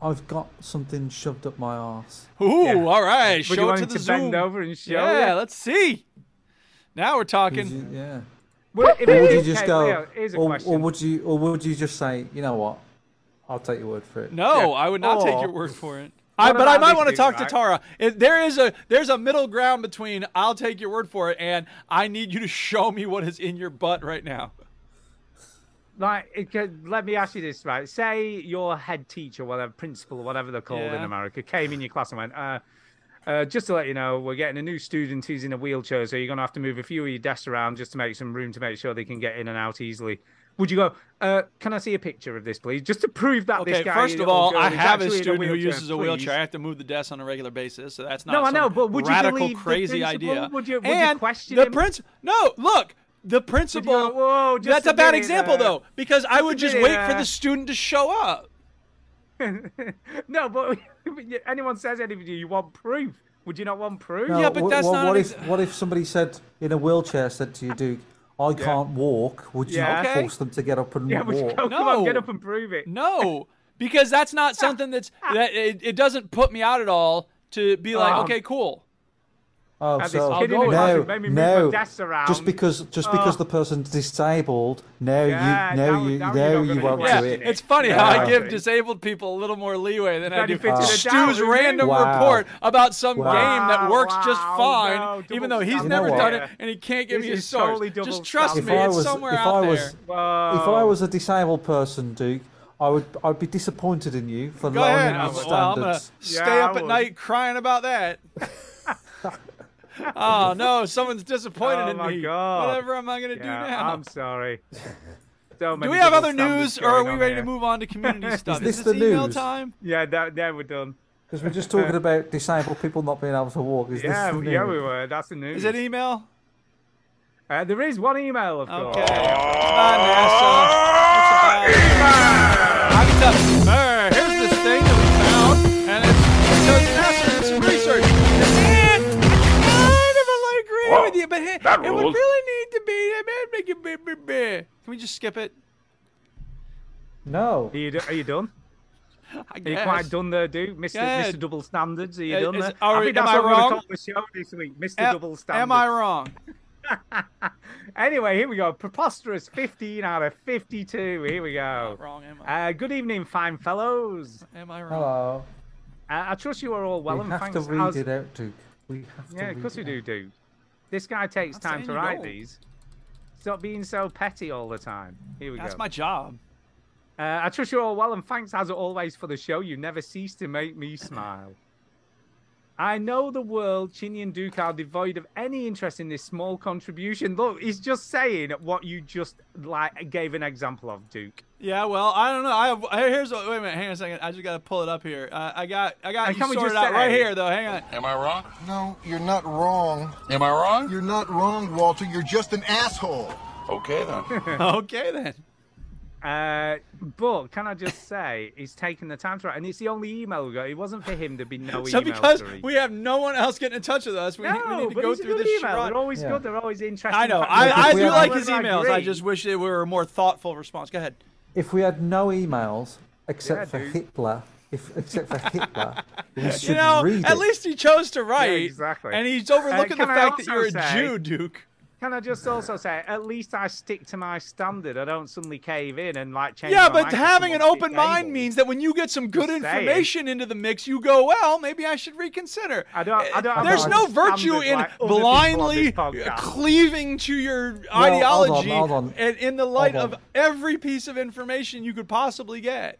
D: I've got something shoved up my arse.
A: Ooh,
C: Yeah.
A: all right.
C: Would you
A: show it
C: want
A: to
C: him
A: the
C: to
A: Zoom.
C: bend over and show
A: yeah,
C: you?
A: let's see. Now we're talking.
D: Yeah.
C: Well, if
D: or
C: it
D: would you
C: is-
D: just
C: okay,
D: go,
C: Leo, here's a
D: or, or
C: question.
D: would you, or would you just say, you know what, I'll take your word for it.
A: No, I would not take
D: Or-
A: your word for
C: [LAUGHS]
A: it.
D: What
A: I, but I
D: about
A: might
D: these
A: want to
D: two,
A: talk to
D: right?
A: Tara. If there is a there's a middle ground between I'll take your word for it and I need you to show me what is in your butt right now.
C: Like, it could- let me ask you this, right? Say your head teacher, whatever principal, whatever they're called in
A: Yeah.
C: America, came in your class and went, uh, uh, "Just to let you know, we're getting a new student who's in a wheelchair, so you're going to have to move a few of your desks around just to make some room to make sure they can get in and out easily." Would you go? Uh, can I see a picture of this, please, just to prove that this
A: Okay,
C: guy?
A: first of
C: or
A: all,
C: girl
A: I
C: is
A: have a
C: actually in
A: student who
C: wheelchair,
A: uses a wheelchair. I
C: please? [LAUGHS]
A: have to move the desk on a regular basis, so that's not
C: No, I
A: some
C: know, but would you
A: radical,
C: believe the
A: crazy idea.
C: principal? Would you- would you
A: and
C: question
A: the
C: him?
A: principal? No, look, the principal.
C: "Whoa, just
A: that's
C: a
A: a, bad
C: minute,
A: example
C: uh,
A: though, because I
C: just
A: would
C: a
A: just
C: minute,
A: wait for
C: uh."
A: the student to show up.
C: no, but [LAUGHS] anyone says anything to you, you want proof. Would you not want proof?
D: No, wh- wh- what if what if somebody said in a wheelchair said to you, Duke, I can't walk. Would you
C: Yeah.
D: not
C: Okay.
D: force them to get up and
C: [LAUGHS] Yeah, would you
D: walk?
C: go, come on, get up and prove it.
A: No, because that's
C: [LAUGHS]
A: not something that's that it, it doesn't put me out at all to be like,
D: Um,
A: okay, cool.
D: Oh,
A: Have this
D: so
A: kid in the closet,
D: no,
A: made me move my
D: no.
A: desk
D: Just
A: around.
D: because just because
A: Oh.
D: the person's disabled, no,
A: Yeah,
D: you, no,
A: that
D: you,
A: was- that was
D: no,
A: not
D: you
A: gonna
D: won't
A: work.
D: do
A: Yeah,
D: it.
A: It's funny how
D: No.
A: I give disabled people a little more leeway than I do.
D: Benefit to the doubt,
A: Stu's
D: isn't it?
A: random
D: Wow.
A: report about some
D: Wow.
A: game that works just
C: Wow,
A: fine,
C: no,
A: even
C: double
A: though he's
C: standard.
A: never
D: You know
A: done it
D: what?
A: and he can't give
C: This
A: me a
C: is
A: source.
C: totally double
A: just trust
D: if
A: me,
D: I
A: it's
D: was,
A: somewhere
D: if
A: out
D: I
A: there.
D: was, if I was a disabled person, Duke, I would, I'd be disappointed in you for
A: Go
D: lowering
A: ahead.
D: your
A: I'm, well, I'm gonna
D: standards.
A: stay up at night crying about
C: [LAUGHS]
A: that. oh no, someone's disappointed
C: Oh,
A: in
C: my
A: me.
C: God.
A: Whatever am I gonna do
C: Yeah,
A: now?
C: I'm sorry.
A: [LAUGHS]
C: So
A: do
C: many
A: we have
C: double
A: other
C: standards
A: news, or are
C: going
A: we
C: on
A: ready
C: here.
A: to move on to [LAUGHS] community stuff?
D: this
A: Is
D: the
A: this email
D: news?
A: time?
C: Yeah, that, that we're done.
D: Because we're just talking about disabled people not being able to walk. Is
C: Yeah,
D: this the
C: yeah,
D: new-
C: we were. That's the news.
A: Is it e- email?
C: Uh, there is one email, of course.
A: I'm telling you, uh, here's this thing that we found, and it's because NASA did some research. And I kind of agree with you, but
O: that
A: it, it would
O: rules.
A: really need to be. I mean, make it be, be, be. Can we just skip it?
D: No.
C: Are you, do- are you done?
A: I
C: Are you
A: guess.
C: quite done there, dude? Mr.
A: Yeah.
C: Mr. Double Standards, are you
A: Uh,
C: done
A: is-
C: there?
A: are
C: I
A: we-
C: think
A: am
C: that's
A: I
C: what we're gonna
A: wrong? Uh,
C: call the show this week, Mr.
A: Am-
C: Double Standards.
A: am I wrong?
C: [LAUGHS] Anyway, here we go. Preposterous 15 out of 52. Here we go.
A: wrong, am
C: I? Uh, good evening, fine fellows.
A: Am I wrong?
D: Hello.
C: Uh, I trust you are all well
D: we
C: and
D: have
C: thanks.
D: to read
C: as-
D: it out, Duke. We have to
C: Yeah,
D: read
C: of course
D: it
C: we do, dude. This guy takes
A: I'm
C: time
A: saying
C: to
A: you
C: write
A: don't.
C: these. Stop being so petty all the time. Here we go.
A: That's my job.
C: Uh, I trust you're all well, and thanks as always for the show. You never cease to make me smile. I know the world, Chinny and Duke, are devoid of any interest in this small contribution. Look, he's just saying what you just like gave an example of, Duke.
A: Yeah, well, I don't know. I have, I- here's what, wait a minute, hang on a second. I just gotta pull it up here. Uh, I got I got
C: And
A: you
C: can we
A: sorted
C: just
A: out right
C: say-
A: here though. Hang on.
L: Am I wrong?
F: No, you're not wrong. Am I wrong? You're not wrong, Walter. You're just an asshole.
L: Okay then.
A: okay then.
C: Uh, but can I just say, he's taking the time to write, and it's the only email we got. It wasn't for him. There'd be
A: [LAUGHS]
C: no
A: so
C: emails
A: because
C: to read.
A: we have no one else getting in touch with us, we, we
C: No,
A: need to
C: but
A: go
C: he's a
A: through
C: good
A: this
C: email.
A: charade.
C: They're always good. They're always interesting. [LAUGHS]
A: I know.
C: facts.
A: I, I
D: if we
A: do
D: had-
A: like his
C: I
A: emails. I
C: agree.
A: just wish they were a more thoughtful response. Go ahead.
D: If we had no emails except
A: Yeah,
D: for
A: dude.
D: Hitler, if except for
A: [LAUGHS]
D: Hitler, we should
A: you know,
D: read
A: at
D: it.
A: least he chose to write.
C: exactly.
A: And he's overlooking the
C: Uh, can I
A: fact that
C: also
A: you're a
C: say-
A: Jew, Duke.
C: Can I just also say, at least I stick to my standard. I don't suddenly cave in and like change.
A: Yeah,
C: my
A: but
C: mind 'cause
A: having an
C: someone's
A: open mind
C: disabled.
A: means that when you get some good
C: Just saying.
A: information into the mix, you go, well, maybe I should reconsider.
C: I don't. I don't. I
A: There's
C: don't
A: no
C: understand
A: virtue
C: this,
A: in
C: like, other people on
A: blindly
C: this podcast.
A: cleaving to your
D: hold on,
A: ideology
D: hold on.
A: and in the light
D: Hold
A: of everely piece of information you could possibly get.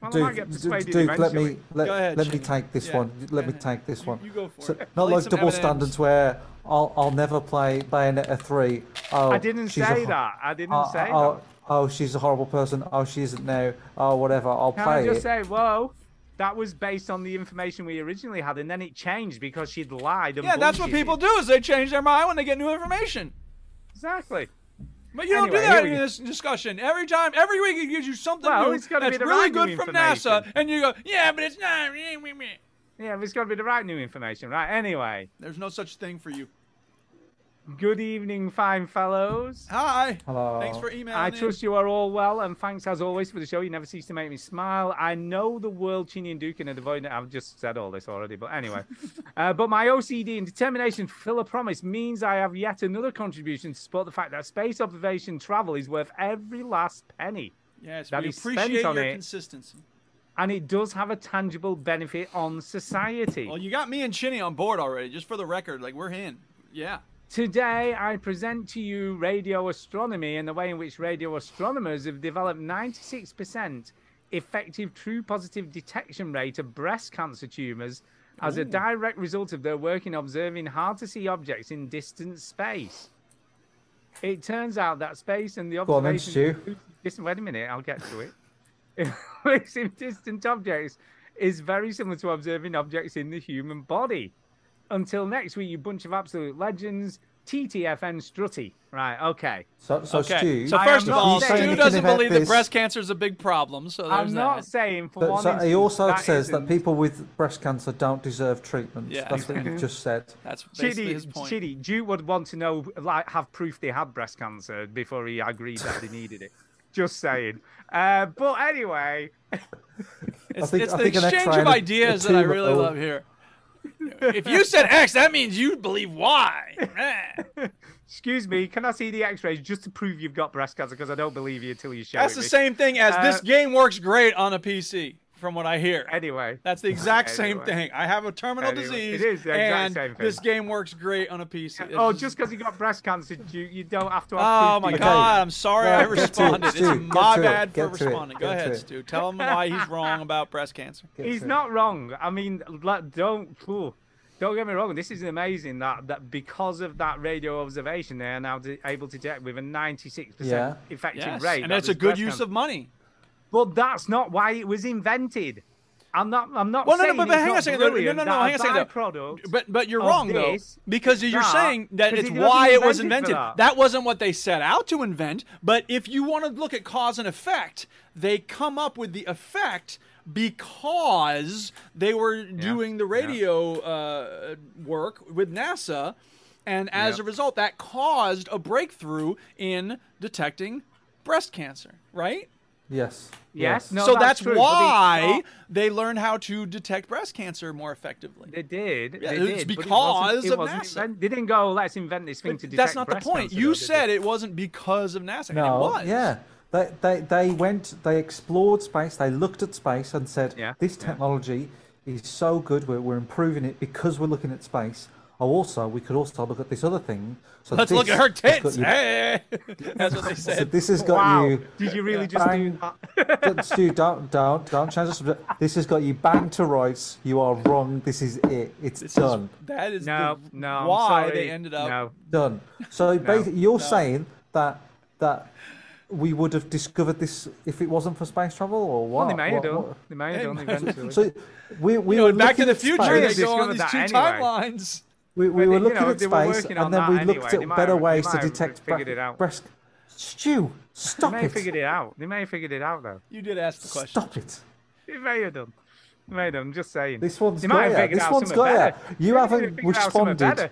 C: Well, I might
D: Duke,
C: get
D: Duke,
C: persuaded
D: Duke, let me
C: eventually.
D: let,
A: Go ahead,
D: let me
A: Shane.
D: take this
A: Yeah,
D: one. Let me take this one.
A: you go for
D: So-
A: it.
D: Not
A: Leave
D: like
A: some
D: double
A: evidence.
D: standards where I'll I'll never play Bayonetta three. Oh,
C: I didn't
D: she's a
C: say
D: ho-
C: that. I didn't
D: oh,
C: say
D: oh,
C: that.
D: oh, she's a horrible person. Oh, she isn't now. Oh, whatever. I'll
C: Can
D: play
C: I just
D: it.
C: say, whoa, that was based on the information we originally had, and then it changed because she'd lied. And
A: Yeah, that's what
C: bullshitted.
A: people do is they change their mind when they get new information.
C: Exactly.
A: But you don't
C: Anyway,
A: do that
C: here
A: in
C: we go.
A: this discussion. Every time, every week, it gives you something
C: Well,
A: new
C: it's gotta be
A: that's
C: the
A: really
C: right
A: good
C: new
A: from
C: information.
A: NASA, and you go, yeah, but it's not.
C: Yeah, but it's got to be the right new information, right? Anyway,
A: There's no such thing for you.
C: Good evening, fine fellows.
A: Hi.
D: Hello.
A: Thanks for emailing.
C: I
A: in.
C: trust you are all well, and thanks as always for the show. You never cease to make me smile. I know the world Chinny and Dukin are devoid. I've just said all this already, but anyway. uh, but my OCD and determination to fulfill a promise means I have yet another contribution to support the fact that space observation travel is worth every last penny.
A: Yes,
C: that
A: we
C: is spent
A: appreciate
C: on
A: your
C: it,
A: consistency.
C: and it does have a tangible benefit on society.
A: Well, you got me and Chinny on board already. Just for the record, like we're in. Yeah.
C: Today, I present to you radio astronomy and the way in which radio astronomers have developed 96% effective true positive detection rate of breast cancer tumors as a
O: Ooh.
C: direct result of their work in observing hard to see objects in distant space. It turns out that space and the
D: Go on then,
C: observation.
D: Stu.
C: Just wait a minute, I'll get to it. [LAUGHS] Observing distant objects is very similar to observing objects in the human body. Until next week, you bunch of absolute legends. TTFN Strutty. Right, okay.
D: So, so
A: okay.
D: Stu,
A: So first of
D: He's
A: all,
D: saying
A: Stu
D: anything
A: doesn't
D: about
A: believe that
D: this,
A: breast cancer is a big problem. So there's
C: I'm not
A: that.
C: saying for
D: But
C: one.
D: so he
C: instance
D: also
C: that
D: says
C: isn't-
D: that people with breast cancer don't deserve treatment.
A: Yeah,
D: That's
A: [LAUGHS]
D: what
A: exactly.
D: you've just said.
A: That's basically
C: Chidi,
A: his point.
C: Chidi, Duke would want to know, like, have proof they had breast cancer before he agreed that they needed
D: [LAUGHS]
C: it. Just saying. Uh, but anyway,
A: It's,
D: think-
A: it's
D: I
A: the
D: think an
A: exchange
D: X-ray
A: of
D: and a- a
A: ideas that I
D: tumor-
A: really
D: oh.
A: love here. If you said X, that means you believe
C: [LAUGHS]
A: Y.
C: excuse me, can I see the X-rays just to prove you've got breast cancer? Because I don't believe you until you show
A: That's
C: it
A: the
C: me.
A: same thing as this
C: Uh,
A: game works great on a PC, from what I hear.
C: Anyway,
A: that's
D: [LAUGHS]
A: the exact same
C: Anyway.
A: thing. I have a terminal
C: Anyway,
A: disease,
C: it is the exact
A: and
C: same thing.
A: this game works great on a PC. It's
C: Oh, just because you got breast cancer, Duke, you don't have to. Have
A: Oh
C: proof
A: my
C: you-
A: God! I'm sorry I
D: Right, get to it,
A: responded.
D: Stu,
A: It's
D: get
A: my
D: to it,
A: bad for
D: get to it,
A: responding. Go
D: get
A: ahead,
D: to it.
A: Stu. Tell him why
D: [LAUGHS]
A: he's wrong about breast cancer.
C: He's not wrong. I mean, like, don't phew, don't get me wrong. This is amazing that that because of that radio observation, they are now de- able to detect with a 96
A: Yeah.
C: percent effective
A: Yes,
C: rate.
A: and
C: that
A: it's a
C: there's
A: good
C: breast
A: use
C: cancer.
A: of money.
C: But that's not why it was invented. I'm not. I'm not.
A: Well, no, no,
C: saying
A: but, but
C: it's
A: hang on
C: not
A: a second. though. No,
C: brilliant,
A: no, no,
C: that
A: hang on a second. though.
C: byproduct
A: But but you're
C: of
A: wrong though,
C: this
A: because
C: is
A: you're
C: that-
A: saying that
C: 'cause
A: it's
C: it wasn't
A: why it was
C: invented for
A: invented.
C: that.
A: wasn't what they set out to invent. But if you want to look at cause and effect, they come up with the effect because they were doing the radio uh, work with NASA, and as
B: Yeah.
A: a result, that caused a breakthrough in detecting breast cancer. Right.
D: Yes.
C: Yes. No,
A: so
C: that's
A: that's,
C: true, but it's
A: why
C: not-
A: they learned how to detect breast cancer more effectively.
C: They did.
A: Yeah,
C: they
A: it's
C: did, but it wasn't-
A: because
C: it
A: of
C: wasn't
A: NASA.
C: invent- they didn't go. Let's invent this thing to detect.
A: That's not the
C: breast
A: point.
C: cancer,"
A: you
C: though, did
A: said it wasn't because of NASA, and it
D: No,
A: was.
D: yeah. They, they, they went, they explored space, they looked at space and said, this technology is so good, we're, we're improving it because we're looking at space. Oh, also, we could also look at this other thing. So
A: Let's
D: this
A: look at her
D: has got
A: tits. eh?
D: you-
A: Hey, [LAUGHS] that's what they
D: so
A: said.
D: this has got
C: Wow.
D: you.
C: Did you really just do that?
D: Don't- [LAUGHS] Stu, don't, don't, don't change the subject. This has got you banged to rights. You are wrong. This is it. It's done.
A: That is
C: no,
A: the-
C: no. I'm
A: why
C: sorry.
A: they ended up.
C: No.
D: Done. So basically, you're saying that that we would have discovered this if it wasn't for space travel, or what?
C: Well, they may have
D: What-
C: done.
D: what-
C: They may have
A: They
C: done
A: might have done.
C: eventually.
D: So we we
A: You know,
D: were
A: in Back to
D: looking
A: the
D: at
A: Future,
D: space.
A: they go on
C: discovered
A: these
C: that
A: two
C: anyway.
A: timelines.
D: We, we
C: But,
D: were
C: you
D: looking
C: know,
D: at
C: they were
D: space,
C: working on
D: and then
C: that
D: we looked
C: anyway. They
D: at
C: might
D: better
C: have- they
D: ways
C: might
D: to
C: have
D: detect
C: figured it
D: bre-
C: out.
D: breast. Stu,
C: They
D: stop
C: may
D: it!
C: have figured it out. They may have figured it out though.
A: You did ask the question.
D: Stop it!
C: They may have done. They may have done. I'm just saying.
D: This one's
C: They
D: got
C: might have
D: ya.
C: figured
D: This
C: out
D: one's
C: something
D: got ya.
C: better. They
D: You
C: may have
D: haven't
C: figured out something
D: responded.
C: better.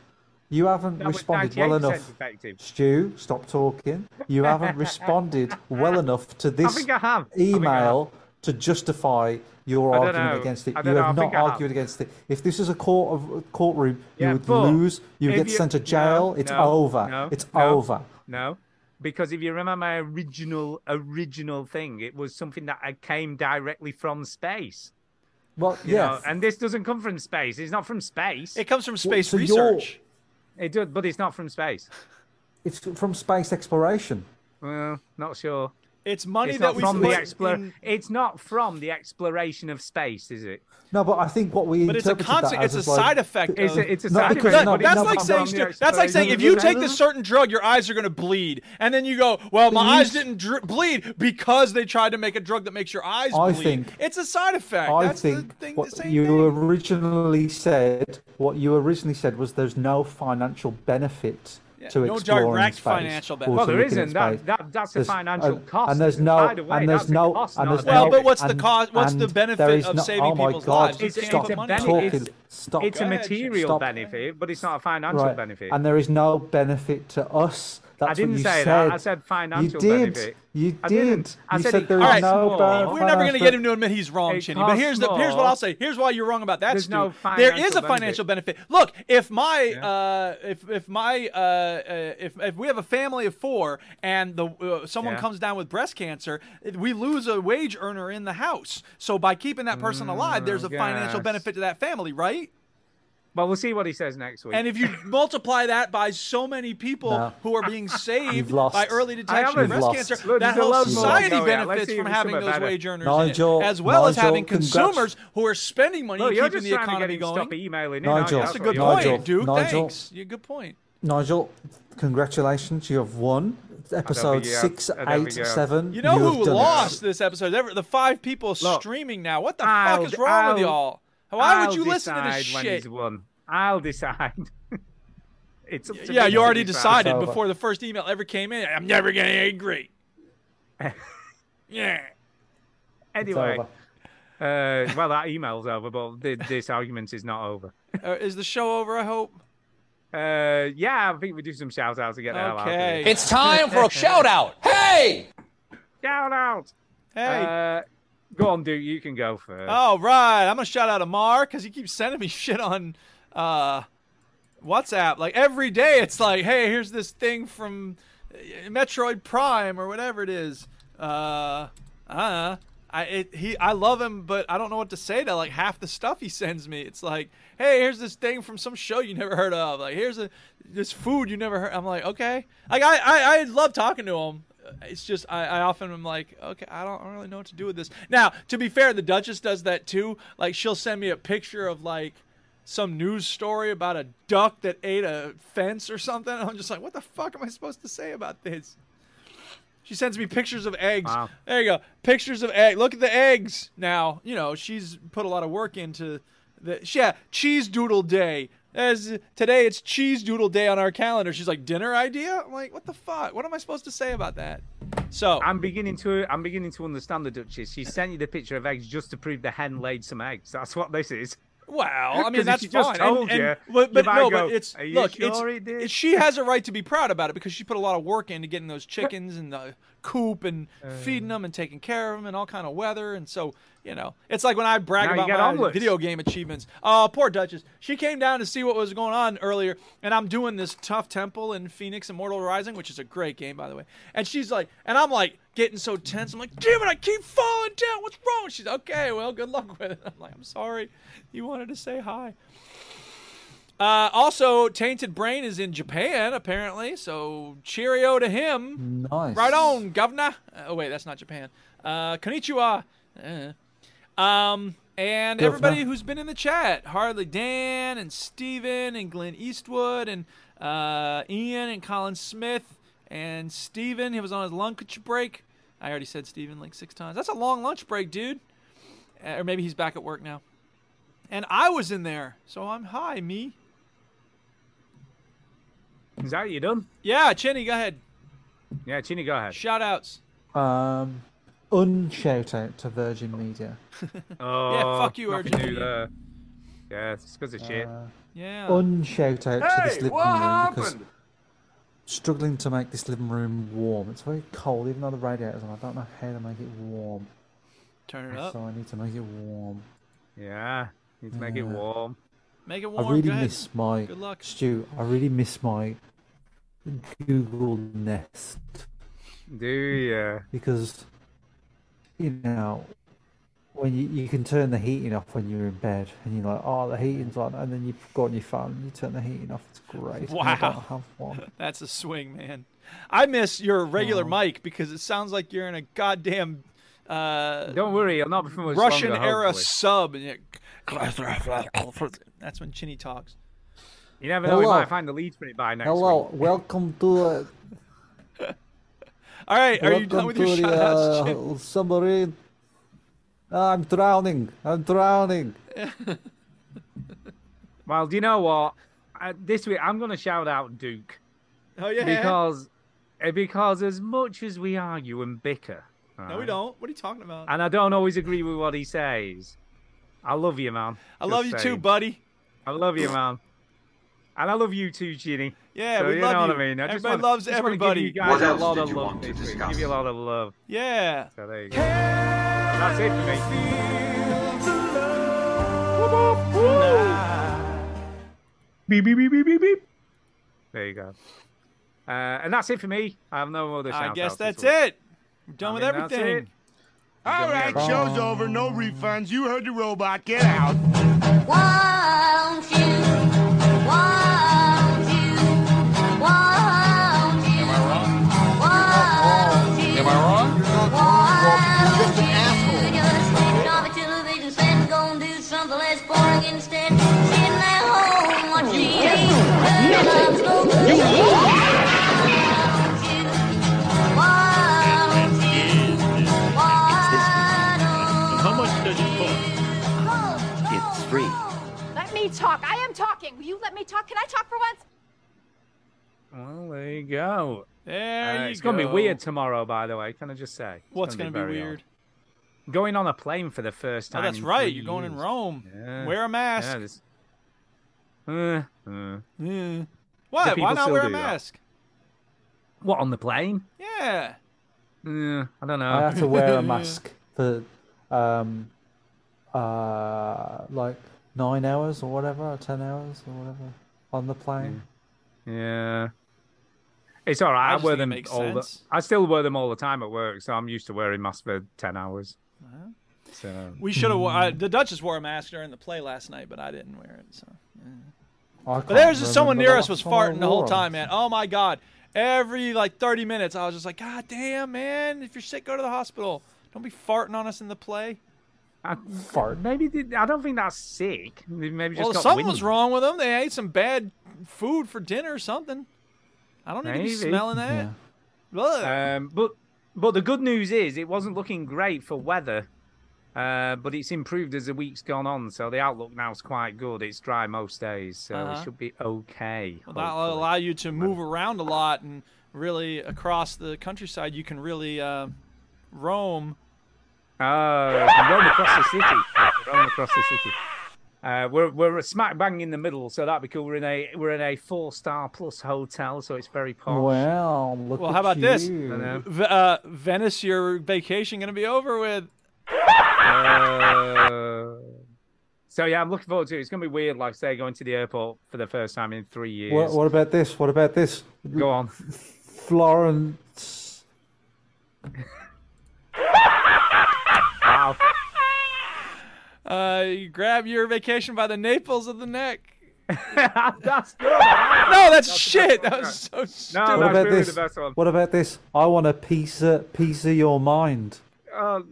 D: You haven't
C: That was
D: responded well
C: 98%
D: enough.
C: effective.
D: Stu, stop talking.
C: [LAUGHS]
D: You haven't responded well enough to this
C: think I have. [LAUGHS] I think I
D: email to justify your
C: I don't
D: argument
C: know.
D: against it.
C: I
D: You
C: don't know. I
D: have
C: think
D: not
C: I have.
D: argued against it. If this is a court of courtroom,
C: Yeah,
D: you would
C: but
D: lose. You would
C: if
D: get sent to
C: no,
D: jail. It's
C: no,
D: over.
C: no,
D: It's
C: no,
D: over.
C: No, because if you remember my original original thing, it was something that I came directly from space.
D: Well,
C: you
D: yeah.
C: know, and this doesn't come from space. It's not from space.
A: It comes from
D: space so you're- research.
C: It does, but it's not from space.
D: It's from space exploration.
C: Well, not sure.
A: It's money
C: It's
A: that
C: not
A: we
C: from the
A: put
C: explor-
A: in-
C: It's not from the exploration of space, is it?
D: No, but I think what we
A: But it's a
D: interpreted that
A: constant. It's
D: as
A: a
D: is like-
A: side effect.
C: It's
A: of-
C: a- it's a
A: No,
C: side
A: because-
C: effect,
A: no,
C: but it
A: that's
C: doesn't
A: like
C: come
A: saying
C: from the
A: stu- that's like saying if you take this certain drug, your eyes are going to bleed, and then you go, "Well, my
D: But you
A: eyes
D: s-
A: didn't dr- bleed because they tried to make a drug that makes your eyes
D: I
A: bleed."
D: think-
A: it's a side effect.
D: I
A: that's
D: think
A: the thing.
D: what
A: the same
D: you
A: thing.
D: originally said, what you originally said was there's no financial benefit to
A: no
D: exploring
A: direct
D: space
A: financial benefit.
D: or
A: Well,
D: to
A: there
D: looking at
A: isn't. That-
D: space.
A: that- that's a
D: There's-
A: financial
D: and-
A: cost.
D: And there's no.
A: By the way,
D: and
A: that's
D: there's
A: a
D: no.
A: cost,
D: and
A: not
D: there's
A: a Well,
D: no-
A: but what's the
D: and-
A: cost- what's the
D: and
A: benefit
D: there is
A: of
D: no-
A: saving
D: oh my
A: people's lives?
D: God,
A: You
D: Stop
A: can't put money on it.
D: talking.
A: It's-
D: Stop.
C: It's a
D: Go ahead,
C: material
D: Stop.
C: benefit, but it's not a financial
D: Right.
C: benefit.
D: And there is no benefit to us. That's
C: I didn't
D: what you
C: say
D: said.
C: that. I said financial
D: you did.
C: benefit.
D: You
C: I
D: did.
C: didn't. I
D: you
C: said
D: said,
C: it
D: there
C: costs
D: is no
C: more.
A: We're
D: benefit.
A: never going to
D: financial-
A: get him to admit he's wrong,
C: It
A: Chinny. But here's the here's what
C: costs
A: I'll say. Here's why you're wrong about that.
C: There's
A: Stu.
C: no
A: there is
C: financial
A: a financial benefit. Look, if my uh, if if my uh, uh, if if we have a family of four and the uh, someone
C: Yeah.
A: comes down with breast cancer, it- we lose a wage earner in the house. So by keeping that person alive, there's a financial
C: Mm, yes.
A: benefit to that family, right?
C: But we'll see what he says next week.
A: And
D: [LAUGHS]
A: if you multiply that by so many people
C: No.
A: who are being saved
C: You've lost.
A: by early
C: I
A: detection
C: haven't.
A: of breast
C: Lost.
A: cancer,
C: Look,
A: that
C: there's a
A: whole
C: lot more
A: society
C: going on. Let's
A: benefits
C: see
A: from
C: if
A: having
C: something
A: those
C: better.
A: wage earners in
D: Nigel-
A: it, as well as
D: Nigel,
A: having consumers who are spending money
C: Look,
A: and
C: you're
A: keeping
C: just
A: the
C: trying to get
A: economy
C: him to stop
A: going.
C: emailing in, aren't you?
D: Nigel,
C: That's a good
D: Nigel,
A: point, Duke.
D: Nigel,
A: Thanks. You good point.
D: Nigel, congratulations. You have won episode
A: you have-
D: six,
A: I don't
D: eight,
A: think you have.
D: seven.
A: You know
D: have
A: who
D: done it.
A: lost this episode? Every- The five people streaming now. What the
C: I'll-
A: fuck is wrong
C: I'll-
A: with y'all? Why
C: I'll
A: would you listen to this
C: decide when
A: shit?
C: He's won. I'll decide. [LAUGHS] it's up to
A: Yeah,
C: me
A: you
C: to
A: already
C: decide.
A: decided before the first email ever came in. I'm never gonna agree. yeah.
C: Anyway,
A: over.
C: uh, well, that email's over, but th- this argument is not over.
A: Uh, is the show over? I hope.
C: Uh, yeah, I think we do some shout outs to get the hell out.
A: Okay.
C: Of
A: It's time for a shout-out.
C: Hey, shout out.
A: Hey.
C: uh, go on, dude. You can go first.
A: All right, I'm gonna shout out Amar because he keeps sending me [LAUGHS] shit on uh, WhatsApp. Like every day, it's like, hey, here's this thing from uh, Metroid Prime or whatever it is. Uh, uh, I it, he I love him, but I don't know what to say to like half the stuff he sends me. It's like, hey, here's this thing from some show you never heard of. Like here's a this food you never heard. I'm like, okay. Like I I, I love talking to him it's just I, I often am like, okay, I don't, I don't really know what to do with this. Now, to be fair, the Duchess does that too. Like she'll send me a picture of like some news story about a duck that ate a fence or something. And I'm just like, what the fuck am I supposed to say about this? She sends me pictures of eggs.
C: Wow.
A: There you go. Pictures of egg. Look at the eggs now. You know, she's put a lot of work into the yeah, cheese doodle day. As today it's cheese doodle day on our calendar. She's like, dinner idea? I'm like, what the fuck? What am I supposed to say about that? So
C: I'm beginning to I'm beginning to understand the Duchess. She sent you the picture of eggs just to prove the hen laid some eggs. That's what this is.
A: Well, I
C: 'Cause
A: mean
C: if
A: that's
C: she just
A: fine. and,
C: told
A: and-
C: you,
A: but, but
C: you might
A: no,
C: go,
A: but it's
C: "Are you
A: look,
C: sure he
A: it's,
C: did?"
A: it- she has a right to be proud about it because she put a lot of work into getting those chickens and the coop and
C: Oh,
A: feeding them and taking care of them and all kind of weather. And so you know, it's like when I brag
C: Now you
A: about
C: got
A: my
C: omelets.
A: video game achievements. Oh, poor Duchess. She came down to see what was going on earlier, and I'm doing this tough temple in Phoenix Immortal Rising, which is a great game by the way. And she's like, and I'm like getting so tense. I'm like, damn it, I keep falling down. What's wrong? She's okay. Well, good luck with it. [LAUGHS] I'm like, I'm sorry. You wanted to say hi. Uh, also, Tainted Brain is in Japan, apparently, so cheerio to him.
D: Nice.
A: Right on, governor. Uh, oh, wait, that's not Japan. Uh, konnichiwa. Uh, um, and
D: Governor.
A: everybody who's been in the chat Harley Dan and Steven and Glenn Eastwood and uh, Ian and Colin Smith and Steven. He was on his lunch break. I already said Steven like six times. That's a long lunch break, dude. Uh, or maybe he's back at work now. And I was in there, so I'm high, me.
C: Is that you done?
A: Yeah, Chinny, go ahead.
C: Yeah, Chini, go ahead.
A: Shout outs.
D: Um, unshout out to Virgin Media.
C: Oh,
A: fuck you,
C: nothing
A: Virgin
C: new there. Yeah, it's because of shit.
A: Yeah.
D: Oh, Unshout out to this
C: Hey,
D: living
C: what
D: room because
C: happened?
D: struggling to make this living room warm. It's very cold, even though the radiator's on. I don't know how to make it warm.
A: Turn it up.
D: So I need to make it warm.
C: Yeah, need to make it
D: Yeah.
C: warm.
A: Make it
D: I really miss my Stu. I really miss my Google Nest
C: Do you?
D: because you know when you, you can turn the heating off when you're in bed and you're like, oh, the heating's on, and then you go on your phone and you turn the heating off. It's great. and I don't
A: Wow.
D: have
A: [LAUGHS]
D: one.
A: That's a swing, man. I miss your
C: Oh.
A: regular mic because it sounds like you're in a goddamn uh,
C: Don't worry, you'll not be for much
A: Russian
C: longer,
A: era
C: hopefully.
A: sub. And you're- That's when Chinny talks.
C: You never know. We
A: Hello.
C: might find the lead for it by next
D: Hello, welcome to. Uh,
A: All right, are you
D: welcome
A: done with
D: to
A: your
D: the
A: shout outs, Chinny?
D: uh, submarine. Ah, I'm drowning. I'm drowning.
C: Well, do you know what? Uh, this week I'm going to shout out Duke
A: Oh, yeah.
C: Because eh, because as much as we argue and bicker,
A: No, we
C: right,
A: don't. What are you talking about?
C: And I don't always agree with what he says. I love you, man.
A: I love you too, buddy.
C: I love you, man. And I love you too, Ginny.
A: Yeah,
C: so
A: we
C: you
A: love
C: know what
A: you.
C: I mean. I just
A: Everybody
C: wanna-
A: loves
C: just wanna give
A: everybody.
C: you guys
A: What
C: a
A: else
C: lot
A: did
C: of
A: you
C: love
A: want to
C: this week.
A: discuss?
C: Give you a lot of love.
A: Yeah.
C: So there you go. That's it for me.
D: Beep, beep, beep, beep, beep, beep.
C: There you go. Uh, and that's it for me. I have no other.
A: I
C: shout-outs
A: guess
C: this
A: that's
C: week.
A: it. We're done
C: I
A: with
C: mean, that's
A: everything.
C: it.
F: All right,
C: Bye.
F: show's over. No refunds. You heard the robot. Get out.
G: Won't you? Won't you? Won't you? Am I wrong? Won't you? Am I wrong? Won't you? Just leave all the television set and go and do something less boring instead. Sitting at home watching TV. Turn up, smoke a
H: And how much does it cost?
O: It's free.
P: Let me talk. I am talking. Will you let me talk? Can I talk for once?
C: Well, there you go.
A: There
C: Uh,
A: you
C: it's gonna be
A: go.
C: weird tomother, by the way. Can I just say? It's
A: What's gonna be
C: very uh, odd.
A: weird?
C: Going on a plane for the first time.
A: Oh, that's
C: in
A: right.
C: three
A: You're going in
C: years.
A: Rome.
C: Yeah.
A: Wear a mask.
C: Yeah, this- Uh, uh. Do
A: What? Why
C: people
A: not
C: still
A: wear a
C: do that?
A: mask?
C: What on the plane?
A: Yeah.
C: Uh, I don't know.
A: Ah.
D: I had to wear
A: [LAUGHS]
D: a mask for um uh like nine hours or whatever, or ten hours or whatever on the plane.
C: Yeah. It's all right. I,
D: I just
C: wear
D: think it
C: them
D: makes
C: all. The,
D: sense.
C: I still wear them all the time at work, so I'm used to wearing masks for ten hours.
A: Uh-huh.
C: So
A: We should have. Uh, the Duchess wore a mask during the play last night, but I didn't wear it. So.
D: I
A: But there's
D: can't
A: just someone
D: remember
A: near
D: the
A: us was
D: last time I
A: farting the whole
D: wore 'em.
A: time, man. Oh my god! Every like 30 minutes, I was just like, God damn, man! If you're sick, go to the hospital. Don't be farting on us in the play.
C: I, fart. Maybe they- I don't think that's sick. They Maybe just
A: Well,
C: got
A: something
C: wind.
A: was wrong with them. They ate some bad food for dinner or something. I don't need
C: Maybe.
A: to be smelling that.
C: Um, but but the good news is it wasn't looking great for weather, uh, but it's improved as the week's gone on. So the outlook now is quite good. It's dry most days, so
A: Uh-huh.
C: it should be okay.
A: Well, that'll allow you to move around a lot and really across the countryside. You can really uh, roam.
C: Oh, we can roam across the city. We can Roam across the city. Uh, we're we're smack bang in the middle, so that'd be cool. We're in a we're in a four star plus hotel, so it's very posh.
D: Well, look
A: Well,
D: at
A: how about this?
D: you.
A: V- uh, Venice, your vacation gonna be over with.
C: Uh, so yeah, I'm looking forward to it. It's gonna be weird, like say going to the airport for the first time in three years.
D: What, what about this? What about this?
C: Go on.
D: Florence.
C: Wow.
A: Uh, you grab your vacation by the naples of the neck.
C: [LAUGHS] that's good.
A: no, that's, shit. That was so stupid.
D: what
A: [LAUGHS]
D: about this? What about this? I want a piece of piece of your mind.
C: Oh.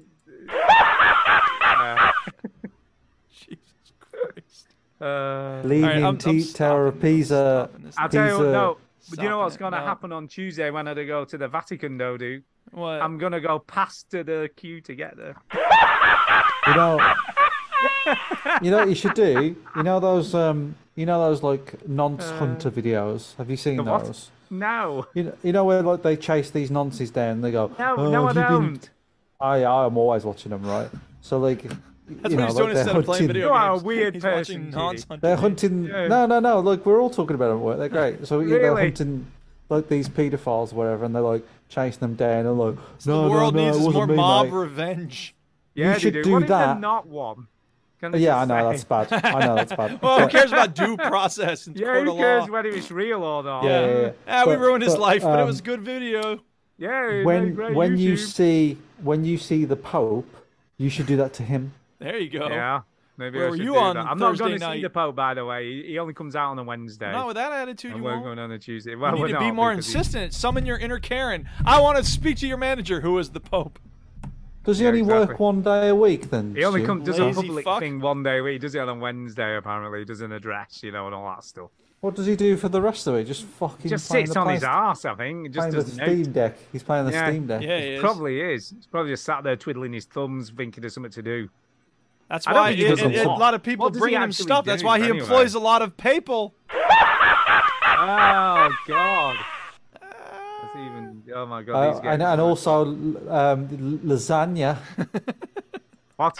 C: Uh,
D: Leaving
C: all right, I'm-
D: Te- Tower of uh, Pisa.
C: I'll tell you what,
D: Pisa-
C: no. Do you know what's
A: Stopping
C: going
A: it,
C: to
A: no.
C: happen on Tuesday when I go to the Vatican, though, dude?
A: What?
C: I'm going to go past to the queue to get there.
D: You
C: [LAUGHS]
D: know, you know what you should do. You know those um, you know those like nonce hunter videos. Have you seen
C: Uh, The what?
D: those?
C: No.
D: You know, you know where like they chase these nonces down. and They go,
C: No,
D: "Oh,
C: no, I
D: have you been-"
C: don't.
D: I I am always watching them, right? So like,
A: That's
D: you
A: what
D: know,
A: he's
D: like
A: doing
D: they're
A: instead of playing
D: hunting-
A: video
C: You are a
A: games.
C: weird
A: he's
C: person,
A: watching nonce
C: Judy.
A: hunting
D: They're
A: videos.
D: hunting.
A: Yeah.
D: No, no, no. Look, we're all talking about them at work. They're great. So they're
A: Really?
D: hunting like these paedophiles or whatever, and they're like chasing them down and like, no,
A: the world
D: no, no,
A: needs
D: it
A: is
D: wasn't
A: more
D: me,
A: mob
D: mate."
A: revenge.
D: Yeah, You should they do. do
C: what If
D: that.
C: they're not one? Can
D: Yeah,
C: just
D: I know,
C: say?
D: that's bad. I know, that's bad.
A: Well, who cares about due process and
C: [LAUGHS] yeah,
A: court
C: who
A: of
C: cares
A: law?
C: whether it's real or not?
D: Yeah, yeah, yeah.
A: Ah, we
D: But-
A: ruined his
D: but,
A: life, but it was
D: um,
A: good video.
C: Yeah,
D: When when you see when you see the Pope, you should do that to him.
A: There you go.
C: Yeah. Maybe
A: Where
C: I
A: were
C: should
A: you
C: do
A: on
C: that. I'm
A: Thursday
C: not going to see
A: night?
C: the Pope, by the way. He- He only comes out on a Wednesday.
A: Not with that attitude,
C: and
A: you
C: we're
A: won't.
C: going on a Tuesday.
A: You
C: Well,
A: need
C: we're
A: to be
C: not,
A: more
C: because he-
A: insistent. Summon your inner Karen. I want to speak to your manager, who is the Pope.
D: Does he only work one day a week then?
C: He only
D: Stu?
C: comes does a
A: Lazy
C: public
A: fuck.
C: thing one day a week. He does it on a Wednesday apparently. He does an address, you know, and all that stuff.
D: What does he do for the rest of it? Just fucking.
C: He just
D: playing
C: sits
D: the
C: on his
D: Playsta-
C: ass, I think. He just
D: playing the
C: does
D: Steam Deck. He's playing the Steam Deck.
C: probably is. He's probably just sat there twiddling his thumbs, thinking of something to do.
A: That's
C: I don't
A: why
C: think he
A: it-
C: does
A: it- it- a
C: lot.
A: lot of people
C: What does he
A: bring him
C: actually
A: stuff. That's
C: do,
A: why he
C: anyway?
A: Ah. employs a lot of people.
C: Oh God! That's even. Oh my god.
D: Uh,
C: these
D: and,
C: guys-
D: and also
A: [LAUGHS]
D: um, lasagna.
A: Uh,
C: what?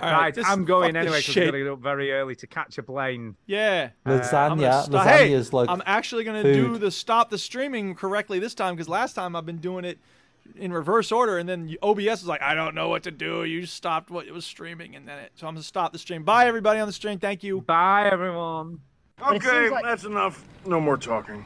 C: right,
A: this-
C: I'm
A: fuck
C: going
A: this
C: anyway because
A: shit.
C: I'm going to get up very early to catch a plane.
A: Yeah.
D: Lasagna.
A: I'm gonna sto-
D: Lasagna
A: hey,
D: is like
A: I'm actually gonna do
D: food.
A: the stop the streaming correctly this time because last time I've been doing it in reverse order, and then OBS was like, I don't know what to do. You stopped what it was streaming, and then it. So I'm gonna stop the stream. Bye everybody on the stream. Thank you.
C: Bye everyone.
Q: Okay, that's enough. No more talking.